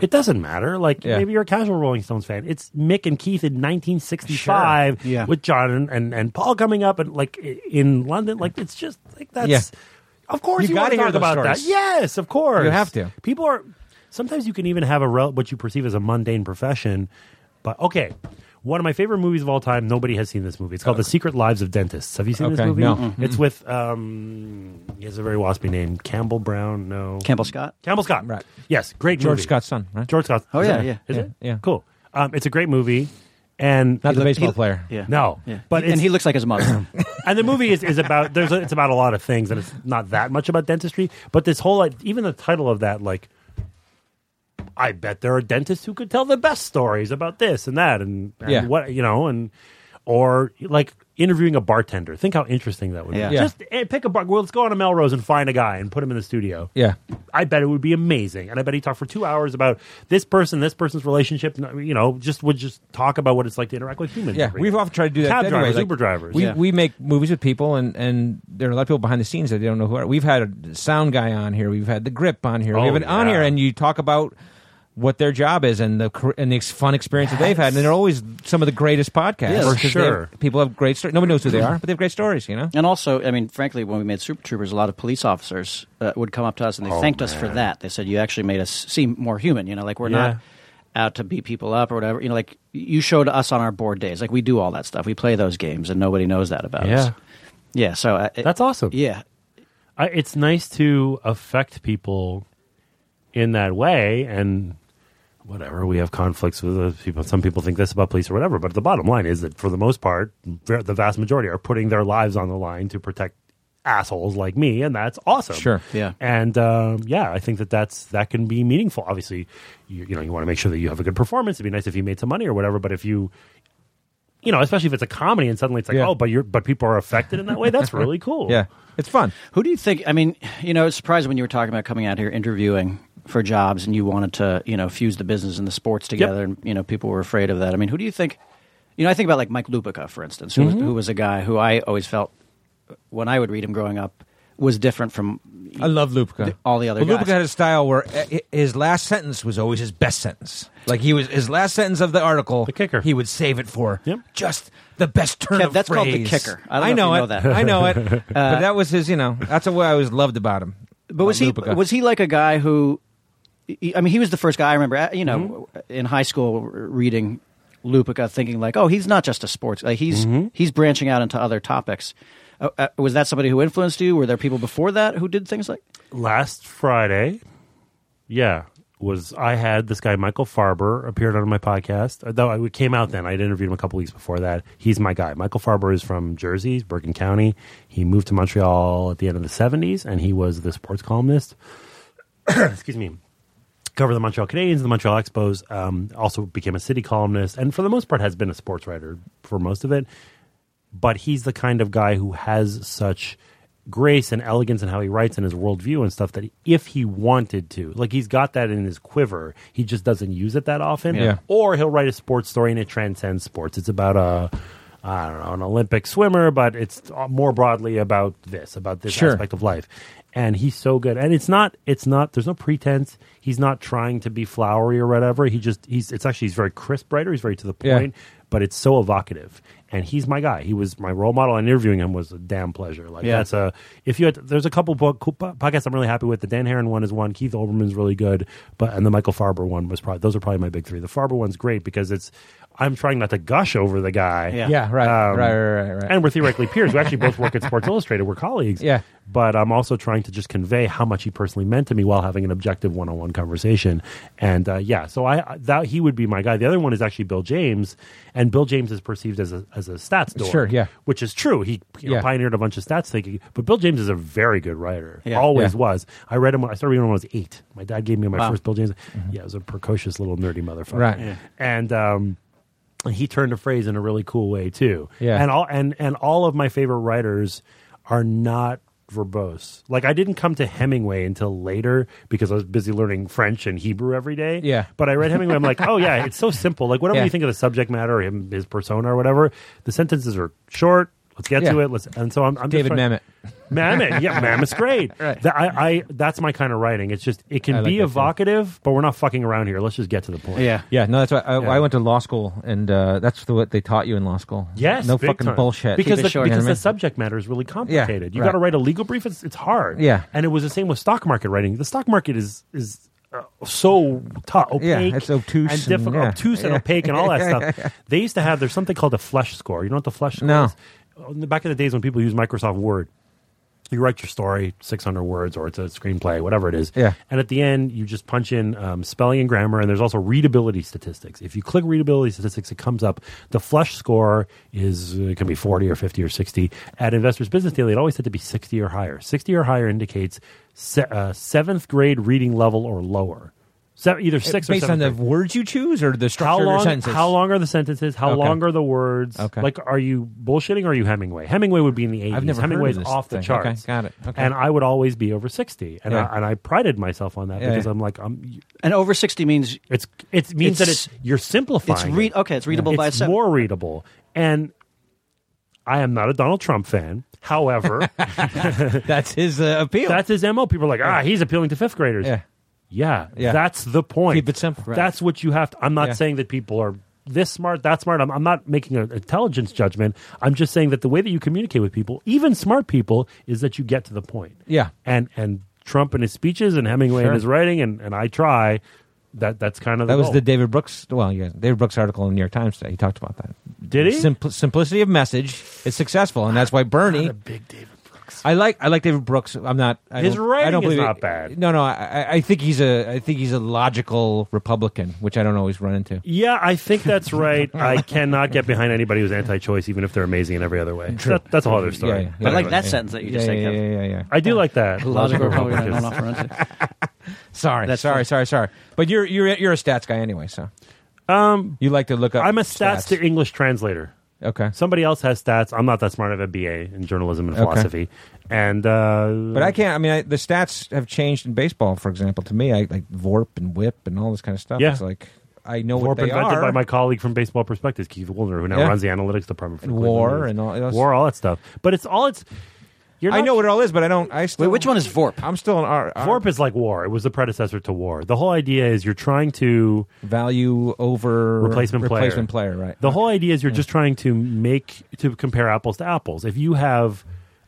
Speaker 6: It doesn't matter. Like
Speaker 1: Yeah.
Speaker 6: maybe you're a casual Rolling Stones fan. It's Mick and Keith in 1965
Speaker 2: Sure. Yeah.
Speaker 6: with John and, and, and Paul coming up and like i- in London. Like it's just like that's
Speaker 1: Yeah.
Speaker 6: of course
Speaker 1: You
Speaker 6: you, want
Speaker 1: gotta
Speaker 6: to
Speaker 1: hear
Speaker 6: talk
Speaker 1: those
Speaker 6: about that.
Speaker 1: stories.
Speaker 6: Yes, of course
Speaker 1: You have to.
Speaker 6: people are sometimes you can even have a rel- what you perceive as a mundane profession but okay one of my favorite movies of all time nobody has seen this movie it's called the secret lives of dentists have you seen this
Speaker 1: Okay,
Speaker 6: movie Mm-hmm.
Speaker 1: no.
Speaker 6: it's with um he has a very waspy name campbell brown no
Speaker 2: Campbell Scott.
Speaker 6: campbell scott
Speaker 1: Right.
Speaker 6: yes great
Speaker 1: George
Speaker 6: movie.
Speaker 1: Scott's son, right?
Speaker 6: george scott
Speaker 2: Oh,
Speaker 6: is
Speaker 2: yeah,
Speaker 6: it?
Speaker 2: yeah.
Speaker 6: is
Speaker 1: Yeah,
Speaker 6: it
Speaker 1: yeah.
Speaker 6: cool um, it's a great movie and
Speaker 1: not the
Speaker 2: looked-
Speaker 1: baseball
Speaker 2: he-
Speaker 1: player.
Speaker 2: Yeah.
Speaker 6: no
Speaker 2: Yeah.
Speaker 6: but
Speaker 2: and
Speaker 6: it's-
Speaker 2: he looks like his mother.
Speaker 6: and the movie is, is about there's a, it's about a lot of things and it's not that much about dentistry but this whole like even the title of that like i bet there are dentists who could tell the best stories about this and that and, and
Speaker 1: Yeah.
Speaker 6: what you know and or like interviewing a bartender think how interesting that would
Speaker 2: Yeah.
Speaker 6: be
Speaker 1: Yeah.
Speaker 6: just eh, pick a bar well, let's go on a melrose and find a guy and put him in the studio
Speaker 1: Yeah.
Speaker 6: I bet it would be amazing. And I bet he talked for two hours about this person, this person's relationship. You know, just would just talk about what it's like to interact with humans.
Speaker 1: Yeah,
Speaker 6: every
Speaker 1: we've
Speaker 6: day.
Speaker 1: often tried to do that.
Speaker 6: Cab
Speaker 1: anyway,
Speaker 6: drivers,
Speaker 1: like,
Speaker 6: Uber drivers.
Speaker 1: We
Speaker 2: Yeah.
Speaker 1: we make movies with people, and and there are a lot of people behind the scenes that they don't know who are. We've had a sound guy on here. We've had the grip on here. we
Speaker 6: Oh,
Speaker 1: have it on
Speaker 6: yeah.
Speaker 1: here, and you talk about what their job is and the car- and the ex- fun experience that they've had, and they're always some of the greatest podcasts.
Speaker 2: Yeah, for
Speaker 1: 'cause they have-
Speaker 6: sure.
Speaker 1: people have great stories. Nobody knows who they are, but they have great stories. You know.
Speaker 2: and also, I mean, frankly, when we made Super Troopers, a lot of police officers uh, would come up to us and they thanked us for that. They said, "You actually made us seem more human." You know, like we're
Speaker 6: Yeah.
Speaker 2: not out to beat people up or whatever. You know, like you showed us on our board days. Like we do all that stuff. We play those games, and nobody knows that about us.
Speaker 6: Yeah.
Speaker 2: Yeah. So uh, it-
Speaker 6: That's awesome.
Speaker 2: Yeah.
Speaker 6: I, it's nice to affect people in that way and whatever we have conflicts with those people some people think this about police or whatever but the bottom line is that for the most part ver- the vast majority are putting their lives on the line to protect assholes like me and that's awesome
Speaker 1: Sure.
Speaker 2: Yeah.
Speaker 6: and um, yeah i think that that's that can be meaningful obviously you, you know you want to make sure that you have a good performance it'd be nice if you made some money or whatever but if you you know especially if it's a comedy and suddenly it's like
Speaker 1: Yeah.
Speaker 6: oh but you're but people are affected in that way that's really cool
Speaker 1: Yeah, it's fun.
Speaker 2: Who do you think? I mean, you know, it's surprising when you were talking about coming out here interviewing for jobs and you wanted to, you know, fuse the business and the sports together, and you know, people were afraid of that. I mean, who do you think? You know, I think about like Mike Lupica, for instance, who, was, who was a guy who I always felt when I would read him growing up was different from.
Speaker 1: I love Lupica.
Speaker 2: all the other
Speaker 1: Well,
Speaker 2: guys.
Speaker 1: Lupica had a style where uh, hi- his last sentence was always his best sentence. Like he was his last sentence of the article.
Speaker 6: The kicker.
Speaker 1: He would save it for
Speaker 6: Yep.
Speaker 1: just the best turn
Speaker 2: Kev,
Speaker 1: of
Speaker 2: that's called the
Speaker 1: phrase.
Speaker 2: kicker. I don't
Speaker 1: know,
Speaker 2: know
Speaker 1: it.
Speaker 2: if you know that. Uh,
Speaker 1: I know it. but that was his. You know, that's the way I always loved about him.
Speaker 2: But was he
Speaker 1: about Lupica.
Speaker 2: was he like a guy who? he- I mean, he was the first guy I remember. uh, You know,
Speaker 6: Mm-hmm.
Speaker 2: in high school r- reading Lupica, thinking like, "Oh, he's not just a sports. Like he's
Speaker 6: Mm-hmm.
Speaker 2: he's branching out into other topics." Uh, uh, was that somebody who influenced you? Were there people before that who did things like?
Speaker 6: last Friday. Yeah. was I had this guy Michael Farber appeared on my podcast. Uh, Though it came out then, I'd interviewed him a couple weeks before that. He's my guy. Michael Farber is from Jersey, he's Bergen County. He moved to Montreal at the end of the '70s, and he was the sports columnist. Excuse me. Cover the Montreal Canadiens, the Montreal Expos. Um, also became a city columnist, and for the most part, has been a sports writer for most of it but he's the kind of guy who has such grace and elegance in how he writes and his worldview and stuff that if he wanted to, like he's got that in his quiver, he just doesn't use it that often.
Speaker 1: Yeah.
Speaker 6: Or he'll write a sports story and it transcends sports. It's about a. I don't know, an Olympic swimmer, but it's more broadly about this, about this
Speaker 1: Sure.
Speaker 6: aspect of life. And he's so good. And it's not, it's not, there's no pretense. He's not trying to be flowery or whatever. He just, he's, it's actually, he's very crisp writer. He's very to the
Speaker 1: Yeah.
Speaker 6: point but it's so evocative. And he's my guy. He was my role model, and interviewing him was a damn pleasure. Like
Speaker 2: Yeah.
Speaker 6: that's a if you had there's a couple book, cool po- podcasts I'm really happy with. The Dan Heron one is one. Keith Olbermann's really good, but and the Michael Farber one was probably those are probably my big three. The Farber one's great because it's I'm trying not to gush over the guy.
Speaker 2: Yeah.
Speaker 1: Yeah, right,
Speaker 6: Um,
Speaker 1: right, right, right, right.
Speaker 6: And we're theoretically peers. We actually both work at Sports Illustrated. We're colleagues.
Speaker 1: Yeah.
Speaker 6: But I'm also trying to just convey how much he personally meant to me while having an objective one-on-one conversation. And uh, yeah, so I I- that he would be my guy. The other one is actually Bill James, and Bill James is perceived as a as a stats dork.
Speaker 1: Sure, yeah.
Speaker 6: Which is true. He you know,
Speaker 1: Yeah.
Speaker 6: pioneered a bunch of stats thinking, but Bill James is a very good writer.
Speaker 2: Yeah.
Speaker 6: Always
Speaker 1: Yeah.
Speaker 6: was. I read him. when- I started reading him when I was eight. My dad gave me my
Speaker 2: Wow.
Speaker 6: first Bill James. Yeah, it was a precocious little nerdy motherfucker.
Speaker 1: Mm-hmm. Right. Yeah.
Speaker 6: And. um he turned a phrase in a really cool way too.
Speaker 1: Yeah.
Speaker 6: And all and and all of my favorite writers are not verbose. Like I didn't come to Hemingway until later because I was busy learning French and Hebrew every day.
Speaker 1: Yeah.
Speaker 6: But I read Hemingway. I'm like, oh yeah, it's so simple. Like whatever
Speaker 1: Yeah.
Speaker 6: you think of the subject matter, or him, his persona, or whatever, the sentences are short. Let's get to
Speaker 1: Yeah.
Speaker 6: it. Let's. And so I'm, I'm just
Speaker 1: David
Speaker 6: trying-
Speaker 1: Mamet.
Speaker 6: Mammoth, yeah, Mammoth's great.
Speaker 1: Right.
Speaker 6: That- I, I, that's my kind of writing. It's just it can
Speaker 1: I like that,
Speaker 6: be
Speaker 1: too.
Speaker 6: evocative, but we're not fucking around here. Let's just get to the point.
Speaker 2: Yeah.
Speaker 1: Yeah, no, that's why I,
Speaker 6: Yeah.
Speaker 1: I went to law school, and uh, that's the, what they taught you in law school.
Speaker 6: Yes,
Speaker 1: no
Speaker 6: big
Speaker 1: fucking
Speaker 6: time.
Speaker 1: bullshit.
Speaker 6: Because
Speaker 2: Keep it
Speaker 6: the,
Speaker 2: short.
Speaker 6: because
Speaker 1: You know what I
Speaker 6: the
Speaker 1: mean?
Speaker 6: subject matter is really complicated. you
Speaker 1: right.
Speaker 6: got to write a legal brief; it's, it's hard.
Speaker 1: Yeah.
Speaker 6: and it was the same with stock market writing. The stock market is is uh, so tough, opaque,
Speaker 1: Yeah, it's obtuse
Speaker 6: and
Speaker 1: and-
Speaker 6: difficult,
Speaker 1: yeah.
Speaker 6: obtuse and opaque, and all that stuff. They used to have there's something called a flesh score. You know what the flesh score
Speaker 1: No.
Speaker 6: is? In the back in the days when people used Microsoft Word, you write your story 600 words or it's a screenplay whatever it is
Speaker 1: Yeah.
Speaker 6: and at the end you just punch in um, spelling and grammar and there's also readability statistics if you click readability statistics it comes up the flush score is uh, it can be 40 or 50 or 60 at investors business daily it always had to be 60 or higher 60 or higher indicates se- uh, seventh grade reading level or lower Se- either six or
Speaker 1: based
Speaker 6: seventh
Speaker 1: on the
Speaker 6: grade.
Speaker 1: words you choose or the structure
Speaker 6: how
Speaker 1: of your
Speaker 6: long?
Speaker 1: sentences.
Speaker 6: How long are the sentences? How
Speaker 1: Okay.
Speaker 6: long are the words?
Speaker 1: Okay.
Speaker 6: Like, are you bullshitting? Or are you Hemingway? Hemingway would be in the eighties.
Speaker 1: I've never heard of
Speaker 6: Hemingway's
Speaker 1: this
Speaker 6: off the
Speaker 1: thing.
Speaker 6: charts.
Speaker 1: Okay, got it. Okay.
Speaker 6: And I would always be over sixty, and
Speaker 1: Yeah.
Speaker 6: I, and I prided myself on that
Speaker 1: Yeah,
Speaker 6: because
Speaker 1: yeah.
Speaker 6: I'm like, I'm,
Speaker 2: And over 60 means
Speaker 6: it's it means
Speaker 2: It's-
Speaker 6: that it's you're simplifying.
Speaker 2: it's read.
Speaker 6: it.
Speaker 2: Okay, it's readable
Speaker 6: It's
Speaker 2: by itself.
Speaker 6: more readable. And I am not a Donald Trump fan. However,
Speaker 1: That's his uh, appeal.
Speaker 6: that's his mo. People are like, ah, he's appealing to fifth graders.
Speaker 1: yeah.
Speaker 6: Yeah,
Speaker 1: Yeah.
Speaker 6: that's the point.
Speaker 1: Keep it simple. Right.
Speaker 6: That's what you have to. I'm not
Speaker 1: Yeah.
Speaker 6: saying that people are this smart, that smart. I'm, I'm not making an intelligence judgment. I'm just saying that the way that you communicate with people, even smart people, is that you get to the point.
Speaker 1: Yeah.
Speaker 6: And and Trump and his speeches and Hemingway
Speaker 1: Sure.
Speaker 6: and his writing and, and I try. That that's kind of the
Speaker 1: That was
Speaker 6: goal.
Speaker 1: the David Brooks. Well, yeah, David Brooks article in the New York Times today. He talked about that.
Speaker 6: Did he?
Speaker 1: Simpl- simplicity of message is successful, and that's why Bernie.
Speaker 6: big David Brooks.
Speaker 1: I like I like David Brooks. I'm not. I
Speaker 6: His
Speaker 1: don't, I
Speaker 6: writing
Speaker 1: don't
Speaker 6: is
Speaker 1: believe
Speaker 6: not
Speaker 1: it-
Speaker 6: bad.
Speaker 1: No, no. I- I, I think he's a. I think he's a logical Republican, which I don't always run into.
Speaker 6: Yeah, I think that's right. I cannot get behind anybody who's anti-choice, even if they're amazing in every other way. That, that's a whole other story.
Speaker 1: Yeah, yeah,
Speaker 2: But I like
Speaker 1: yeah,
Speaker 2: that
Speaker 1: yeah.
Speaker 2: sentence that you
Speaker 1: yeah,
Speaker 2: just said,
Speaker 1: yeah,
Speaker 2: Kevin.
Speaker 1: yeah, yeah, yeah.
Speaker 6: I do like that.
Speaker 2: Logical Republican.
Speaker 6: Republicans.
Speaker 2: I don't know forensic.
Speaker 1: Sorry,
Speaker 2: That's-
Speaker 1: sorry, sorry, sorry. But you're you're you're a stats guy anyway, so um, you like to look up.
Speaker 6: I'm a stats to English translator.
Speaker 1: okay,
Speaker 6: Somebody else has stats. I'm not that smart. I have a BA in journalism and
Speaker 1: Okay.
Speaker 6: philosophy. And uh,
Speaker 1: but I can't. I mean, I, the stats have changed in baseball, for example. To me, I like VORP and WHIP and all this kind of stuff.
Speaker 6: Yeah.
Speaker 1: It's like I know what
Speaker 6: Warp
Speaker 1: they
Speaker 6: invented
Speaker 1: are.
Speaker 6: by my colleague from Baseball Perspectives, Keith Wilner, who now
Speaker 1: Yeah.
Speaker 6: runs the analytics department for the
Speaker 1: And war
Speaker 6: Cleveland
Speaker 1: and all-
Speaker 6: Indians.
Speaker 1: that's-
Speaker 6: war, all that stuff. But it's all it's. You're
Speaker 1: I
Speaker 6: not-
Speaker 1: know what it all is, but I don't. I
Speaker 2: Wait,
Speaker 1: still.
Speaker 2: which one is VORP?
Speaker 1: I'm still an R. R-
Speaker 6: Warp is like war. It was the predecessor to war. The whole idea is you're trying to
Speaker 1: value over
Speaker 6: Replacement player.
Speaker 1: Replacement player, right?
Speaker 6: The whole idea is you're just trying to make to compare apples to apples. If you have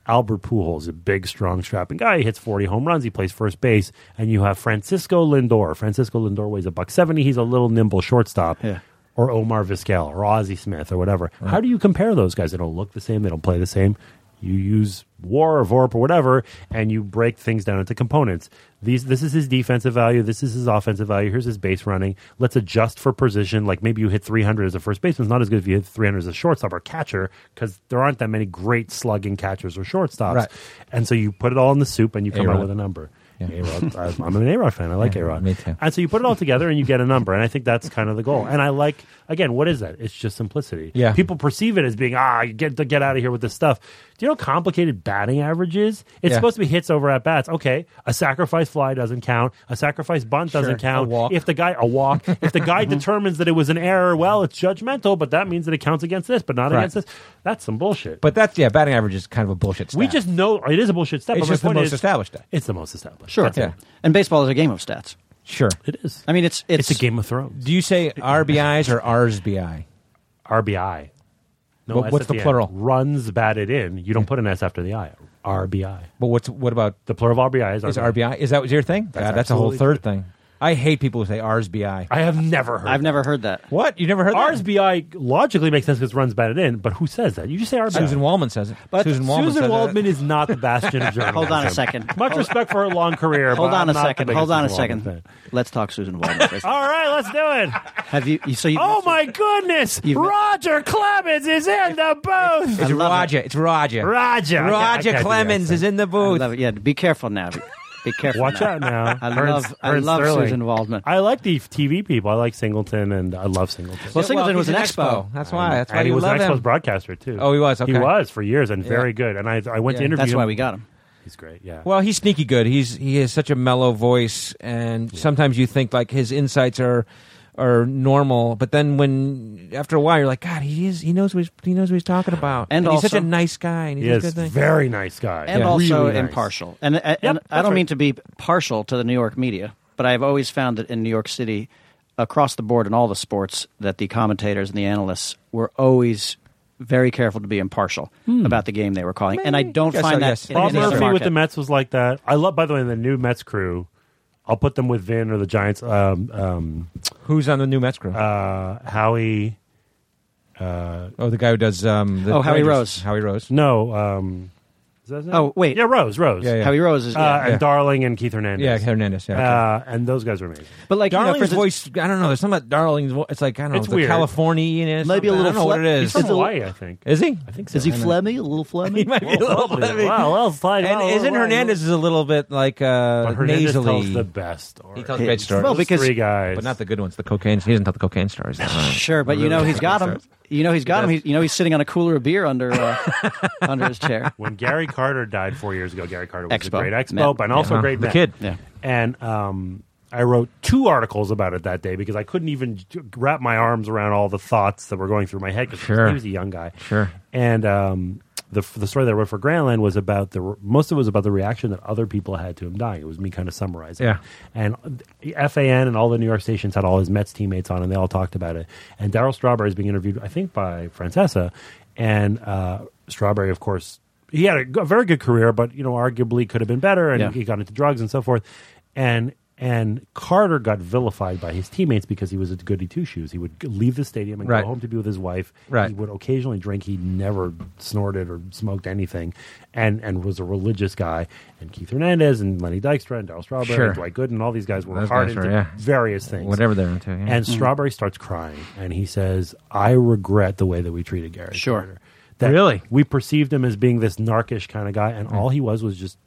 Speaker 6: Albert Pujols, a big, strong, strapping guy, he hits 40 home runs, he plays first base, and you have Francisco Lindor. Francisco Lindor weighs a buck 70. He's a little nimble shortstop.
Speaker 2: Yeah.
Speaker 6: Or Omar Vizquel or Ozzie Smith or whatever. How do you compare those guys? They don't look the same. They don't play the same. You use war or VORP or whatever, and you break things down into components. These, this is his defensive value. This is his offensive value. Here's his base running. Let's adjust for precision. Like maybe you hit 300 as a first baseman. It's not as good if you hit 300 as a shortstop or catcher because there aren't that many great slugging catchers or shortstops.
Speaker 1: Right.
Speaker 6: And so you put it all in the soup and you come
Speaker 1: A-Rod.
Speaker 6: out with a number.
Speaker 1: Yeah.
Speaker 6: A-Rod, I- I'm an A-Rod fan. I like
Speaker 1: Yeah,
Speaker 6: A-Rod.
Speaker 1: me too.
Speaker 6: And so you put it all together and you get a number. And I think that's kind of the goal. And I like, again, what is that? It's just simplicity.
Speaker 1: Yeah.
Speaker 6: People perceive it as being, ah, you get to get out of here with this stuff. Do you know how complicated batting average is? It's
Speaker 1: Yeah.
Speaker 6: supposed to be hits over at bats. Okay. A sacrifice fly doesn't count. A sacrifice bunt doesn't count.
Speaker 1: A walk.
Speaker 6: If the guy, a walk, if the guy determines that it was an error, well, it's judgmental, but that means that it counts against this, but not
Speaker 1: Right.
Speaker 6: against this. That's some bullshit.
Speaker 1: But that's yeah, batting average is kind of a bullshit. Stat.
Speaker 6: we just know it is a bullshit step.
Speaker 1: it's
Speaker 6: but my
Speaker 1: just the
Speaker 6: point
Speaker 1: most
Speaker 6: is,
Speaker 1: established stat.
Speaker 6: It's the most established.
Speaker 2: Sure.
Speaker 6: That's it.
Speaker 1: Yeah.
Speaker 2: And baseball is a game of stats.
Speaker 1: Sure.
Speaker 6: It is.
Speaker 2: I mean, it's it's,
Speaker 6: it's, a Game of Thrones.
Speaker 1: Do you say RBIs or RSBI?
Speaker 6: RBI. No,
Speaker 1: What-
Speaker 6: S
Speaker 1: what's
Speaker 6: at
Speaker 1: the
Speaker 6: end.
Speaker 1: plural?
Speaker 6: Runs batted in. You don't put an S after the I. RBI.
Speaker 1: But what's what about
Speaker 6: The plural of RBI is,
Speaker 1: is RBI? Is that your thing?
Speaker 6: That's
Speaker 1: God, that's a whole
Speaker 6: absolutely
Speaker 1: third
Speaker 6: true.
Speaker 1: thing. I hate people who say RSBI.
Speaker 6: I have never heard.
Speaker 2: I've
Speaker 6: that.
Speaker 2: never heard that.
Speaker 1: what you never heard that?
Speaker 6: RSBI logically makes sense because runs batted in, but who says that? You just say RBI.
Speaker 1: Susan Wallman says it.
Speaker 2: But
Speaker 1: Susan Wallman
Speaker 6: Susan
Speaker 1: says
Speaker 6: Waldman
Speaker 1: it.
Speaker 6: is not the bastion of journalism.
Speaker 2: Hold on a second.
Speaker 6: Much respect for her long career. but
Speaker 2: Hold on
Speaker 6: I'm
Speaker 2: a
Speaker 6: not the
Speaker 2: second.
Speaker 6: biggest
Speaker 2: Hold on a
Speaker 6: Susan Waldman
Speaker 2: second.
Speaker 6: fan.
Speaker 2: Let's talk Susan Waldman.
Speaker 6: All right, let's do it.
Speaker 2: Have you? you- So you?
Speaker 6: Oh my goodness!
Speaker 2: You've-
Speaker 6: Roger Clemens is in the booth.
Speaker 1: It's
Speaker 2: I love it.
Speaker 1: Roger. It's Roger.
Speaker 6: Roger. I can't- I
Speaker 1: Roger
Speaker 6: can't do
Speaker 1: Clemens
Speaker 6: that.
Speaker 1: is in the
Speaker 2: I
Speaker 1: booth.
Speaker 2: love it. Yeah, be careful now. Be, be careful.
Speaker 6: Watch
Speaker 2: now.
Speaker 6: out now.
Speaker 2: I
Speaker 6: Ernst-
Speaker 2: love I
Speaker 6: Ernst
Speaker 2: love
Speaker 6: Sterling.
Speaker 2: Susan Waldman.
Speaker 6: I like the TV people. I like Singleton, and I love Singleton.
Speaker 2: Well, Singleton was
Speaker 1: he's
Speaker 2: an expo.
Speaker 1: That's why. That's why
Speaker 6: and he
Speaker 1: you
Speaker 6: was
Speaker 1: love
Speaker 6: an Expos
Speaker 1: him.
Speaker 6: broadcaster too.
Speaker 1: Oh, he was, okay.
Speaker 6: He was for years and very good. And I, I went to
Speaker 1: Yeah.
Speaker 6: interview.
Speaker 2: That's
Speaker 6: him.
Speaker 2: why we got him.
Speaker 6: He's great. Yeah.
Speaker 1: Well, he's sneaky good. He's he has such a mellow voice, and sometimes you think like his insights are are normal, but then when after a while you're like, God, he is he knows what he's, he knows what he's talking about,
Speaker 2: And
Speaker 1: he's such
Speaker 2: also-
Speaker 1: a nice guy, and he's
Speaker 6: he
Speaker 1: a
Speaker 6: is
Speaker 1: good thing.
Speaker 6: very nice guy
Speaker 2: and also
Speaker 6: Really nice.
Speaker 2: impartial. And, and, and
Speaker 6: Yep,
Speaker 2: I don't mean
Speaker 6: that's right.
Speaker 2: to be partial to the New York media, but I've always found that in New York City, across the board in all the sports, that the commentators and the analysts were always very careful to be impartial
Speaker 6: Hmm.
Speaker 2: about the game they were calling. And I don't
Speaker 1: Yes,
Speaker 2: find
Speaker 1: sir,
Speaker 2: that
Speaker 1: yes.
Speaker 2: in
Speaker 6: Bob
Speaker 2: any other
Speaker 6: Murphy with
Speaker 2: market.
Speaker 6: the Mets was like that. I love. By the way, the new Mets crew. I'll put them with Vin or the Giants. Um, um,
Speaker 1: Who's on the new Mets crew?
Speaker 6: uh, Howie.
Speaker 1: oh, the guy who does um, the
Speaker 2: Oh, Howie
Speaker 1: Rangers.
Speaker 2: Rose.
Speaker 1: Howie Rose.
Speaker 6: No. Um, is that his name?
Speaker 2: Oh, wait.
Speaker 6: Yeah, Rose. Rose.
Speaker 1: Yeah, yeah.
Speaker 2: Howie Rose is.
Speaker 6: Uh,
Speaker 2: yeah.
Speaker 6: And
Speaker 1: Yeah.
Speaker 6: Darling and Keith Hernandez.
Speaker 1: Yeah, Hernandez. Yeah. okay.
Speaker 6: Uh, and those guys were amazing.
Speaker 2: But like, you know, for
Speaker 1: Darling's
Speaker 2: instance-
Speaker 1: voice, I don't know. There's something about Darling's voice. It's like, I don't know,
Speaker 6: It's
Speaker 1: the
Speaker 6: weird.
Speaker 1: California.
Speaker 2: Maybe a
Speaker 1: I don't
Speaker 2: little
Speaker 1: know what
Speaker 2: fle-
Speaker 1: it is.
Speaker 6: He's from
Speaker 2: It's a-
Speaker 6: Hawaii, I think.
Speaker 1: Is he?
Speaker 6: I think so.
Speaker 2: is he
Speaker 6: I know.
Speaker 2: phlegmy? A little
Speaker 1: He
Speaker 2: phlegmy?
Speaker 1: might be a little bit.
Speaker 6: Wow, well, it's like-
Speaker 1: And
Speaker 6: wow,
Speaker 1: isn't
Speaker 6: wow,
Speaker 1: Hernandez is a little bit like uh,
Speaker 6: But Hernandez
Speaker 1: nasally?
Speaker 6: tells the best story.
Speaker 1: he tells great stories,
Speaker 2: Well, because-
Speaker 6: three guys,
Speaker 1: but not the good ones. The cocaine. He doesn't tell the cocaine stories. that much.
Speaker 2: Sure, but you know he's got him. You know he's got him. He's, you know he's sitting on a cooler of beer under uh, under his chair.
Speaker 6: when Gary Carter died four years ago. Gary Carter was
Speaker 2: Expo.
Speaker 6: a great expo,
Speaker 2: Met.
Speaker 6: but and also
Speaker 1: Yeah.
Speaker 6: a great
Speaker 1: The
Speaker 6: Met.
Speaker 1: kid.
Speaker 2: Yeah.
Speaker 6: And um, I wrote two articles about it that day because I couldn't even j- wrap my arms around all the thoughts that were going through my head. 'cause
Speaker 1: Sure.
Speaker 6: he was a young guy.
Speaker 1: Sure.
Speaker 6: And um, the the story that I wrote for Grandland was about the re- most of it was about the reaction that other people had to him dying. It was me kind of summarizing.
Speaker 1: Yeah.
Speaker 6: And FAN and all the New York stations had all his Mets teammates on, and they all talked about it. And Daryl Strawberry is being interviewed, I think, by Francesa, and uh, Strawberry, of course, he had a, g- a very good career, but you know, arguably could have been better, and
Speaker 2: Yeah.
Speaker 6: he got into drugs and so forth, and. And Carter got vilified by his teammates because he was a goody two shoes. He would g- leave the stadium and
Speaker 1: Right.
Speaker 6: go home to be with his wife.
Speaker 1: Right.
Speaker 6: He would occasionally drink. He never snorted or smoked anything, and and was a religious guy. And Keith Hernandez and Lenny Dykstra and Daryl Strawberry
Speaker 1: Sure.
Speaker 6: and Dwight Gooden, all these guys were
Speaker 1: Those
Speaker 6: hard
Speaker 1: guys were,
Speaker 6: into
Speaker 1: yeah.
Speaker 6: various things.
Speaker 1: Whatever they're into. Yeah. Mm.
Speaker 6: And Strawberry starts crying, and he says, "I regret the way that we treated Gary."
Speaker 2: Sure.
Speaker 6: Carter. That
Speaker 1: Really?
Speaker 6: we perceived him as being this narcish kind of guy, and all he was was just.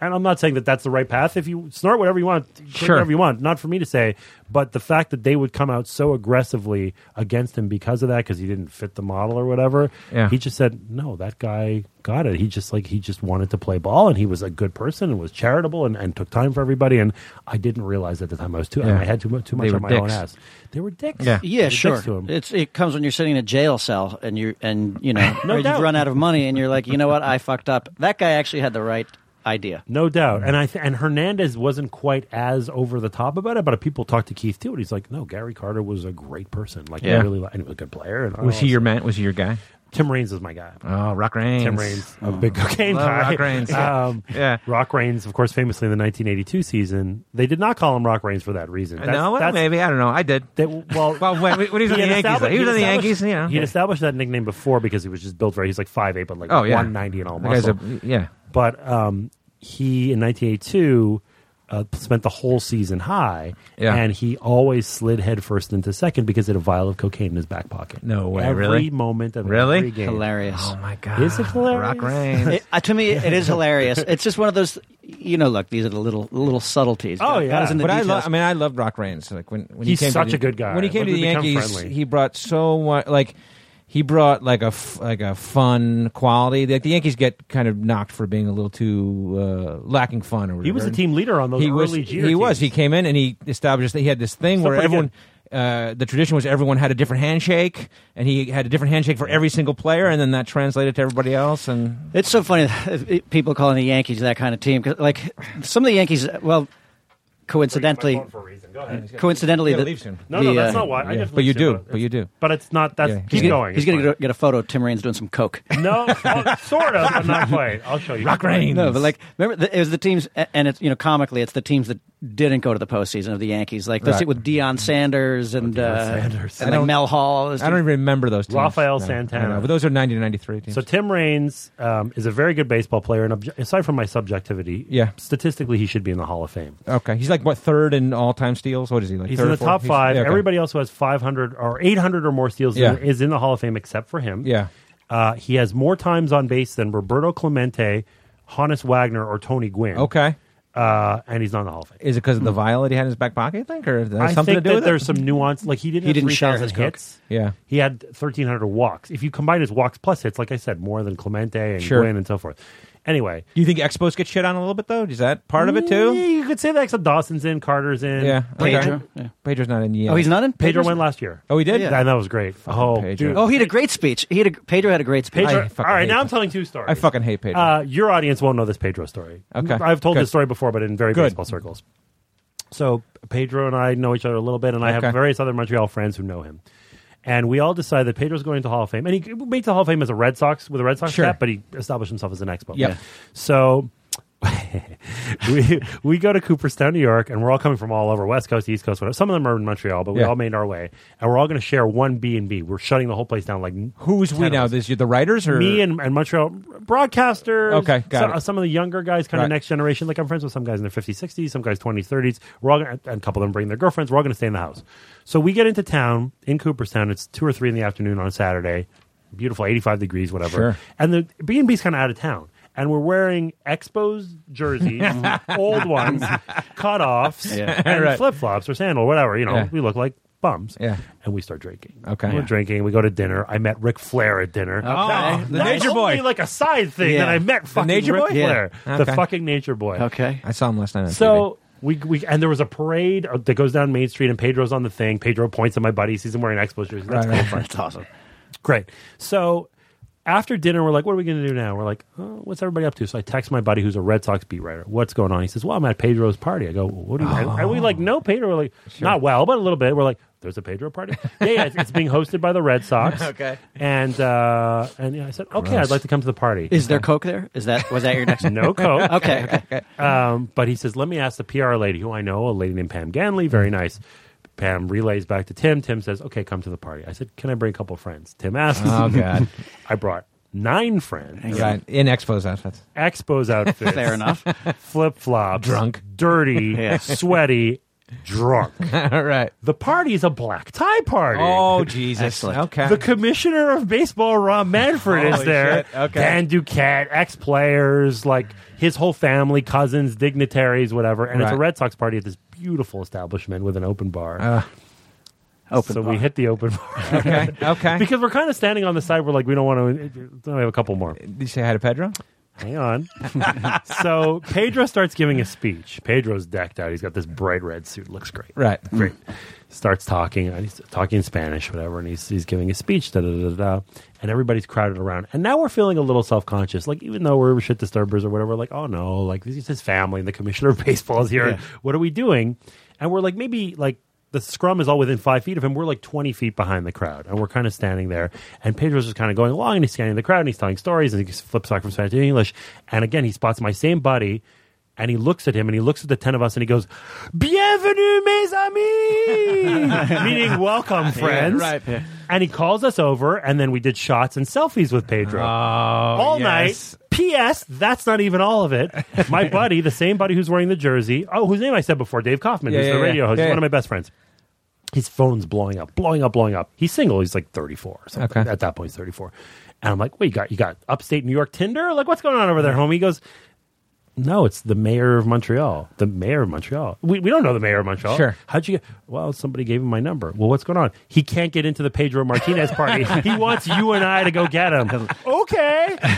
Speaker 6: And I'm not saying that that's the right path. If you snort whatever you want, drink
Speaker 1: Sure.
Speaker 6: whatever you want. Not for me to say, but the fact that they would come out so aggressively against him because of that, because he didn't fit the model or whatever.
Speaker 1: Yeah.
Speaker 6: He just said, "No, that guy got it. He just like he just wanted to play ball, and he was a good person, and was charitable, and, and took time for everybody. And I didn't realize at the time I was too.
Speaker 1: Yeah.
Speaker 6: I had too much too
Speaker 1: They
Speaker 6: much
Speaker 1: were
Speaker 6: on my own
Speaker 1: dicks.
Speaker 6: ass. They were dicks.
Speaker 1: Yeah.
Speaker 6: They
Speaker 2: Yeah,
Speaker 6: were
Speaker 2: sure.
Speaker 6: Dicks to him.
Speaker 2: It's it comes when you're sitting in a jail cell and you and you know
Speaker 6: No
Speaker 2: or you've
Speaker 6: doubt.
Speaker 2: run out of money and you're like, you know what, I fucked up. That guy actually had the right idea.
Speaker 6: No doubt, and I th- and Hernandez wasn't quite as over the top about it, but people talked to Keith too, and he's like, "No, Gary Carter was a great person. Like, I
Speaker 1: Yeah.
Speaker 6: really, li- and he was a good player. And all
Speaker 1: was he
Speaker 6: this."
Speaker 1: your man? Was he your guy?
Speaker 6: Tim Raines was my guy.
Speaker 1: Oh, Rock Rains.
Speaker 6: Tim Raines, a big cocaine
Speaker 1: Oh. Love
Speaker 6: guy.
Speaker 1: Rock Raines.
Speaker 6: Um,
Speaker 1: Yeah.
Speaker 6: Rock Raines, of course, famously in the 1982 season, they did not call him Rock Raines for that reason. That's,
Speaker 1: no, well,
Speaker 6: that's-
Speaker 1: maybe I don't know. I did.
Speaker 6: They, well,
Speaker 1: Well, when, when he was on the
Speaker 6: had
Speaker 1: Yankees,
Speaker 6: established-
Speaker 1: he was on the
Speaker 6: had
Speaker 1: Yankees. You
Speaker 6: established-
Speaker 1: know.
Speaker 6: He'd established that nickname before because he was just built very. He's like 5'8", but like
Speaker 1: Oh yeah,
Speaker 6: 190 and all
Speaker 1: That guy's
Speaker 6: muscle.
Speaker 1: A, yeah,
Speaker 6: but um, he in 1982 uh, spent the whole season high,
Speaker 1: Yeah.
Speaker 6: and he always slid headfirst into second because he had a vial of cocaine in his back pocket.
Speaker 1: No way,
Speaker 6: every
Speaker 1: really?
Speaker 6: moment of
Speaker 1: Really?
Speaker 6: every game.
Speaker 2: Hilarious.
Speaker 1: Oh my god,
Speaker 6: Is it hilarious?
Speaker 1: Rock Rains.
Speaker 2: It- uh, to me, it is hilarious. It's just one of those, you know. Look, these are the little little subtleties.
Speaker 6: Oh,
Speaker 2: God
Speaker 6: yeah.
Speaker 2: is in the
Speaker 1: but I
Speaker 2: details.
Speaker 1: love. I mean, I love Rock Rains. Like when, when
Speaker 6: He's
Speaker 1: he came
Speaker 6: such
Speaker 1: to the,
Speaker 6: a good guy.
Speaker 1: When he came to
Speaker 6: Like,
Speaker 1: the
Speaker 6: we become
Speaker 1: Yankees,
Speaker 6: friendly.
Speaker 1: he brought so much. Like he brought like a f- like a fun quality. Like the Yankees get kind of knocked for being a little too uh, lacking fun. Or
Speaker 6: He was the
Speaker 1: whatever.
Speaker 6: team leader on those
Speaker 1: he
Speaker 6: early
Speaker 1: was,
Speaker 6: Jeter
Speaker 1: He was. He
Speaker 6: teams.
Speaker 1: came in and he established that he had this thing
Speaker 6: Still
Speaker 1: where
Speaker 6: pretty
Speaker 1: everyone. Uh, the tradition was everyone had a different handshake, and he had a different handshake for every single player, and then that translated to everybody else. And
Speaker 2: It's so funny that it- people calling the Yankees that kind of team 'cause, like some of the Yankees. Well, coincidentally,
Speaker 6: For a reason. Go ahead.
Speaker 2: coincidentally,
Speaker 1: Yeah,
Speaker 2: the,
Speaker 1: leave soon.
Speaker 6: No, no,
Speaker 2: the,
Speaker 6: that's
Speaker 2: uh,
Speaker 6: not why. I
Speaker 1: yeah.
Speaker 6: just
Speaker 1: But you
Speaker 6: listen,
Speaker 1: do.
Speaker 6: it's-
Speaker 1: But you do.
Speaker 6: But it's not. That's
Speaker 1: Yeah.
Speaker 6: keep
Speaker 1: He's
Speaker 2: He's gonna-
Speaker 6: going.
Speaker 2: He's
Speaker 6: It's
Speaker 2: going to get a photo of Tim Raines doing some coke.
Speaker 6: fine. No, well, sort of, but not quite. I'll show you.
Speaker 1: Rock Rains.
Speaker 2: No, but like remember, the, it was the teams, a- and it's you know comically, it's the teams that didn't go to the postseason of the Yankees, like
Speaker 1: Right.
Speaker 2: this with Deion Sanders and uh,
Speaker 6: Sanders.
Speaker 2: and
Speaker 1: I don't-
Speaker 2: like Mel Hall.
Speaker 1: I don't even remember those. Teams.
Speaker 6: Rafael
Speaker 1: No, I
Speaker 6: Santana.
Speaker 1: know, but those are ninety to ninety-three teams.
Speaker 6: So Tim Raines um, is a very good baseball player, and obje- aside from my subjectivity,
Speaker 1: Yeah.
Speaker 6: statistically he should be in the Hall of Fame.
Speaker 1: Okay, he's like what third in all-time steals? What is he like?
Speaker 6: He's
Speaker 1: third
Speaker 6: in
Speaker 1: or
Speaker 6: the
Speaker 1: fourth?
Speaker 6: top
Speaker 1: He's-
Speaker 6: five.
Speaker 1: yeah, okay.
Speaker 6: Everybody else who has 500 or 800 or more steals
Speaker 1: Yeah.
Speaker 6: is in the Hall of Fame except for him.
Speaker 1: Yeah.
Speaker 6: Uh, he has more times on base than Roberto Clemente, Hannes Wagner, or Tony Gwynn.
Speaker 1: Okay,
Speaker 6: Uh, and he's not in the Hall of Fame.
Speaker 1: is it because of the violet he had in his back pocket? You think, or is that
Speaker 6: Hmm. I
Speaker 1: something
Speaker 6: think
Speaker 1: to do
Speaker 6: that
Speaker 1: with
Speaker 6: there's
Speaker 1: it?
Speaker 6: some nuance. Like he didn't
Speaker 2: He
Speaker 6: have
Speaker 2: didn't share
Speaker 6: 3,000
Speaker 2: his coke.
Speaker 6: hits.
Speaker 1: Yeah.
Speaker 6: He had 1,300 walks. If you combine his walks plus hits, like I said, more than Clemente and
Speaker 1: Sure.
Speaker 6: Gwynn and so forth. Anyway,
Speaker 1: Do you think Expos get shit on a little bit though? Is that part of it too?
Speaker 6: You could say that except Dawson's in, Carter's in.
Speaker 1: Yeah.
Speaker 2: Pedro.
Speaker 1: Okay.
Speaker 2: Yeah.
Speaker 1: Pedro's not in yet.
Speaker 2: Oh, he's not in
Speaker 6: Pedro
Speaker 2: Pedro's-
Speaker 6: went last year.
Speaker 1: Oh, he did.
Speaker 2: Yeah.
Speaker 6: And that was great. Oh,
Speaker 1: Pedro.
Speaker 6: dude.
Speaker 2: Oh, he had a great speech. He had a, Pedro had a great speech.
Speaker 6: Pedro.
Speaker 1: I fucking
Speaker 6: All right,
Speaker 1: hate
Speaker 6: now I'm
Speaker 1: that.
Speaker 6: telling two stories.
Speaker 1: I fucking hate Pedro.
Speaker 6: Uh, your audience won't know this Pedro story.
Speaker 1: Okay.
Speaker 6: I've told
Speaker 1: Good.
Speaker 6: this story before, but in very
Speaker 1: Good.
Speaker 6: baseball circles. So Pedro and I know each other a little bit, and I
Speaker 1: Okay.
Speaker 6: have various other Montreal friends who know him. And we all decided that Pedro's going to Hall of Fame, and he made the Hall of Fame as a Red Sox with a Red Sox
Speaker 1: Sure.
Speaker 6: cap, but he established himself as an
Speaker 1: Yep.
Speaker 6: Expo.
Speaker 1: Yeah.
Speaker 6: So we we go to Cooperstown, New York, and we're all coming from all over West Coast, East Coast. Whatever. Some of them are in Montreal, but we
Speaker 1: Yeah.
Speaker 6: all made our way, and we're all going to share one B and B. We're shutting the whole place down. Like
Speaker 1: Who's we now? This you the writers or
Speaker 6: me and, and Montreal broadcasters.
Speaker 1: Okay, got
Speaker 6: some,
Speaker 1: it.
Speaker 6: some of the younger guys, kind
Speaker 1: Right.
Speaker 6: of next generation. Like I'm friends with some guys in their 50s, 60s, some guys 20s, 30s. We're all gonna, and a couple of them bring their girlfriends. We're all going to stay in the house. So we get into town in Cooperstown. It's two or three in the afternoon on a Saturday. Beautiful, 85 degrees, whatever.
Speaker 1: Sure.
Speaker 6: And the B and B's kind of out of town. And we're wearing Expos jerseys, old ones, cutoffs,
Speaker 2: Yeah.
Speaker 6: and
Speaker 1: Right.
Speaker 6: flip flops or sandal, whatever. You know,
Speaker 1: Yeah.
Speaker 6: we look like bums.
Speaker 1: Yeah.
Speaker 6: And we start drinking.
Speaker 1: Okay.
Speaker 6: We're
Speaker 1: Yeah.
Speaker 6: drinking. We go to dinner. I met Ric Flair at dinner.
Speaker 1: Oh,
Speaker 6: That-
Speaker 1: the
Speaker 6: that's
Speaker 1: Nature
Speaker 6: only
Speaker 1: Boy.
Speaker 6: like a side thing
Speaker 2: Yeah.
Speaker 6: that I met fucking
Speaker 1: Nature
Speaker 6: Ric
Speaker 1: Boy?
Speaker 6: Flair,
Speaker 1: Yeah.
Speaker 6: the
Speaker 1: Okay.
Speaker 6: fucking Nature Boy.
Speaker 2: Okay.
Speaker 1: I saw him last night. On
Speaker 6: So we, we and there was a parade uh, that goes down Main Street, and Pedro's on the thing. Pedro points at my buddy, sees him wearing Expos jersey. That's
Speaker 1: Right,
Speaker 6: cool.
Speaker 1: right.
Speaker 6: fun.
Speaker 2: That's awesome.
Speaker 6: Great. So after dinner, we're like, what are we going to do now? We're like, oh, what's everybody up to? So I text my buddy who's a Red Sox beat writer. What's going on? He says, well, I'm at Pedro's party. I go, well, what do you? And we like, no, Pedro. We're like, not well, but a little bit. We're like, there's a Pedro party. yeah, yeah it's, it's being hosted by the Red Sox.
Speaker 1: Okay.
Speaker 6: And uh, and yeah, I said, okay, I'd like to come to the party.
Speaker 2: Is there coke there? Is that was that your next?
Speaker 6: no coke.
Speaker 2: Okay. Okay.
Speaker 6: Um, but he says, let me ask the PR lady who I know, a lady named Pam Ganley, very nice. Pam relays back to Tim. Tim says, okay, come to the party. I said, can I bring a couple of friends? Tim asks.
Speaker 1: Oh god,
Speaker 6: I brought nine friends,
Speaker 1: right in Expos outfits.
Speaker 6: Expos outfits,
Speaker 2: Fair enough.
Speaker 6: flip flops,
Speaker 1: Drunk.
Speaker 6: dirty,
Speaker 2: Yeah.
Speaker 6: sweaty, drunk.
Speaker 1: All right.
Speaker 6: The party's a black tie party.
Speaker 1: Oh Jesus.
Speaker 2: Excellent.
Speaker 1: Okay.
Speaker 6: The commissioner of baseball, Ron Manfred, is
Speaker 1: Holy
Speaker 6: there.
Speaker 1: shit, okay.
Speaker 6: Dan Duquette, ex players, like his whole family, cousins, dignitaries, whatever. And it's a
Speaker 1: Right.
Speaker 6: Red Sox party at this beautiful establishment with an open bar.
Speaker 1: Uh,
Speaker 2: Open.
Speaker 6: so we hit the open bar.
Speaker 1: okay. Okay.
Speaker 6: because we're kind of standing on the side. We're like, we don't want to. We have a couple more.
Speaker 1: Did you say hi to Pedro?
Speaker 6: Hang on. so Pedro starts giving a speech. Pedro's decked out. He's got this bright red suit. Looks great.
Speaker 1: Right.
Speaker 6: Great. Starts talking. and He's talking in Spanish, whatever, and he's, he's giving a speech. Da, da, da, da, da, and everybody's crowded around. And now we're feeling a little self conscious. Like even though we're shit disturbers or whatever, we're like oh no, like this is his family and the commissioner of baseball is here.
Speaker 2: Yeah.
Speaker 6: What are we doing? And we're like maybe like the scrum is all within five feet of him. We're like 20 feet behind the crowd, and we're kind of standing there. And Pedro's just kind of going along, and he's scanning the crowd, and he's telling stories, and he flips back from Spanish to English. And again, he spots my same buddy, and he looks at him, and he looks at the 10 of us, and he goes, Bienvenue, mes amis! Meaning, welcome, friends.
Speaker 2: right. Yeah.
Speaker 6: And he calls us over, and then we did shots and selfies with Pedro all
Speaker 1: Oh, yes.
Speaker 6: night. P.S. That's not even all of it. My buddy, the same buddy who's wearing the jersey, oh, whose name I said before, Dave Kaufman,
Speaker 1: Yeah,
Speaker 6: who's
Speaker 1: yeah,
Speaker 6: the radio
Speaker 1: yeah.
Speaker 6: host,
Speaker 1: Yeah,
Speaker 6: he's one
Speaker 1: yeah.
Speaker 6: of my best friends. His phone's blowing up, blowing up, blowing up. He's single. He's like 34 or something.
Speaker 1: Okay.
Speaker 6: At that point, he's 34. And I'm like, what you got? You got upstate New York Tinder? Like, what's going on over there, homie? He goes, no, it's the mayor of Montreal. The mayor of Montreal. We, we don't know the mayor of Montreal.
Speaker 1: Sure.
Speaker 6: How'd you get? Well, somebody gave him my number. Well, what's going on? He can't get into the Pedro Martinez party. he wants you and I to go get him. okay.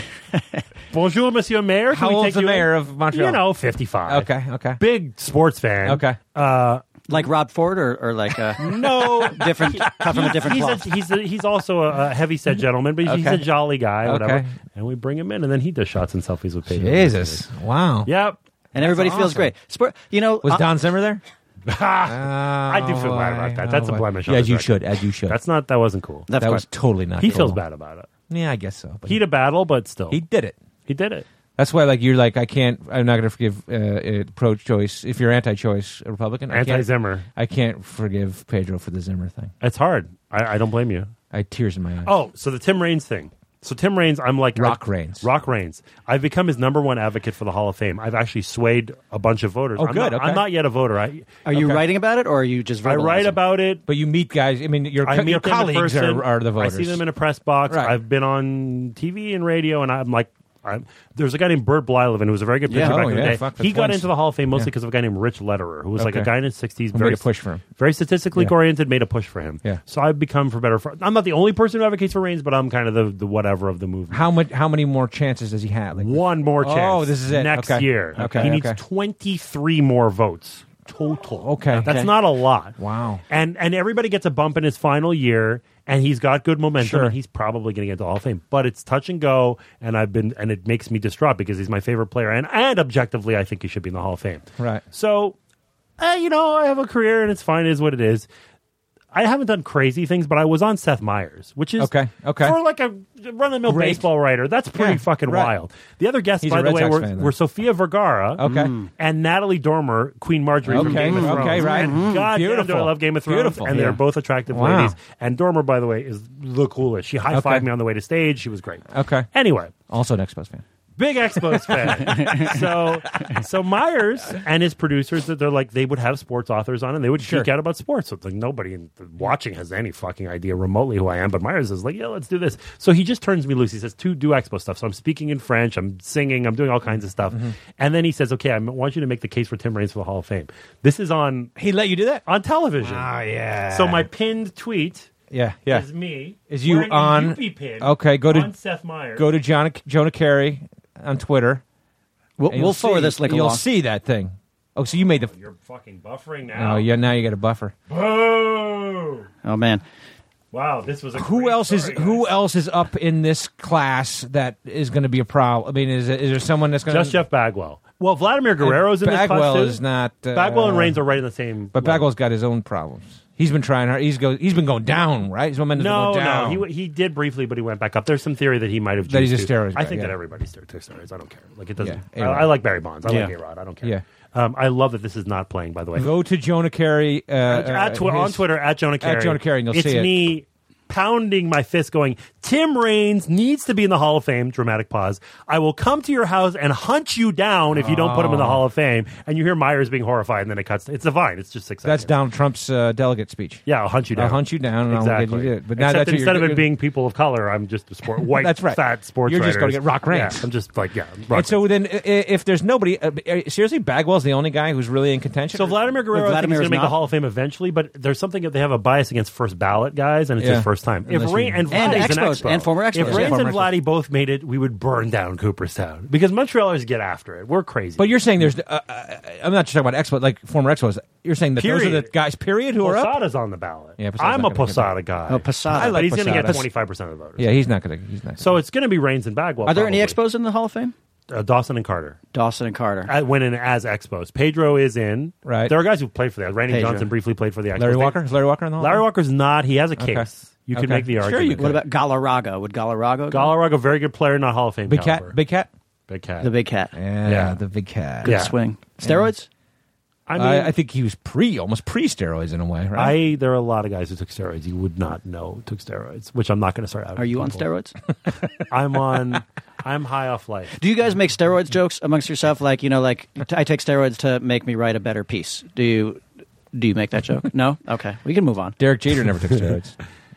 Speaker 6: Bonjour, Monsieur Mayor. Can
Speaker 1: How
Speaker 6: we
Speaker 1: old's
Speaker 6: take
Speaker 1: the
Speaker 6: you in?
Speaker 1: mayor of Montreal?
Speaker 6: You know, fifty-five.
Speaker 1: Okay, okay.
Speaker 6: Big sports fan.
Speaker 1: Okay.
Speaker 6: Uh,
Speaker 2: like Rob Ford or, or like a
Speaker 6: no,
Speaker 2: different cut from a different
Speaker 6: he's
Speaker 2: cloth.
Speaker 6: a, he's a, he's also a, a heavy-set gentleman, but he's
Speaker 1: Okay.
Speaker 6: a jolly guy. Whatever.
Speaker 1: Okay.
Speaker 6: And we bring him in, and then he does shots and selfies with Pedro.
Speaker 1: Jesus. Wow.
Speaker 6: Yep.
Speaker 2: and everybody feels
Speaker 1: awesome.
Speaker 2: great. Sport, you know,
Speaker 1: Was
Speaker 2: uh,
Speaker 1: Don Zimmer there? Oh,
Speaker 6: I do feel bad about that. That's a blemish. on
Speaker 1: As
Speaker 6: his
Speaker 1: you
Speaker 6: record.
Speaker 1: should. As you should.
Speaker 6: That's not. That wasn't cool.
Speaker 2: That-
Speaker 1: that was totally not.
Speaker 6: he
Speaker 1: cool.
Speaker 6: feels bad about it.
Speaker 1: Yeah, I guess so. But
Speaker 6: Heat a battle, but still,
Speaker 1: he
Speaker 6: he,
Speaker 1: did it.
Speaker 6: did it.
Speaker 1: That's why, like, you're like, I can't. I'm not going to forgive uh, uh, pro-choice if you're anti-choice a Republican. I can't-
Speaker 6: Anti-Zimmer.
Speaker 1: I can't forgive Pedro for the Zimmer thing.
Speaker 6: It's hard. I, I don't blame you.
Speaker 1: I had tears in my eyes.
Speaker 6: Oh, so the Tim Raines thing. So Tim Raines, I'm like
Speaker 1: Rock
Speaker 6: I-
Speaker 1: Raines.
Speaker 6: Rock Raines. I've become his number one advocate for the Hall of Fame. I've actually swayed a bunch of voters.
Speaker 1: Oh,
Speaker 6: I'm
Speaker 1: good,
Speaker 6: Not,
Speaker 1: okay.
Speaker 6: I'm not yet a voter. I
Speaker 2: are you
Speaker 1: okay.
Speaker 2: writing about it or are you just
Speaker 6: I
Speaker 2: verbalizing?
Speaker 6: write about it.
Speaker 1: But you meet guys. I mean, your
Speaker 6: I
Speaker 1: co-
Speaker 6: meet
Speaker 1: your
Speaker 6: them in
Speaker 1: colleagues
Speaker 6: person.
Speaker 1: are, are the voters.
Speaker 6: I see them in a press box.
Speaker 1: Right.
Speaker 6: I've been on TV and radio, and I'm like, I'm, there's a guy named Bert Blylevin who was a very good pitcher
Speaker 1: Yeah.
Speaker 6: back
Speaker 1: Oh,
Speaker 6: in the
Speaker 1: yeah,
Speaker 6: day.
Speaker 1: fuck, that's
Speaker 6: he got
Speaker 1: one-
Speaker 6: into the Hall of Fame mostly
Speaker 1: Yeah.
Speaker 6: because of a guy named Rich Lederer, who was like
Speaker 1: Okay.
Speaker 6: a guy in his 60s,
Speaker 1: I'm
Speaker 6: very
Speaker 1: ready to push for him.
Speaker 6: very statistically
Speaker 1: Yeah.
Speaker 6: oriented, made a push for him.
Speaker 1: Yeah.
Speaker 6: So I've become for better. For, I'm not the only person who advocates for Reigns, but I'm kind of the, the whatever of the movement.
Speaker 1: How much? How many more chances does he have? Like,
Speaker 6: One more
Speaker 1: Oh,
Speaker 6: chance.
Speaker 1: this is it.
Speaker 6: Next
Speaker 1: Okay.
Speaker 6: year.
Speaker 1: Okay,
Speaker 6: He needs
Speaker 1: okay.
Speaker 6: 23 more votes total.
Speaker 1: Okay.
Speaker 6: That's
Speaker 1: Okay.
Speaker 6: not a lot.
Speaker 1: Wow.
Speaker 6: And and everybody gets a bump in his final year, and he's got good momentum.
Speaker 1: Sure.
Speaker 6: And he's probably going to get to Hall of Fame, but it's touch and go. And I've been and it makes me distraught because he's my favorite player, and and objectively, I think he should be in the Hall of Fame.
Speaker 1: Right.
Speaker 6: So, eh, you know, I have a career, and it's fine. It is what it is. I haven't done crazy things, but I was on Seth Meyers, which is
Speaker 1: Okay, okay.
Speaker 6: for like a run of the mill
Speaker 1: Great.
Speaker 6: baseball writer. That's pretty
Speaker 1: Yeah,
Speaker 6: fucking
Speaker 1: right.
Speaker 6: wild. The other guests,
Speaker 1: He's
Speaker 6: by
Speaker 1: a
Speaker 6: the
Speaker 1: Red
Speaker 6: way,
Speaker 1: Sox
Speaker 6: were,
Speaker 1: fan, then.
Speaker 6: were Sofia Vergara
Speaker 1: Okay.
Speaker 6: and Natalie Dormer, Queen Marjorie from
Speaker 1: Okay,
Speaker 6: Game of Thrones.
Speaker 1: okay, right. Mhm.
Speaker 6: God damn, do
Speaker 1: Beautiful.
Speaker 6: I love Game of Thrones.
Speaker 1: Beautiful.
Speaker 6: And
Speaker 1: Yeah.
Speaker 6: they're both attractive
Speaker 1: Wow.
Speaker 6: ladies. And Dormer, by the way, is the coolest. She high fived
Speaker 1: Okay.
Speaker 6: me on the way to stage. She was great.
Speaker 1: Okay.
Speaker 6: Anyway,
Speaker 1: Also, an Expos fan.
Speaker 6: big Expos fan. so, so Myers and his producers, that they're like they would have sports authors on, and they would geek out about sports. So it's like nobody in- watching has any fucking idea remotely who I am. But Myers is like, yeah, let's do this. So he just turns me loose. He says, "To do Expo stuff." So I'm speaking in French. I'm singing. I'm doing all kinds of stuff.
Speaker 1: Mm-hmm.
Speaker 6: And then he says, "Okay, I want you to make the case for Tim Raines for the Hall of Fame." This is on
Speaker 1: He let you do that?
Speaker 6: on television.
Speaker 1: Ah, yeah.
Speaker 6: So my pinned tweet.
Speaker 1: yeah yeah.
Speaker 6: Is me
Speaker 1: Is you
Speaker 6: wearing a
Speaker 1: on-
Speaker 6: Yuppie pin
Speaker 1: Okay, go to-
Speaker 6: on Seth Myers.
Speaker 1: Go to John, Jonah Carey on Twitter.
Speaker 2: We'll,
Speaker 1: and
Speaker 2: we'll
Speaker 1: you'll
Speaker 2: forward
Speaker 1: see-
Speaker 2: this link
Speaker 1: You'll
Speaker 2: along.
Speaker 1: see that thing. Oh, so you made the.
Speaker 6: You're fucking buffering now.
Speaker 1: Oh yeah, now you got a buffer.
Speaker 6: Boo!
Speaker 2: Oh man,
Speaker 6: Wow, this was a
Speaker 1: Who
Speaker 6: great
Speaker 1: else is
Speaker 6: story, guys.
Speaker 1: Who else is up in this class that is going to be a problem? I mean, is is there someone that's going to
Speaker 6: Just Jeff Bagwell. Well, Vladimir Guerrero's in this
Speaker 1: Bagwell
Speaker 6: class too.
Speaker 1: is not, uh,
Speaker 6: Bagwell and Reigns are right in the same.
Speaker 1: But
Speaker 6: level.
Speaker 1: Bagwell's got his own problems. He's been trying hard. He's go. He's been going down, right? His momentum's been
Speaker 6: No,
Speaker 1: going down.
Speaker 6: no, he, w- he did briefly, but he went back up. There's some theory that he might have.
Speaker 1: That he's
Speaker 6: juiced
Speaker 1: a
Speaker 6: too.
Speaker 1: steroid
Speaker 6: I
Speaker 1: guy,
Speaker 6: think
Speaker 1: yeah.
Speaker 6: that everybody steroid takes steroids. I don't care. Like it doesn't.
Speaker 1: Yeah,
Speaker 6: I,
Speaker 1: A-Rod.
Speaker 6: I like Barry Bonds. I like
Speaker 2: Yeah.
Speaker 6: A Rod. I don't care.
Speaker 1: Yeah.
Speaker 6: Um, I love that this is not playing. By the way,
Speaker 1: Go to Jonah Carey uh,
Speaker 6: at tw-
Speaker 1: uh,
Speaker 6: on
Speaker 1: his-
Speaker 6: Twitter at Jonah Carey.
Speaker 1: Jonah Carey, and you'll
Speaker 6: it's
Speaker 1: see it.
Speaker 6: me pounding my fist, going, "Tim Raines needs to be in the Hall of Fame." Dramatic pause. I will come to your house and hunt you down if you don't put him in the
Speaker 1: Oh.
Speaker 6: Hall of Fame. And you hear Myers being horrified, and then it cuts. It's a vine. It's just six.
Speaker 1: That's
Speaker 6: seconds.
Speaker 1: Donald Trump's uh, delegate speech.
Speaker 6: Yeah, I'll hunt you down.
Speaker 1: I'll hunt you down, and I'll get
Speaker 6: exactly.
Speaker 1: you to- but now
Speaker 6: Except
Speaker 1: that's what you're-
Speaker 6: instead of
Speaker 1: you're-
Speaker 6: it being people of color, I'm just a sport white,
Speaker 1: That's right.
Speaker 6: fat sports.
Speaker 1: You're just gonna
Speaker 6: writers.
Speaker 1: get Rock
Speaker 6: Yeah,
Speaker 1: Raines.
Speaker 6: I'm just like yeah. Rock
Speaker 1: And so then, i- i- if there's nobody, uh, uh, seriously, Bagwell's the only guy who's really in contention.
Speaker 6: So Vladimir Guerrero I think,
Speaker 2: Vladimir
Speaker 6: is going
Speaker 2: is
Speaker 6: to make the
Speaker 2: not.
Speaker 6: Hall of Fame eventually, but there's something that they have a bias against first ballot guys, and it's
Speaker 1: Yeah.
Speaker 6: his first time. If
Speaker 1: Unless
Speaker 6: Rain
Speaker 1: you-
Speaker 6: and
Speaker 2: And
Speaker 6: Vladdy's an
Speaker 2: Expos,
Speaker 6: Expo.
Speaker 2: and former Expos.
Speaker 6: If Reigns
Speaker 1: Yeah.
Speaker 6: and Vladdy both made it, we would burn down Cooperstown because Montrealers get after it. We're crazy.
Speaker 1: But you're saying there's, uh, uh, I'm not just talking about Expo, like former Expos. You're saying that those are the
Speaker 6: Period.
Speaker 1: guys, period, who are up.
Speaker 6: Posada's on the ballot.
Speaker 1: Yeah, Posada's
Speaker 6: I'm
Speaker 1: not
Speaker 6: a
Speaker 1: gonna get
Speaker 6: Posada guy.
Speaker 2: Oh, Posada. I
Speaker 6: but
Speaker 2: like
Speaker 6: he's going to
Speaker 1: Posada.
Speaker 6: get 25 percent of the voters.
Speaker 1: Yeah, he's not gonna. He's not. Gonna.
Speaker 6: So it's going to be Rains and Bagwell.
Speaker 2: are there any
Speaker 6: probably.
Speaker 2: expos in the Hall of Fame?
Speaker 6: uh, Dawson and Carter
Speaker 2: Dawson and Carter.
Speaker 6: I went in as expos. Pedro is in.
Speaker 1: Right.
Speaker 6: There are guys who played for that. Randy
Speaker 2: Pedro.
Speaker 6: Johnson briefly played for the expos.
Speaker 1: Larry
Speaker 6: They-
Speaker 1: Walker? Is Larry Walker on the Hall?
Speaker 6: Larry Walker's not. He has a
Speaker 1: Okay.
Speaker 6: case. You can
Speaker 1: Okay.
Speaker 6: make the
Speaker 1: Sure, you
Speaker 6: argument.
Speaker 1: could.
Speaker 2: What about Galarraga? Would Galarraga? go?
Speaker 6: Galarraga, very good player, not Hall of Fame.
Speaker 1: Big cat?
Speaker 6: caliber.
Speaker 1: Big cat?
Speaker 6: Big cat.
Speaker 2: the big cat.
Speaker 1: Yeah,
Speaker 6: Yeah.
Speaker 1: the big cat.
Speaker 2: Good
Speaker 6: Yeah.
Speaker 2: swing. Steroids?
Speaker 6: I
Speaker 1: I,
Speaker 6: mean,
Speaker 1: I think he was pre, almost pre steroids in a way, right?
Speaker 6: I there are a lot of guys who took steroids. You would not know took steroids, which I'm not going to start out.
Speaker 2: Are you on steroids?
Speaker 6: I'm on. I'm high off life.
Speaker 2: Do you guys make steroids jokes amongst yourself? Like you know, like t- I take steroids to make me write a better piece. Do you? Do you make that joke? No. Okay, we can move on.
Speaker 1: Derek Jeter never took steroids.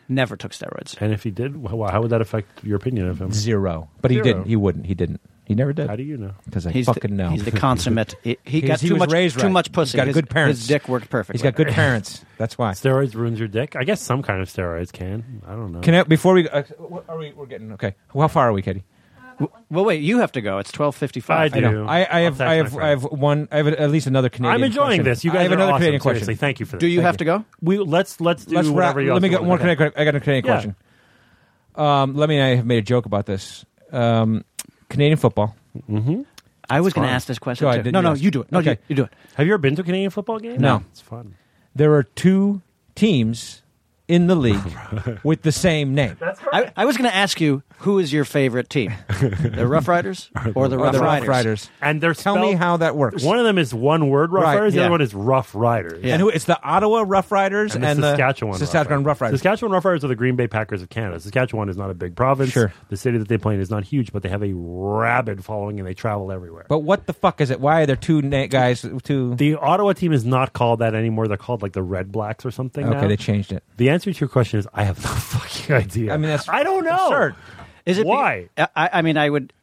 Speaker 2: Never took steroids.
Speaker 6: And if he did, wh- how would that affect your opinion of him?
Speaker 1: Zero. But he did
Speaker 6: Zero.
Speaker 1: didn't. He wouldn't. He didn't. He never
Speaker 6: How do
Speaker 1: did.
Speaker 6: you know?
Speaker 1: Because I
Speaker 2: He's
Speaker 1: fucking
Speaker 2: the,
Speaker 1: know.
Speaker 2: He's the consummate. He, he
Speaker 1: He's-
Speaker 2: got
Speaker 1: he
Speaker 2: too
Speaker 1: was
Speaker 2: much.
Speaker 1: raised
Speaker 2: Too
Speaker 1: right.
Speaker 2: much pussy.
Speaker 1: He's got
Speaker 2: his,
Speaker 1: good parents.
Speaker 2: His dick worked perfectly.
Speaker 1: He's got good parents. That's why.
Speaker 6: Steroids ruins your dick. I guess some kind of steroids can. I don't know.
Speaker 1: Can I, before we uh, what are we? We're getting okay. How far are we, Katie?
Speaker 2: Well, wait. You have to go. It's twelve fifty-five.
Speaker 6: I do.
Speaker 1: I, I
Speaker 6: I'll
Speaker 1: have,
Speaker 6: text
Speaker 1: I
Speaker 6: my
Speaker 1: have,
Speaker 6: friend.
Speaker 1: I have one. I have at least another Canadian.
Speaker 6: I'm enjoying
Speaker 1: question.
Speaker 6: this. You guys
Speaker 1: I have
Speaker 6: are
Speaker 1: another
Speaker 6: awesome.
Speaker 1: Canadian question.
Speaker 6: Seriously, thank you for this.
Speaker 2: Do you
Speaker 6: Thank
Speaker 2: have to go?
Speaker 6: We let's let's do
Speaker 1: Let's wrap.
Speaker 6: whatever you
Speaker 1: Let me
Speaker 6: guys
Speaker 1: get
Speaker 6: want.
Speaker 1: one. Canadian, I got a Canadian
Speaker 6: Yeah.
Speaker 1: question. Um, let me. I have made a joke about this. Um, Canadian football.
Speaker 2: I was going to
Speaker 6: fine.
Speaker 2: ask this question
Speaker 1: Go ahead, did
Speaker 2: too. No,
Speaker 1: you
Speaker 2: no,
Speaker 1: ask?
Speaker 2: you do it. No,
Speaker 1: Okay.
Speaker 2: you, you do it.
Speaker 6: Have you ever been to a Canadian football game?
Speaker 1: No.
Speaker 6: it's fun.
Speaker 1: There are two teams in the league with the same name.
Speaker 2: I, I was going to ask you who is your favorite team, the Rough Riders or the
Speaker 1: Or
Speaker 2: Rough
Speaker 1: the Rough
Speaker 2: Riders?
Speaker 1: Riders.
Speaker 6: And they're
Speaker 1: Tell me
Speaker 6: spelled-
Speaker 1: how that works.
Speaker 6: One of them is one word Rough
Speaker 1: Right,
Speaker 6: Riders. The
Speaker 2: yeah.
Speaker 6: other one is Rough Riders.
Speaker 2: Yeah.
Speaker 1: and who? It's the Ottawa Rough Riders
Speaker 6: And,
Speaker 1: and,
Speaker 6: the
Speaker 1: the
Speaker 6: Saskatchewan,
Speaker 1: Saskatchewan Rough Riders.
Speaker 6: Saskatchewan Rough Riders are the Green Bay Packers of Canada. Saskatchewan is not a big province.
Speaker 1: Sure.
Speaker 6: The city that they play in is not huge, but they have a rabid following and they travel everywhere.
Speaker 1: But what the fuck is it? Why are there two na- guys? Two.
Speaker 6: the Ottawa team is not called that anymore. They're called like the Red Blacks or something.
Speaker 1: okay,
Speaker 6: now.
Speaker 1: they changed it.
Speaker 6: The answer to your question is I have no fucking idea.
Speaker 1: I mean, that's
Speaker 6: I don't know.
Speaker 1: absurd.
Speaker 2: Is it be-
Speaker 6: Why?
Speaker 2: I, I mean, I would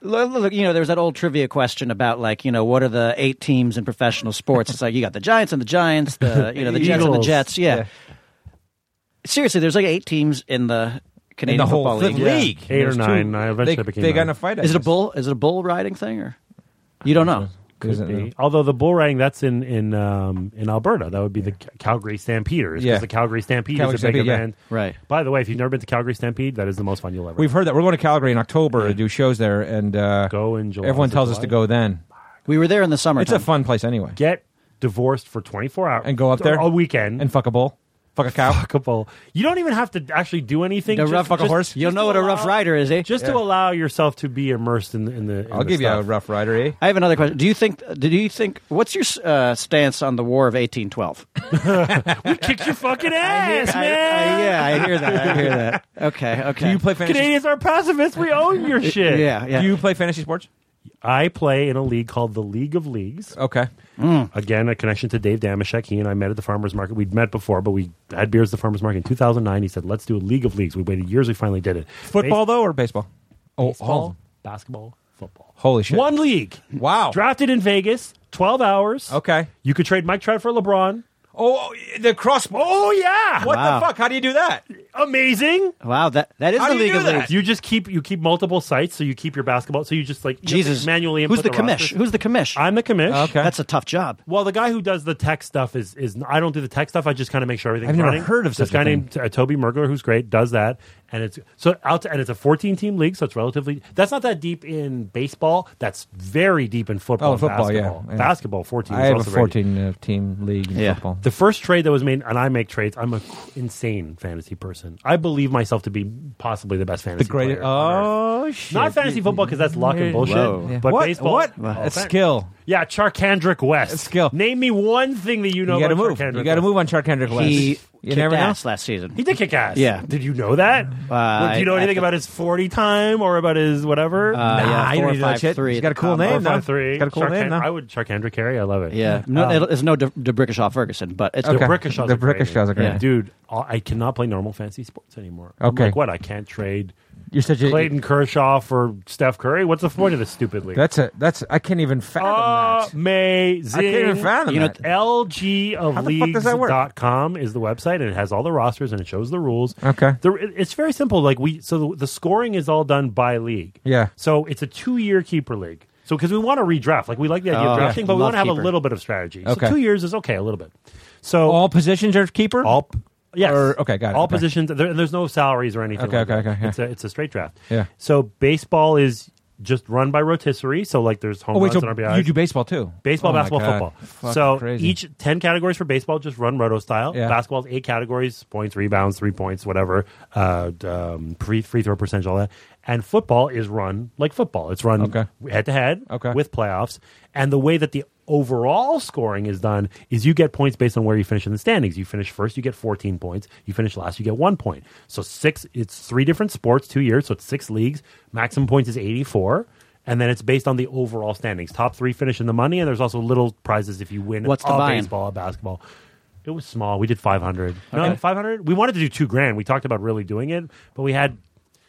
Speaker 2: look, look. You know, there's that old trivia question about like you know what are the eight teams in professional sports? It's like you got the Giants and the Giants, the you know the Jets and the
Speaker 6: Eagles.
Speaker 2: Jets. Yeah. Seriously, there's like eight teams in the Canadian
Speaker 1: in the whole
Speaker 2: Football
Speaker 1: league.
Speaker 2: League.
Speaker 1: league.
Speaker 6: Eight or
Speaker 1: There's
Speaker 6: nine.
Speaker 1: two-
Speaker 6: I eventually
Speaker 1: they,
Speaker 6: became
Speaker 1: They got
Speaker 6: nine.
Speaker 1: in a fight. I
Speaker 2: Is it a
Speaker 1: guess.
Speaker 2: bull? Is it a bull riding thing or you don't know?
Speaker 1: Isn't it?
Speaker 6: Be. Although the bull riding that's in in um, in Alberta, that would be the Ca- Calgary Stampeders.
Speaker 1: Yeah.
Speaker 6: because the Calgary Stampede
Speaker 1: Calgary
Speaker 6: is a bigger
Speaker 1: Stampede, yeah.
Speaker 6: band.
Speaker 2: Right.
Speaker 6: By the way, if you've never been to Calgary Stampede, that is the most fun you'll ever.
Speaker 1: We've heard that we're going to Calgary in October to do shows there, and uh,
Speaker 6: Go in July.
Speaker 1: Everyone
Speaker 6: Is it
Speaker 1: tells us
Speaker 6: July?
Speaker 1: to go then.
Speaker 2: We were there in the summer.
Speaker 1: It's a fun place anyway.
Speaker 6: get divorced for 24 hours
Speaker 1: And go up there
Speaker 6: a weekend
Speaker 1: and fuck a bull, fuck a cow.
Speaker 6: fuckable. You don't even have to actually do anything.
Speaker 2: The
Speaker 6: just,
Speaker 2: rough
Speaker 1: fuck a
Speaker 6: just-
Speaker 1: horse.
Speaker 2: You'll
Speaker 6: just
Speaker 2: know
Speaker 6: to
Speaker 2: what a
Speaker 6: allow-
Speaker 2: Rough Rider is, eh?
Speaker 6: Just to allow yourself to be immersed in, the- in the. in
Speaker 1: I'll
Speaker 6: the
Speaker 1: give you a
Speaker 6: stuff.
Speaker 1: rough rider, eh?
Speaker 2: I have another question. Do you think? Did you think? What's your uh, stance on the War of 1812?
Speaker 6: Kick your fucking ass,
Speaker 2: I- I-
Speaker 6: man.
Speaker 2: yeah, I hear that. I hear that. Okay. Okay.
Speaker 1: Do you play fantasy?
Speaker 6: Canadians are pacifists. We own your shit.
Speaker 2: Yeah. Yeah.
Speaker 1: Do you play fantasy sports?
Speaker 6: I play in a league called the League of Leagues.
Speaker 1: Okay,
Speaker 6: Again, a connection to Dave Damashek. He and I met at the farmers market. We'd met before, but we had beers at the farmers market in 2009. He said, "Let's do a League of Leagues." We waited years. We finally did it.
Speaker 1: football though or baseball?
Speaker 6: Base-
Speaker 1: Oh, all of
Speaker 6: baseball,
Speaker 1: them.
Speaker 6: basketball, football.
Speaker 1: Holy shit!
Speaker 6: One league.
Speaker 1: Wow.
Speaker 6: Drafted in Vegas, 12 hours.
Speaker 1: Okay.
Speaker 6: You could trade Mike Trout for LeBron.
Speaker 1: Oh, the cross.
Speaker 6: Oh, yeah.
Speaker 1: What
Speaker 2: Wow.
Speaker 1: the fuck? How do you do that?
Speaker 6: Amazing.
Speaker 2: wow. That that is
Speaker 1: How
Speaker 2: the
Speaker 1: do you
Speaker 2: League
Speaker 1: do
Speaker 2: of
Speaker 1: that?
Speaker 2: Leagues.
Speaker 6: You just keep you keep multiple sites, so you keep your basketball. So you just like you
Speaker 2: Jesus.
Speaker 6: just manually input
Speaker 2: Who's the, commish?
Speaker 6: rosters.
Speaker 2: Who's the commish?
Speaker 6: I'm the commish.
Speaker 1: Okay.
Speaker 2: That's a tough job.
Speaker 6: Well, the guy who does the tech stuff is is I don't do the tech stuff. I just kind of make sure everything's
Speaker 1: I've never
Speaker 6: running.
Speaker 1: heard of
Speaker 6: this
Speaker 1: such a
Speaker 6: guy
Speaker 1: thing.
Speaker 6: named uh, Toby Mergler, who's great, does that, and it's so out and it's a 14 team league, so it's relatively that's not that deep in baseball. That's very deep in football.
Speaker 1: Oh,
Speaker 6: and
Speaker 1: football, yeah,
Speaker 6: basketball.
Speaker 1: yeah.
Speaker 6: Basketball 14.
Speaker 1: I
Speaker 6: is
Speaker 1: have a
Speaker 6: also very deep.
Speaker 1: fourteen uh, team league in
Speaker 2: Yeah.
Speaker 1: football.
Speaker 6: The first trade that was made, and I make trades. I'm a cr- insane fantasy person. I believe myself to be possibly the best fantasy.
Speaker 1: The greatest.
Speaker 6: player on earth.
Speaker 1: Oh shit!
Speaker 6: not fantasy football because that's luck and bullshit.
Speaker 2: Whoa.
Speaker 1: Yeah.
Speaker 6: But
Speaker 1: what?
Speaker 6: baseball,
Speaker 1: What?
Speaker 6: Oh,
Speaker 1: It's
Speaker 6: fan-
Speaker 1: skill.
Speaker 6: Yeah, Charkandrick West.
Speaker 1: skill.
Speaker 6: Name me one thing that you know
Speaker 1: you got to
Speaker 6: about
Speaker 1: move.
Speaker 6: Charkandrick
Speaker 1: You got to
Speaker 6: West.
Speaker 1: move on Char Kendrick West.
Speaker 2: He
Speaker 1: you
Speaker 2: kicked
Speaker 1: never know.
Speaker 2: ass last season.
Speaker 6: He did kick ass.
Speaker 2: Yeah. Uh,
Speaker 6: Did you know that? Well, do you
Speaker 2: I-
Speaker 6: know
Speaker 2: I
Speaker 6: anything
Speaker 2: think-
Speaker 6: about his 40 time or about his whatever?
Speaker 2: Uh,
Speaker 1: Nah,
Speaker 2: yeah,
Speaker 1: you don't
Speaker 2: four,
Speaker 1: need to know that
Speaker 2: five,
Speaker 1: shit.
Speaker 2: three
Speaker 1: He's
Speaker 2: at
Speaker 1: got a
Speaker 2: the
Speaker 1: cool
Speaker 2: combo.
Speaker 1: name, though.
Speaker 6: Five, three.
Speaker 1: He's got a cool
Speaker 6: Charkand-
Speaker 1: name, though.
Speaker 6: I would Charkandrick Carey. I love it.
Speaker 2: Yeah. No, it'll it's no De- DeBrickashaw Ferguson, but it's
Speaker 1: Okay.
Speaker 6: The Brickishaws
Speaker 1: The
Speaker 6: are great.
Speaker 1: Brickishaws are great.
Speaker 2: Yeah.
Speaker 6: Dude, I I cannot play normal fantasy sports anymore. I'm
Speaker 1: Okay.
Speaker 6: like, what? I can't trade
Speaker 1: You're such a
Speaker 6: Clayton Kershaw for Steph Curry? What's the point of this stupid league?
Speaker 1: That's a that's I can't even fathom
Speaker 6: Uh,
Speaker 1: that.
Speaker 6: Amazing.
Speaker 1: I can't even fathom
Speaker 2: You know,
Speaker 1: that. How the fuck does that work?
Speaker 6: LGofleagues.com is the website, and it has all the rosters and it shows the rules.
Speaker 1: Okay.
Speaker 6: The, it's very simple. Like we, so the, the scoring is all done by league.
Speaker 1: Yeah.
Speaker 6: So it's a two-year keeper league. So because we want to redraft, like we like the idea
Speaker 2: Oh,
Speaker 6: of drafting,
Speaker 2: yeah.
Speaker 6: but we
Speaker 2: Love
Speaker 6: want to have
Speaker 2: keeper.
Speaker 6: a little bit of strategy.
Speaker 1: Okay.
Speaker 6: So two years is okay, a little bit. So
Speaker 1: All positions are keeper.
Speaker 6: all p- yes.
Speaker 1: Or- okay, got it.
Speaker 6: All
Speaker 1: Okay.
Speaker 6: positions. There, there's no salaries or anything.
Speaker 1: Okay,
Speaker 6: like
Speaker 1: okay,
Speaker 6: that.
Speaker 1: okay, yeah.
Speaker 6: It's a it's a straight draft.
Speaker 1: Yeah.
Speaker 6: So baseball is just run by rotisserie. So like there's home
Speaker 1: Oh wait,
Speaker 6: runs
Speaker 1: so
Speaker 6: and RBIs.
Speaker 1: you do baseball too?
Speaker 6: Baseball,
Speaker 1: Oh, my
Speaker 6: basketball,
Speaker 1: God.
Speaker 6: football.
Speaker 1: Fucking
Speaker 6: so
Speaker 1: crazy.
Speaker 6: each ten categories for baseball, just run roto style.
Speaker 1: Yeah.
Speaker 6: Basketball's eight categories: points, rebounds, three points, whatever, uh, d- um, free free throw percentage, all that. And football is run like football. It's run
Speaker 1: Okay.
Speaker 6: head to head
Speaker 1: Okay.
Speaker 6: with playoffs. And the way that the overall scoring is done is you get points based on where you finish in the standings. You finish first, you get 14 points. You finish last, you get one point. So six, it's three different sports, two years. So it's six leagues. Maximum points is 84. And then it's based on the overall standings. Top three finish in the money. And there's also little prizes if you win
Speaker 2: What's the
Speaker 6: all
Speaker 2: buy-in?
Speaker 6: baseball, basketball. It was small. We did 500. No, 500. We wanted to do two grand. We talked about really doing it, but we had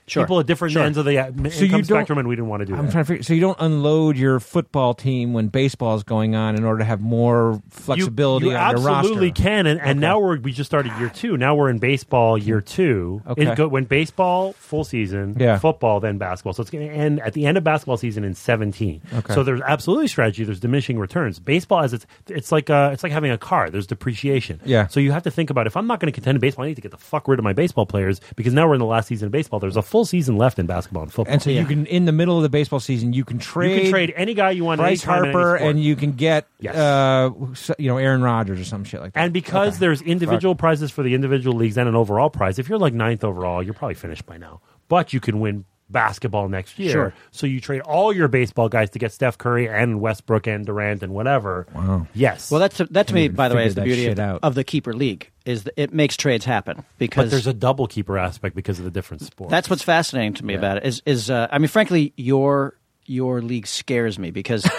Speaker 2: Sure.
Speaker 6: people at different
Speaker 2: Sure.
Speaker 6: ends of the uh,
Speaker 1: So you
Speaker 6: income
Speaker 1: don't-
Speaker 6: spectrum, and we didn't want to do
Speaker 1: I'm
Speaker 6: that.
Speaker 1: trying to figure. So you don't unload your football team when baseball is going on in order to have more
Speaker 6: You-
Speaker 1: flexibility
Speaker 6: You,
Speaker 1: on your roster.
Speaker 6: absolutely can, and, and now we're we just started year two. Now we're in baseball year two.
Speaker 1: Okay.
Speaker 6: It go, when baseball full season,
Speaker 1: Yeah.
Speaker 6: football then basketball. So it's going to end at the end of basketball season in seventeen.
Speaker 1: Okay.
Speaker 6: So there's absolutely strategy. There's diminishing returns. Baseball as it's it's like uh, it's like having a car. There's depreciation.
Speaker 1: Yeah.
Speaker 6: So you have to think about if I'm not going to contend in baseball, I need to get the fuck rid of my baseball players because now we're in the last season of baseball. There's a full season left in basketball and football.
Speaker 1: And so you can, in the middle of the baseball season, you can
Speaker 6: you
Speaker 1: trade,
Speaker 6: can trade any guy you want.
Speaker 1: Bryce
Speaker 6: anytime in any
Speaker 1: Harper,
Speaker 6: sport.
Speaker 1: and you can get,
Speaker 6: Yes.
Speaker 1: uh, you know, Aaron Rodgers or some shit like that.
Speaker 6: And because there's individual prizes for the individual leagues and an overall prize, if you're like ninth overall, you're probably finished by now. But you can win basketball next year.
Speaker 2: Sure.
Speaker 6: So you trade all your baseball guys to get Steph Curry and Westbrook and Durant and whatever. Wow. Yes.
Speaker 2: Well, that's that to me,
Speaker 1: even
Speaker 2: by the
Speaker 1: figure
Speaker 2: way, is the
Speaker 1: that
Speaker 2: beauty
Speaker 1: shit
Speaker 2: of the,
Speaker 1: out.
Speaker 2: of the keeper league is that it makes trades happen because
Speaker 6: but there's a double keeper aspect because of the different sports.
Speaker 2: That's what's fascinating to me about it is is uh, I mean, frankly, your your league scares me because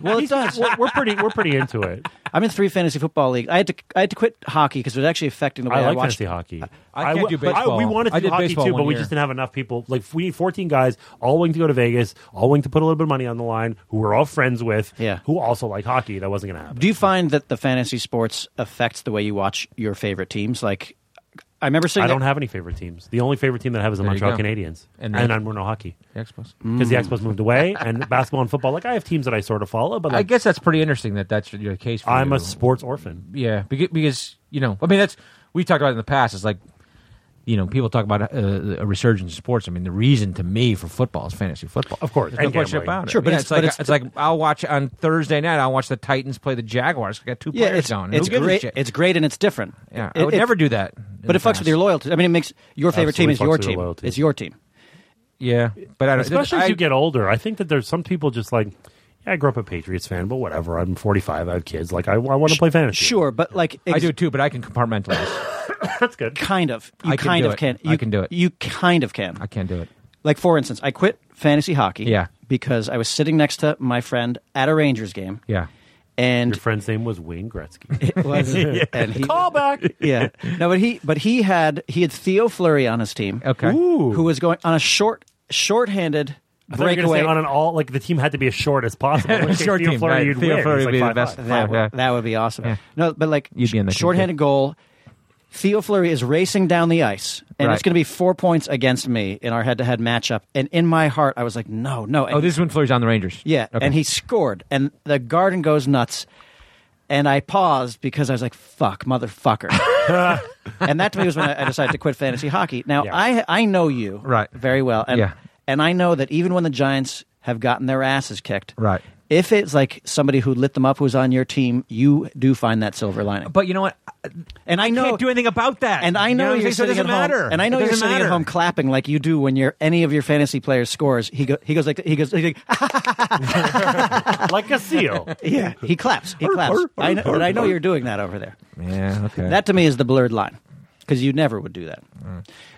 Speaker 2: well, it does.
Speaker 6: we're, we're pretty we're pretty into it.
Speaker 2: I'm in three fantasy football league. I had to I had to quit hockey because it was actually affecting the way
Speaker 6: I
Speaker 2: I,
Speaker 6: like
Speaker 2: watched.
Speaker 6: fantasy hockey.
Speaker 1: I can't
Speaker 6: w-
Speaker 1: do
Speaker 6: but
Speaker 1: baseball.
Speaker 6: we wanted to
Speaker 1: I
Speaker 6: do
Speaker 1: did
Speaker 6: hockey
Speaker 1: baseball
Speaker 6: too,
Speaker 1: one
Speaker 6: but we
Speaker 1: year.
Speaker 6: just didn't have enough people. Like we need 14 guys, all willing to go to Vegas, all willing to put a little bit of money on the line, who we're all friends with,
Speaker 2: Yeah.
Speaker 6: who also like hockey. That wasn't going to happen.
Speaker 2: Do you find that the fantasy sports affects the way you watch your favorite teams? Like, I remember sitting.
Speaker 6: I don't
Speaker 2: there-
Speaker 6: have any favorite teams. The only favorite team that I have is the
Speaker 1: There you
Speaker 6: Montreal
Speaker 1: go.
Speaker 6: Canadiens, and,
Speaker 1: And
Speaker 6: and
Speaker 1: then- Mm.
Speaker 6: I'm no hockey
Speaker 1: Expos.
Speaker 6: because the Expos moved away, and basketball and football. Like I have teams that I sort of follow, but
Speaker 1: I
Speaker 6: like,
Speaker 1: guess that's pretty interesting that that's your case. For
Speaker 6: I'm
Speaker 1: you.
Speaker 6: a sports orphan.
Speaker 1: yeah, because, because you know, I mean, that's we talked about it in the past. It's like you know, people talk about uh, a resurgence in sports. I mean, the reason to me for football is fantasy football.
Speaker 6: Of course,
Speaker 1: There's no
Speaker 6: and
Speaker 1: question
Speaker 6: gambling.
Speaker 1: about it.
Speaker 2: Sure, but
Speaker 1: Yeah,
Speaker 2: it's-
Speaker 1: it's, like
Speaker 2: but it's-
Speaker 1: it's like I'll watch on Thursday night. I'll watch the Titans play the Jaguars. I got two
Speaker 2: Yeah,
Speaker 1: players
Speaker 2: it's,
Speaker 1: gone.
Speaker 2: it's
Speaker 1: Who gives a
Speaker 2: great.
Speaker 1: shit?
Speaker 2: It's great and it's different.
Speaker 1: yeah, I
Speaker 2: It-
Speaker 1: would
Speaker 2: it-
Speaker 1: never do that.
Speaker 2: But it fucks with your loyalty. I mean, it makes your favorite
Speaker 6: Absolutely
Speaker 2: team is your
Speaker 6: fucks with your
Speaker 2: team.
Speaker 6: loyalty.
Speaker 2: It's your team.
Speaker 1: Yeah, but I don't,
Speaker 6: Especially
Speaker 1: I,
Speaker 6: as you get older, I think that there's some people just like, yeah, I grew up a Patriots fan, but whatever. I'm 45. I have kids. Like I, I want to play fantasy.
Speaker 2: Sure, but like
Speaker 1: I
Speaker 2: ex-
Speaker 1: do too, but I can compartmentalize.
Speaker 6: that's good.
Speaker 2: kind of. You
Speaker 1: I can
Speaker 2: kind
Speaker 1: do
Speaker 2: of
Speaker 1: it.
Speaker 2: can.
Speaker 1: I
Speaker 2: You
Speaker 1: can do it.
Speaker 2: You kind of can.
Speaker 1: I can't do it.
Speaker 2: Like for instance, I quit fantasy hockey.
Speaker 1: Yeah.
Speaker 2: Because I was sitting next to my friend at a Rangers game.
Speaker 1: Yeah,
Speaker 2: And
Speaker 6: Your friend's name was Wayne Gretzky.
Speaker 2: it was and he
Speaker 6: Call back.
Speaker 2: Yeah. No, but he but he had he had Theo Fleury on his team.
Speaker 1: Okay.
Speaker 6: Ooh.
Speaker 2: Who was going on a short shorthanded
Speaker 6: I thought you were gonna
Speaker 2: breakaway.
Speaker 6: say on an all like the team had to be as short as possible. In which case,
Speaker 1: Short
Speaker 6: Theo
Speaker 1: team,
Speaker 6: Fleury,
Speaker 1: right.
Speaker 6: you'd
Speaker 1: Theo
Speaker 6: win.
Speaker 1: Fleury
Speaker 6: He's
Speaker 1: would be the
Speaker 6: like
Speaker 1: best.
Speaker 6: 5'5".
Speaker 2: that,
Speaker 1: Yeah, yeah.
Speaker 2: that would be awesome.
Speaker 1: Yeah.
Speaker 2: No, but like
Speaker 1: You'd be in the team,
Speaker 2: shorthanded goal. Theo Fleury is racing down the ice, and it's
Speaker 1: Right.
Speaker 2: going to be four points against me in our head-to-head matchup. And in my heart, I was like, "No, no." And
Speaker 1: Oh, this is when Fleury's on the Rangers.
Speaker 2: Yeah,
Speaker 1: Okay.
Speaker 2: and he scored, and the garden goes nuts. And I paused because I was like, "Fuck, motherfucker!" and that to me was when I, I decided to quit fantasy hockey. Now
Speaker 6: Yeah.
Speaker 2: I I know you
Speaker 1: Right.
Speaker 2: very well, and
Speaker 1: Yeah.
Speaker 2: and I know that even when the Giants have gotten their asses kicked,
Speaker 1: Right.
Speaker 2: If it's like somebody who lit them up who's on your team, you do find that silver lining.
Speaker 1: But you know what?
Speaker 2: and I know
Speaker 1: can't do anything about that.
Speaker 2: And I
Speaker 1: You know
Speaker 2: know,
Speaker 1: what I'm
Speaker 2: you're
Speaker 1: saying? So it
Speaker 2: sitting at
Speaker 1: doesn't
Speaker 2: home,
Speaker 1: matter.
Speaker 2: and I know
Speaker 1: It
Speaker 2: you're
Speaker 1: doesn't
Speaker 2: sitting at
Speaker 1: matter.
Speaker 2: home clapping like you do when your any of your fantasy players scores. He go, he goes like he goes he goes,
Speaker 6: like a seal.
Speaker 2: Yeah, he claps. He claps. I know, and I know you're doing that over there.
Speaker 1: Yeah. Okay.
Speaker 2: That to me is the blurred line because you never would do that.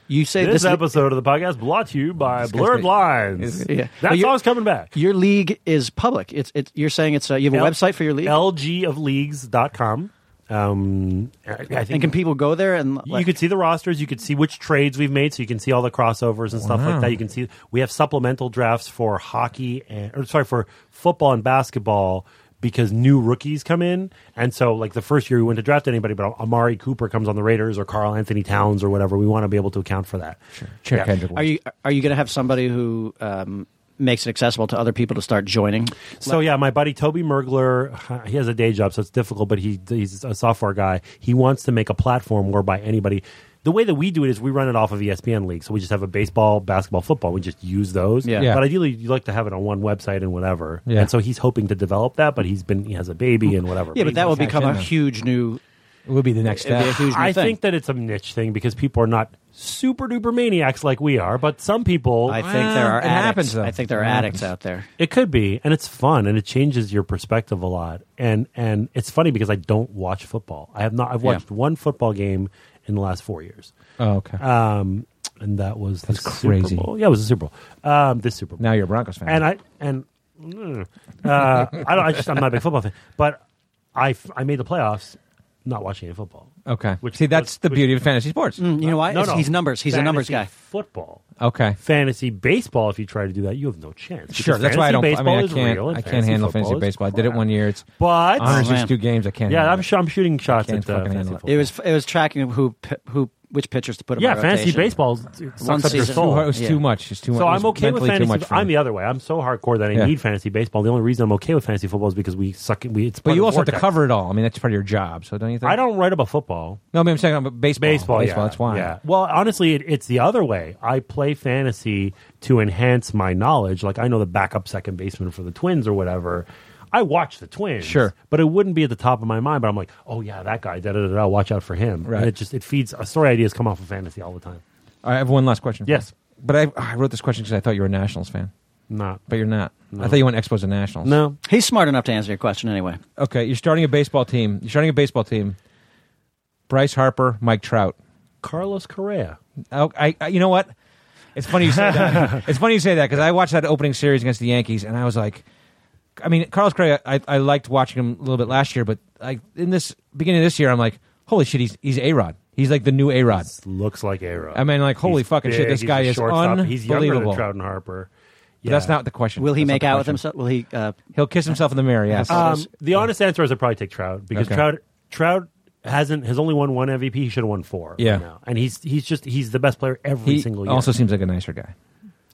Speaker 2: You say
Speaker 6: This
Speaker 2: this,
Speaker 6: episode of the podcast brought to you by Blurred
Speaker 1: good.
Speaker 6: Lines.
Speaker 2: Yeah. Well,
Speaker 6: That
Speaker 2: you're-
Speaker 6: song's coming back.
Speaker 2: Your league is public. It's it's. You're saying it's. Uh, you have a
Speaker 6: L-
Speaker 2: website for your league,
Speaker 6: LGofleagues.com. Um, I I
Speaker 2: and
Speaker 6: think
Speaker 2: can people go there and
Speaker 6: you could see the rosters. You could see which trades we've made, so you can see all the crossovers and stuff like that. You can see we have supplemental drafts for hockey and or sorry for football and basketball because new rookies come in, and so like the first year we went to draft anybody, but Amari Cooper comes on the Raiders or Carl Anthony Towns or whatever. We want to be able to account for that.
Speaker 1: Sure,
Speaker 6: Yeah.
Speaker 1: Kendrick.
Speaker 2: Are you are you going to have somebody who um, makes it accessible to other people to start joining?
Speaker 6: So yeah, my buddy Toby Mergler, he has a day job, so it's difficult. But he he's a software guy. He wants to make a platform whereby anybody the way that we do it is we run it off of E ESPN League. So we just have a baseball, basketball, football. We just use those.
Speaker 2: Yeah.
Speaker 1: Yeah.
Speaker 6: But ideally, you like to have it on one website and whatever.
Speaker 1: Yeah.
Speaker 6: And so he's hoping to develop that, but he's been he has a baby and whatever.
Speaker 2: Yeah, but that will
Speaker 1: Baby's
Speaker 2: become
Speaker 1: back
Speaker 2: a
Speaker 1: in there.
Speaker 2: huge new.
Speaker 1: It would be the next
Speaker 2: It'd be a
Speaker 1: step.
Speaker 2: huge new
Speaker 6: I
Speaker 2: thing.
Speaker 6: think that it's a niche thing because people are not super duper maniacs like we are, but some people
Speaker 2: I think there
Speaker 1: Well,
Speaker 2: are
Speaker 1: it
Speaker 2: addicts.
Speaker 1: happens, though.
Speaker 2: I think there are
Speaker 1: It
Speaker 2: addicts
Speaker 1: happens.
Speaker 2: out there.
Speaker 6: It could be, and it's fun, and it changes your perspective a lot. And and it's funny because I don't watch football. I have not. I've
Speaker 2: Yeah.
Speaker 6: watched one football game in the last four years,
Speaker 1: Oh, okay.
Speaker 6: um, and that was
Speaker 1: That's
Speaker 6: the
Speaker 1: crazy.
Speaker 6: Super Bowl. Yeah, it was the Super Bowl. Um, this Super Bowl.
Speaker 1: now you're a Broncos fan.
Speaker 6: and I and mm, uh, I don't. I just I'm not a big football fan, but I f- I made the playoffs not watching any football.
Speaker 1: okay.
Speaker 6: Which-
Speaker 1: See, that's the
Speaker 6: which-
Speaker 1: beauty of fantasy sports.
Speaker 2: You know why?
Speaker 6: No,
Speaker 2: It's-
Speaker 6: no.
Speaker 2: He's numbers. He's a numbers
Speaker 6: Fantasy
Speaker 2: guy.
Speaker 6: Football
Speaker 1: Okay.
Speaker 6: fantasy baseball. If you try to do that, you have no chance.
Speaker 1: Sure.
Speaker 6: Because
Speaker 1: That's why I don't.
Speaker 6: fantasy
Speaker 1: I mean, I
Speaker 6: baseball is real
Speaker 1: can't.
Speaker 6: and
Speaker 1: I can't handle fantasy
Speaker 6: football is
Speaker 1: baseball. I did it
Speaker 6: crap.
Speaker 1: one year. It's
Speaker 6: But
Speaker 1: honestly
Speaker 2: man.
Speaker 1: it's two games. I can't.
Speaker 6: yeah,
Speaker 1: handle
Speaker 6: I'm,
Speaker 1: it.
Speaker 6: sh- I'm shooting shots
Speaker 1: can't
Speaker 6: at uh,
Speaker 1: fucking handle it.
Speaker 6: fantasy football.
Speaker 2: It was it was tracking who p- who which pitchers to put him.
Speaker 6: yeah,
Speaker 2: in
Speaker 6: fantasy
Speaker 2: rotation.
Speaker 6: baseball sucks up your
Speaker 2: season.
Speaker 1: Too hard- It
Speaker 6: soul.
Speaker 1: was
Speaker 2: Yeah.
Speaker 1: too much. It's too much.
Speaker 6: So
Speaker 1: it was
Speaker 6: I'm okay with
Speaker 1: mentally too
Speaker 6: fantasy.
Speaker 1: much for me.
Speaker 6: I'm the other way. I'm so hardcore that I
Speaker 1: Yeah.
Speaker 6: need fantasy baseball. The only reason I'm okay with fantasy football is because we suck. We it's part
Speaker 1: But
Speaker 6: of
Speaker 1: you
Speaker 6: the
Speaker 1: also have to
Speaker 6: vortex.
Speaker 1: cover it all. I mean, that's part of your job. So don't you think?
Speaker 6: I don't write about football.
Speaker 1: No, I mean, I'm saying about baseball.
Speaker 6: Baseball, yeah.
Speaker 1: That's why.
Speaker 6: Yeah. Well, honestly, it, it's the other way. I play fantasy to enhance my knowledge. Like I know the backup second baseman for the Twins or whatever. I watch the Twins,
Speaker 1: Sure.
Speaker 6: but it wouldn't be at the top of my mind. But I'm like, oh yeah, that guy. Da da da. da watch out for him.
Speaker 1: Right.
Speaker 6: And it just it feeds uh, story ideas come off of fantasy all the time.
Speaker 1: I have one last question.
Speaker 6: Yes.
Speaker 1: But I, I wrote this question because I thought you were a Nationals fan,
Speaker 6: Not
Speaker 1: but you're not. I thought you went Expos and Nationals.
Speaker 6: no.
Speaker 2: He's smart enough to answer your question anyway.
Speaker 1: Okay, you're starting a baseball team. You're starting a baseball team. Bryce Harper, Mike Trout.
Speaker 6: Carlos Correa.
Speaker 1: Oh, I, I, you know what? It's funny you say that. it's funny you say that because I watched that opening series against the Yankees, and I was like, I mean, Carlos Correa, I, I liked watching him a little bit last year, but like in this beginning of this year, I'm like, holy shit, he's he's a Rod. He's like the new a Rod.
Speaker 6: Looks like Aaron.
Speaker 1: I mean, like, holy fucking shit, this guy is
Speaker 6: He's younger
Speaker 1: unbelievable.
Speaker 6: than Trout and Harper.
Speaker 1: But that's not the question.
Speaker 2: Will he
Speaker 1: That's not
Speaker 2: make
Speaker 1: the
Speaker 2: out with
Speaker 1: question.
Speaker 2: himself? Will he? Uh,
Speaker 1: He'll kiss himself in the mirror. Yes.
Speaker 6: Um, the honest answer is I probably take Trout because
Speaker 1: Okay.
Speaker 6: Trout Trout hasn't has only won one MVP. He should have won four.
Speaker 1: Yeah.
Speaker 6: now. and he's he's just he's the best player every
Speaker 1: he
Speaker 6: single year.
Speaker 1: also seems like a nicer guy.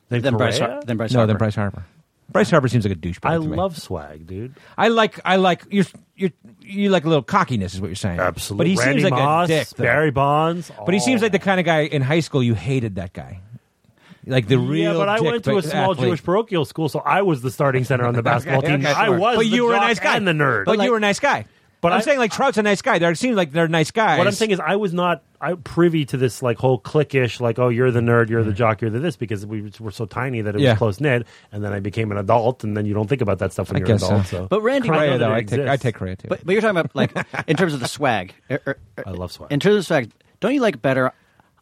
Speaker 6: Then
Speaker 2: then Bryce.
Speaker 6: Correa?
Speaker 2: Har- Then Bryce.
Speaker 1: no,
Speaker 2: Harper.
Speaker 1: than Bryce Harper. Bryce Harper seems like a douchebag.
Speaker 6: I
Speaker 1: to me.
Speaker 6: love swag, dude.
Speaker 1: I like. I like. You're. You're. You like a little cockiness, is what you're saying. But he
Speaker 6: Randy
Speaker 1: seems like a
Speaker 6: Moss,
Speaker 1: dick. though.
Speaker 6: Barry Bonds.
Speaker 1: But he
Speaker 6: all
Speaker 1: seems like the
Speaker 6: that.
Speaker 1: kind of guy in high school you hated that guy. Like the real.
Speaker 6: yeah, but I
Speaker 1: dick
Speaker 6: went to a
Speaker 1: but
Speaker 6: small
Speaker 1: athlete.
Speaker 6: Jewish parochial school, so I was the starting center on the basketball team.
Speaker 1: Okay,
Speaker 6: I
Speaker 1: sure.
Speaker 6: was,
Speaker 1: But
Speaker 6: the
Speaker 1: you were a
Speaker 6: jock
Speaker 1: nice guy
Speaker 6: and the nerd.
Speaker 1: But
Speaker 2: like-
Speaker 1: you were a nice guy. But
Speaker 6: But
Speaker 1: I'm
Speaker 6: I-
Speaker 1: saying like Trout's a nice guy. They seem like they're nice guys.
Speaker 6: What I'm saying is, I was not. I privy to this like whole cliquish, like, oh, you're the nerd, you're the jock, you're the this, because we were so tiny that it
Speaker 1: Mm-hmm. Yeah.
Speaker 6: was close knit, and then I became an adult, and then you don't think about that stuff when
Speaker 1: I
Speaker 6: you're
Speaker 1: guess
Speaker 6: an adult.
Speaker 1: so.
Speaker 6: So.
Speaker 2: But Randy,
Speaker 6: I know
Speaker 1: Correa,
Speaker 6: that
Speaker 1: though,
Speaker 6: it
Speaker 1: I take. I
Speaker 6: exists.
Speaker 1: take Correa too.
Speaker 2: But, but you're talking about like in terms of the swag. er, er, er,
Speaker 6: I love swag.
Speaker 2: In terms of swag, don't you like better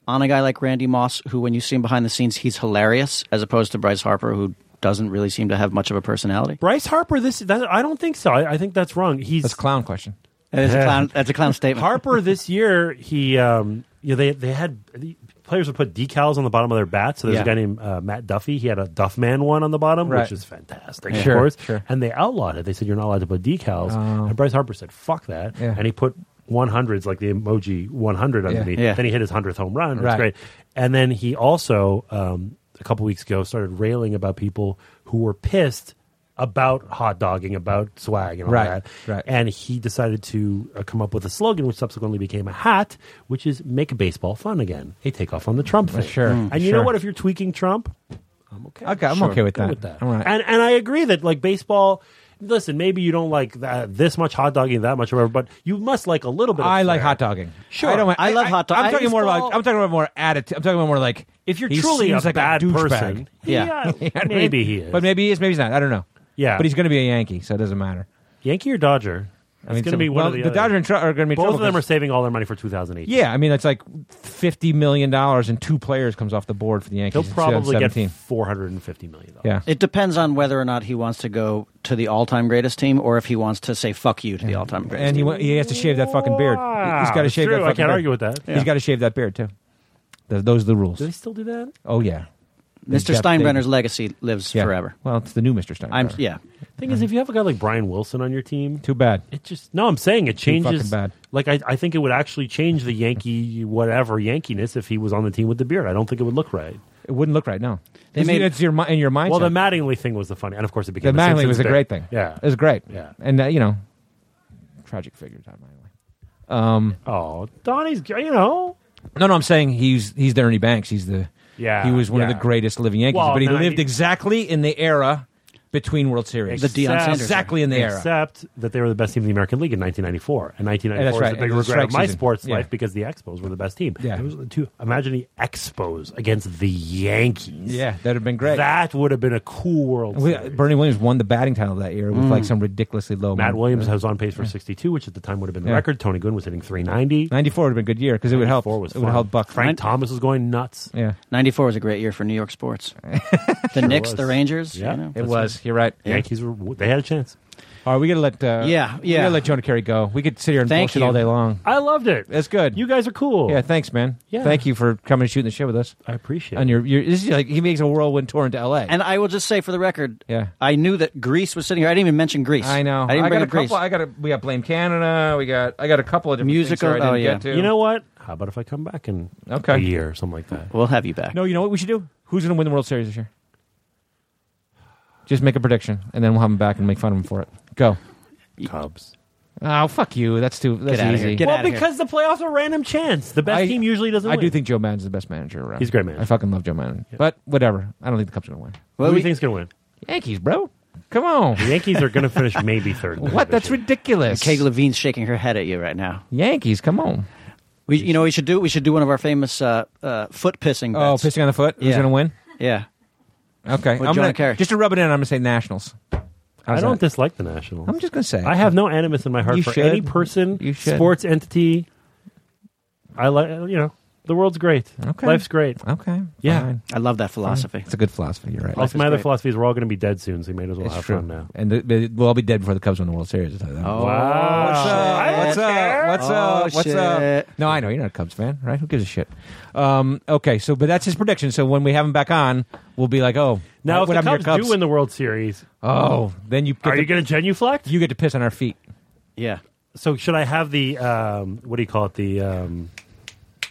Speaker 2: on a guy like Randy Moss, who when you see him behind the scenes, he's hilarious, as opposed to Bryce Harper, who doesn't really seem to have much of a personality.
Speaker 6: Bryce Harper, this that, I don't think so. I, I think that's wrong. He's
Speaker 1: That's a clown question.
Speaker 2: That is a clown, that's a clown statement.
Speaker 6: Harper this year. He, um, you know, they they had the players would put decals on the bottom of their bats. So there's
Speaker 2: Yeah.
Speaker 6: a guy named uh, Matt Duffy. He had a Duffman one on the bottom,
Speaker 1: Right.
Speaker 6: which is fantastic, of
Speaker 1: Sure,
Speaker 6: course.
Speaker 1: sure. Oh.
Speaker 6: And they outlawed it. They said you're not allowed to put decals. And Bryce Harper said, "Fuck that,"
Speaker 1: Yeah.
Speaker 6: and he put. 100s like the emoji 100 underneath.
Speaker 2: Yeah.
Speaker 6: Then he hit his 100th home run. It's
Speaker 1: Right.
Speaker 6: great. And then he also, um, a couple weeks ago, started railing about people who were pissed about hot dogging, about swag and all
Speaker 1: Right,
Speaker 6: that.
Speaker 1: right.
Speaker 6: And he decided to uh, come up with a slogan, which subsequently became a hat, which is "Make baseball fun again." A takeoff on the Trump thing.
Speaker 1: sure,
Speaker 6: And you
Speaker 1: sure.
Speaker 6: know what? If you're tweaking Trump, I'm okay.
Speaker 1: Okay, I'm okay with
Speaker 6: good
Speaker 1: that.
Speaker 6: With that.
Speaker 1: All right.
Speaker 6: And and I agree that like baseball. Listen, maybe you don't like that, this much hot dogging, that much, or whatever, but you must like a little bit. Of
Speaker 1: I like
Speaker 6: flair.
Speaker 1: hot dogging.
Speaker 6: Sure.
Speaker 1: I, don't want-
Speaker 2: I love hot dog-
Speaker 1: I'm talking
Speaker 2: I-
Speaker 1: more
Speaker 2: baseball-
Speaker 1: like I'm talking about more attitude. I'm talking about more like
Speaker 6: If you're
Speaker 1: he
Speaker 6: truly a
Speaker 1: seems like
Speaker 6: bad
Speaker 1: douchebag.
Speaker 6: person,
Speaker 2: Yeah.
Speaker 1: I mean,
Speaker 6: maybe he is.
Speaker 1: but maybe he is, maybe he's not. I don't know.
Speaker 6: Yeah.
Speaker 1: but he's going to be a Yankee, so it doesn't matter.
Speaker 6: Yankee or Dodger? It's
Speaker 1: I mean,
Speaker 6: going to
Speaker 1: so-
Speaker 6: be one
Speaker 1: well,
Speaker 6: of the,
Speaker 1: the
Speaker 6: other.
Speaker 1: Dodgers and Trout are going to be in
Speaker 6: Both of
Speaker 1: trouble
Speaker 6: them are
Speaker 1: 'cause-
Speaker 6: saving all their money for 2008.
Speaker 1: Yeah, I mean that's like fifty million dollars and two players comes off the board for the Yankees.
Speaker 6: he'll
Speaker 1: in
Speaker 6: probably get
Speaker 1: 2017.
Speaker 6: four hundred and fifty million dollars.
Speaker 1: yeah.
Speaker 2: It depends on whether or not he wants to go to the all-time greatest team, or if he wants to say "fuck you" to the all-time greatest.
Speaker 1: and he
Speaker 2: team.
Speaker 1: wa- he has to shave that fucking beard.
Speaker 6: Wow.
Speaker 1: He's got to
Speaker 6: It's
Speaker 1: shave
Speaker 6: Ah, true.
Speaker 1: that.
Speaker 6: I
Speaker 1: Fucking
Speaker 6: can't
Speaker 1: beard.
Speaker 6: argue with that.
Speaker 1: He's got to shave that beard too. Th- Those are the rules.
Speaker 6: Do they still do that?
Speaker 1: Oh yeah,
Speaker 2: Mr.
Speaker 1: Jeff
Speaker 2: Steinbrenner's
Speaker 1: Davis.
Speaker 2: legacy lives
Speaker 1: Yeah.
Speaker 2: forever.
Speaker 1: Well, it's the new Mister Stein.
Speaker 2: I'm yeah.
Speaker 6: Thing is, if you have a guy like Brian Wilson on your team,
Speaker 1: Too bad.
Speaker 6: it just no. I'm saying it
Speaker 1: Too fucking
Speaker 6: changes.
Speaker 1: bad.
Speaker 6: Like I, I think it would actually change the Yankee whatever Yankiness if he was on the team with the beard. I don't think it would look right.
Speaker 1: It wouldn't look right now.
Speaker 2: They
Speaker 1: It's-
Speaker 2: made-
Speaker 1: it's your mi- in your mindset.
Speaker 6: Well, the Mattingly thing was the funny, and of course it
Speaker 1: The
Speaker 6: became. a
Speaker 1: Mattingly
Speaker 6: Simpsons
Speaker 1: was a
Speaker 6: bit.
Speaker 1: great thing.
Speaker 6: Yeah.
Speaker 1: it was great.
Speaker 6: Yeah.
Speaker 1: and uh, you know, tragic figure Todd Mattingly.
Speaker 6: Oh, Donnie's. You know,
Speaker 1: No, no, I'm saying he's he's the Ernie Banks. He's the
Speaker 6: Yeah,
Speaker 1: He was one of
Speaker 6: yeah.
Speaker 1: the greatest living Yankees,
Speaker 6: Well,
Speaker 1: but he
Speaker 6: no,
Speaker 1: lived
Speaker 6: he-
Speaker 1: exactly in the era between World Series.
Speaker 2: The Deion
Speaker 6: Except-
Speaker 2: Sanders.
Speaker 1: exactly in the era.
Speaker 6: Except that they were the best team in the American League in 1994, and 1994
Speaker 1: Yeah, that's
Speaker 6: is a big
Speaker 1: right. It was a
Speaker 6: regret of
Speaker 1: strike
Speaker 6: my
Speaker 1: season.
Speaker 6: sports
Speaker 1: Yeah.
Speaker 6: life because the Expos were the best team.
Speaker 1: Yeah.
Speaker 6: It was the two- imagine the Expos against the Yankees.
Speaker 1: Yeah, that'd have been great.
Speaker 6: That would have been a cool World
Speaker 1: We-
Speaker 6: Series.
Speaker 1: Bernie Williams won the batting title that year with like some ridiculously low.
Speaker 6: Matt
Speaker 1: one.
Speaker 6: Williams was on pace for 62, which at the time would have been the
Speaker 1: Yeah.
Speaker 6: record. Tony Gwynn was hitting 390.
Speaker 1: 94 would have been a good year because it would help.
Speaker 6: Four was
Speaker 1: it would
Speaker 6: fun.
Speaker 1: help Buck.
Speaker 6: Frank Thomas was going nuts.
Speaker 1: Yeah,
Speaker 2: 94 was a great year for New York sports. The Knicks,
Speaker 6: was.
Speaker 2: the Rangers.
Speaker 6: Yeah.
Speaker 2: You know?
Speaker 1: it
Speaker 6: That's
Speaker 1: was. You're right.
Speaker 6: Yankees were they had a chance.
Speaker 1: All right, we gotta let. Uh,
Speaker 2: Yeah,
Speaker 1: We
Speaker 2: yeah.
Speaker 1: gotta let Jonah Carey go. We could sit here and
Speaker 2: Thank
Speaker 1: bullshit
Speaker 2: you.
Speaker 1: all day long.
Speaker 6: I loved it.
Speaker 1: That's good.
Speaker 6: You guys are cool.
Speaker 1: Yeah, thanks, man.
Speaker 6: Yeah.
Speaker 1: Thank you for coming and shooting the shit with us.
Speaker 6: I appreciate
Speaker 1: On
Speaker 6: it.
Speaker 1: your, your, this is like he makes a whirlwind tour into L.A.
Speaker 2: And I will just say for the record,
Speaker 1: Yeah.
Speaker 2: I knew that Greece was sitting here. I didn't even mention Greece.
Speaker 1: I know.
Speaker 2: I didn't
Speaker 1: got
Speaker 2: bring
Speaker 1: a
Speaker 2: up Greece.
Speaker 1: couple. I got a. We got Blame Canada. We got. I got a couple of different
Speaker 2: Musical-
Speaker 1: Things there I didn't
Speaker 2: oh, yeah.
Speaker 1: Get to.
Speaker 6: You know what? How about if I come back in
Speaker 1: Okay.
Speaker 6: a year or something like that?
Speaker 2: We'll have you back.
Speaker 1: No, you know what we should do? Who's going to win the World Series this year? Just make a prediction, and then we'll have him back and make fun of him for it. Go.
Speaker 6: Cubs.
Speaker 1: Oh, fuck you. That's too. That's
Speaker 2: outta
Speaker 1: easy.
Speaker 2: here. Get
Speaker 6: well,
Speaker 2: outta here.
Speaker 6: because the playoffs are random chance. The best
Speaker 1: I-
Speaker 6: team usually doesn't
Speaker 1: I
Speaker 6: win.
Speaker 1: do think Joe Madden's the best manager around.
Speaker 6: He's a great manager.
Speaker 1: I fucking love Joe Madden. But whatever. I don't think the Cubs are going to win.
Speaker 6: Who
Speaker 2: Well,
Speaker 6: do
Speaker 2: we-
Speaker 6: you think's going to win?
Speaker 1: Yankees, bro. Come on.
Speaker 6: The Yankees are going to finish maybe third. in the
Speaker 1: what? That's
Speaker 6: division.
Speaker 1: ridiculous.
Speaker 2: Kay Levine's shaking her head at you right now.
Speaker 1: Yankees, come on.
Speaker 2: We, you know, we should do we should do one of our famous uh, uh, foot pissing.
Speaker 1: Oh,
Speaker 2: bets.
Speaker 1: pissing on the foot. Who's
Speaker 2: Yeah.
Speaker 1: going to win?
Speaker 2: Yeah,
Speaker 1: Okay.
Speaker 2: With
Speaker 1: I'm
Speaker 2: John
Speaker 1: gonna,
Speaker 2: Kerry.
Speaker 1: Just to rub it in, I'm going to say Nationals.
Speaker 6: I
Speaker 1: How's
Speaker 6: don't
Speaker 1: that?
Speaker 6: dislike the Nationals.
Speaker 1: I'm just going to say. it.
Speaker 6: I have no animus in my heart
Speaker 1: You
Speaker 6: for
Speaker 1: should.
Speaker 6: any person,
Speaker 1: You should.
Speaker 6: sports entity. I like you know the world's great.
Speaker 1: Okay.
Speaker 6: Life's great.
Speaker 1: Okay.
Speaker 6: Yeah.
Speaker 1: fine.
Speaker 2: I love that philosophy.
Speaker 1: It's a good philosophy. You're right.
Speaker 6: also, my other
Speaker 2: great.
Speaker 6: philosophy is we're all going to be dead soon, so you may as well
Speaker 1: It's
Speaker 6: have
Speaker 1: true.
Speaker 6: fun now.
Speaker 1: And the, the, we'll all be dead before the Cubs win the World Series. I'll tell you that.
Speaker 2: Oh,
Speaker 6: Wow.
Speaker 1: What's up? What's up? What's
Speaker 2: Oh,
Speaker 1: up? What's
Speaker 2: shit.
Speaker 1: up? No, I know you're not a Cubs fan, right? Who gives a shit? Um, okay, so but that's his prediction. So when we have him back on, we'll be like, oh,
Speaker 6: Now, if
Speaker 1: what
Speaker 6: the
Speaker 1: happened
Speaker 6: Cubs,
Speaker 1: to your
Speaker 6: do win the World Series,
Speaker 1: oh, then you get
Speaker 6: are
Speaker 1: to,
Speaker 6: you going to genuflect?
Speaker 1: you get to piss on our feet.
Speaker 2: yeah.
Speaker 6: so should I have the um, what do you call it? The um,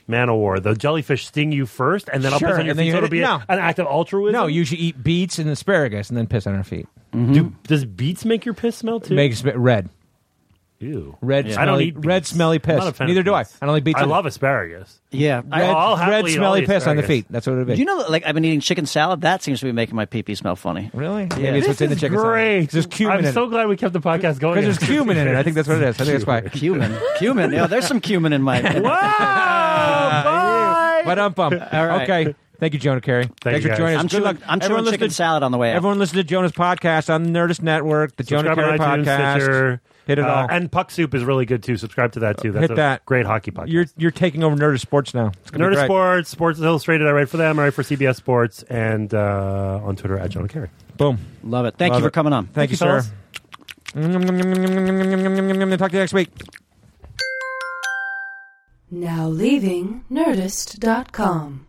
Speaker 6: man o' war, the jellyfish sting you first, and then I'll
Speaker 1: Sure,
Speaker 6: piss on your
Speaker 1: and then
Speaker 6: feet.
Speaker 1: you
Speaker 6: so
Speaker 1: hit
Speaker 6: it'll
Speaker 1: it-
Speaker 6: be
Speaker 1: no.
Speaker 6: an act of altruism.
Speaker 1: No, you should eat beets and asparagus and then piss on our feet.
Speaker 6: do. Does beets make your piss smell too?
Speaker 1: Makes it red,
Speaker 6: Ew.
Speaker 1: red,
Speaker 6: I
Speaker 1: smelly,
Speaker 6: don't eat
Speaker 1: red
Speaker 6: beets.
Speaker 1: smelly
Speaker 6: I'm
Speaker 1: piss.
Speaker 6: not a fan of
Speaker 1: Neither do I.
Speaker 6: beets.
Speaker 1: I don't like beets.
Speaker 6: I
Speaker 1: either.
Speaker 6: love asparagus.
Speaker 2: Yeah, I-
Speaker 1: red,
Speaker 6: Well, I'll
Speaker 1: red
Speaker 6: happily eat all
Speaker 1: smelly
Speaker 6: the
Speaker 1: piss on the
Speaker 6: asparagus.
Speaker 1: feet. That's what it would be.
Speaker 2: you know, like I've been eating chicken salad. That seems to be making my pee pee smell funny.
Speaker 1: really? Maybe
Speaker 2: Yeah.
Speaker 1: it's
Speaker 2: This
Speaker 1: what's in the chicken. salad.
Speaker 6: Great.
Speaker 1: 'Cause There's cumin
Speaker 6: I'm
Speaker 1: in
Speaker 6: so
Speaker 1: it.
Speaker 6: glad we kept the podcast going.
Speaker 1: Because there's cumin in it. I think that's what it is. I think that's why.
Speaker 2: Cumin, cumin. Yeah, there's some cumin in my.
Speaker 6: Ah, Wow!
Speaker 1: But um, bum.
Speaker 2: right.
Speaker 1: Okay. Thank you, Jonah Carey. Thanks
Speaker 6: you,
Speaker 1: for
Speaker 6: guys.
Speaker 1: joining us.
Speaker 2: I'm
Speaker 1: Good luck.
Speaker 2: chewing, I'm chewing
Speaker 1: everyone listen
Speaker 2: chicken
Speaker 1: to,
Speaker 2: salad on the way. Out.
Speaker 1: Everyone listen to Jonah's podcast on the Nerdist Network, the Jonah
Speaker 6: Subscribe
Speaker 1: Carey
Speaker 6: on iTunes,
Speaker 1: podcast.
Speaker 6: Stitcher.
Speaker 1: Hit it
Speaker 6: Uh,
Speaker 1: all.
Speaker 6: And Puck Soup is really good too. Subscribe to that too. That's
Speaker 1: Hit
Speaker 6: a
Speaker 1: that.
Speaker 6: great hockey podcast.
Speaker 1: you're you're taking over Nerdist Sports now. It's gonna be
Speaker 6: Nerd
Speaker 1: great.
Speaker 6: Sports, Sports Illustrated. I write for them. I write for CBS Sports and uh, on Twitter at John Carey.
Speaker 1: Boom.
Speaker 2: Love it. Thank
Speaker 1: Love
Speaker 2: you for
Speaker 1: it.
Speaker 2: coming on.
Speaker 1: Thank, you, sir. Mm-hmm. Talk to you next week.
Speaker 3: Now leaving Nerdist.com.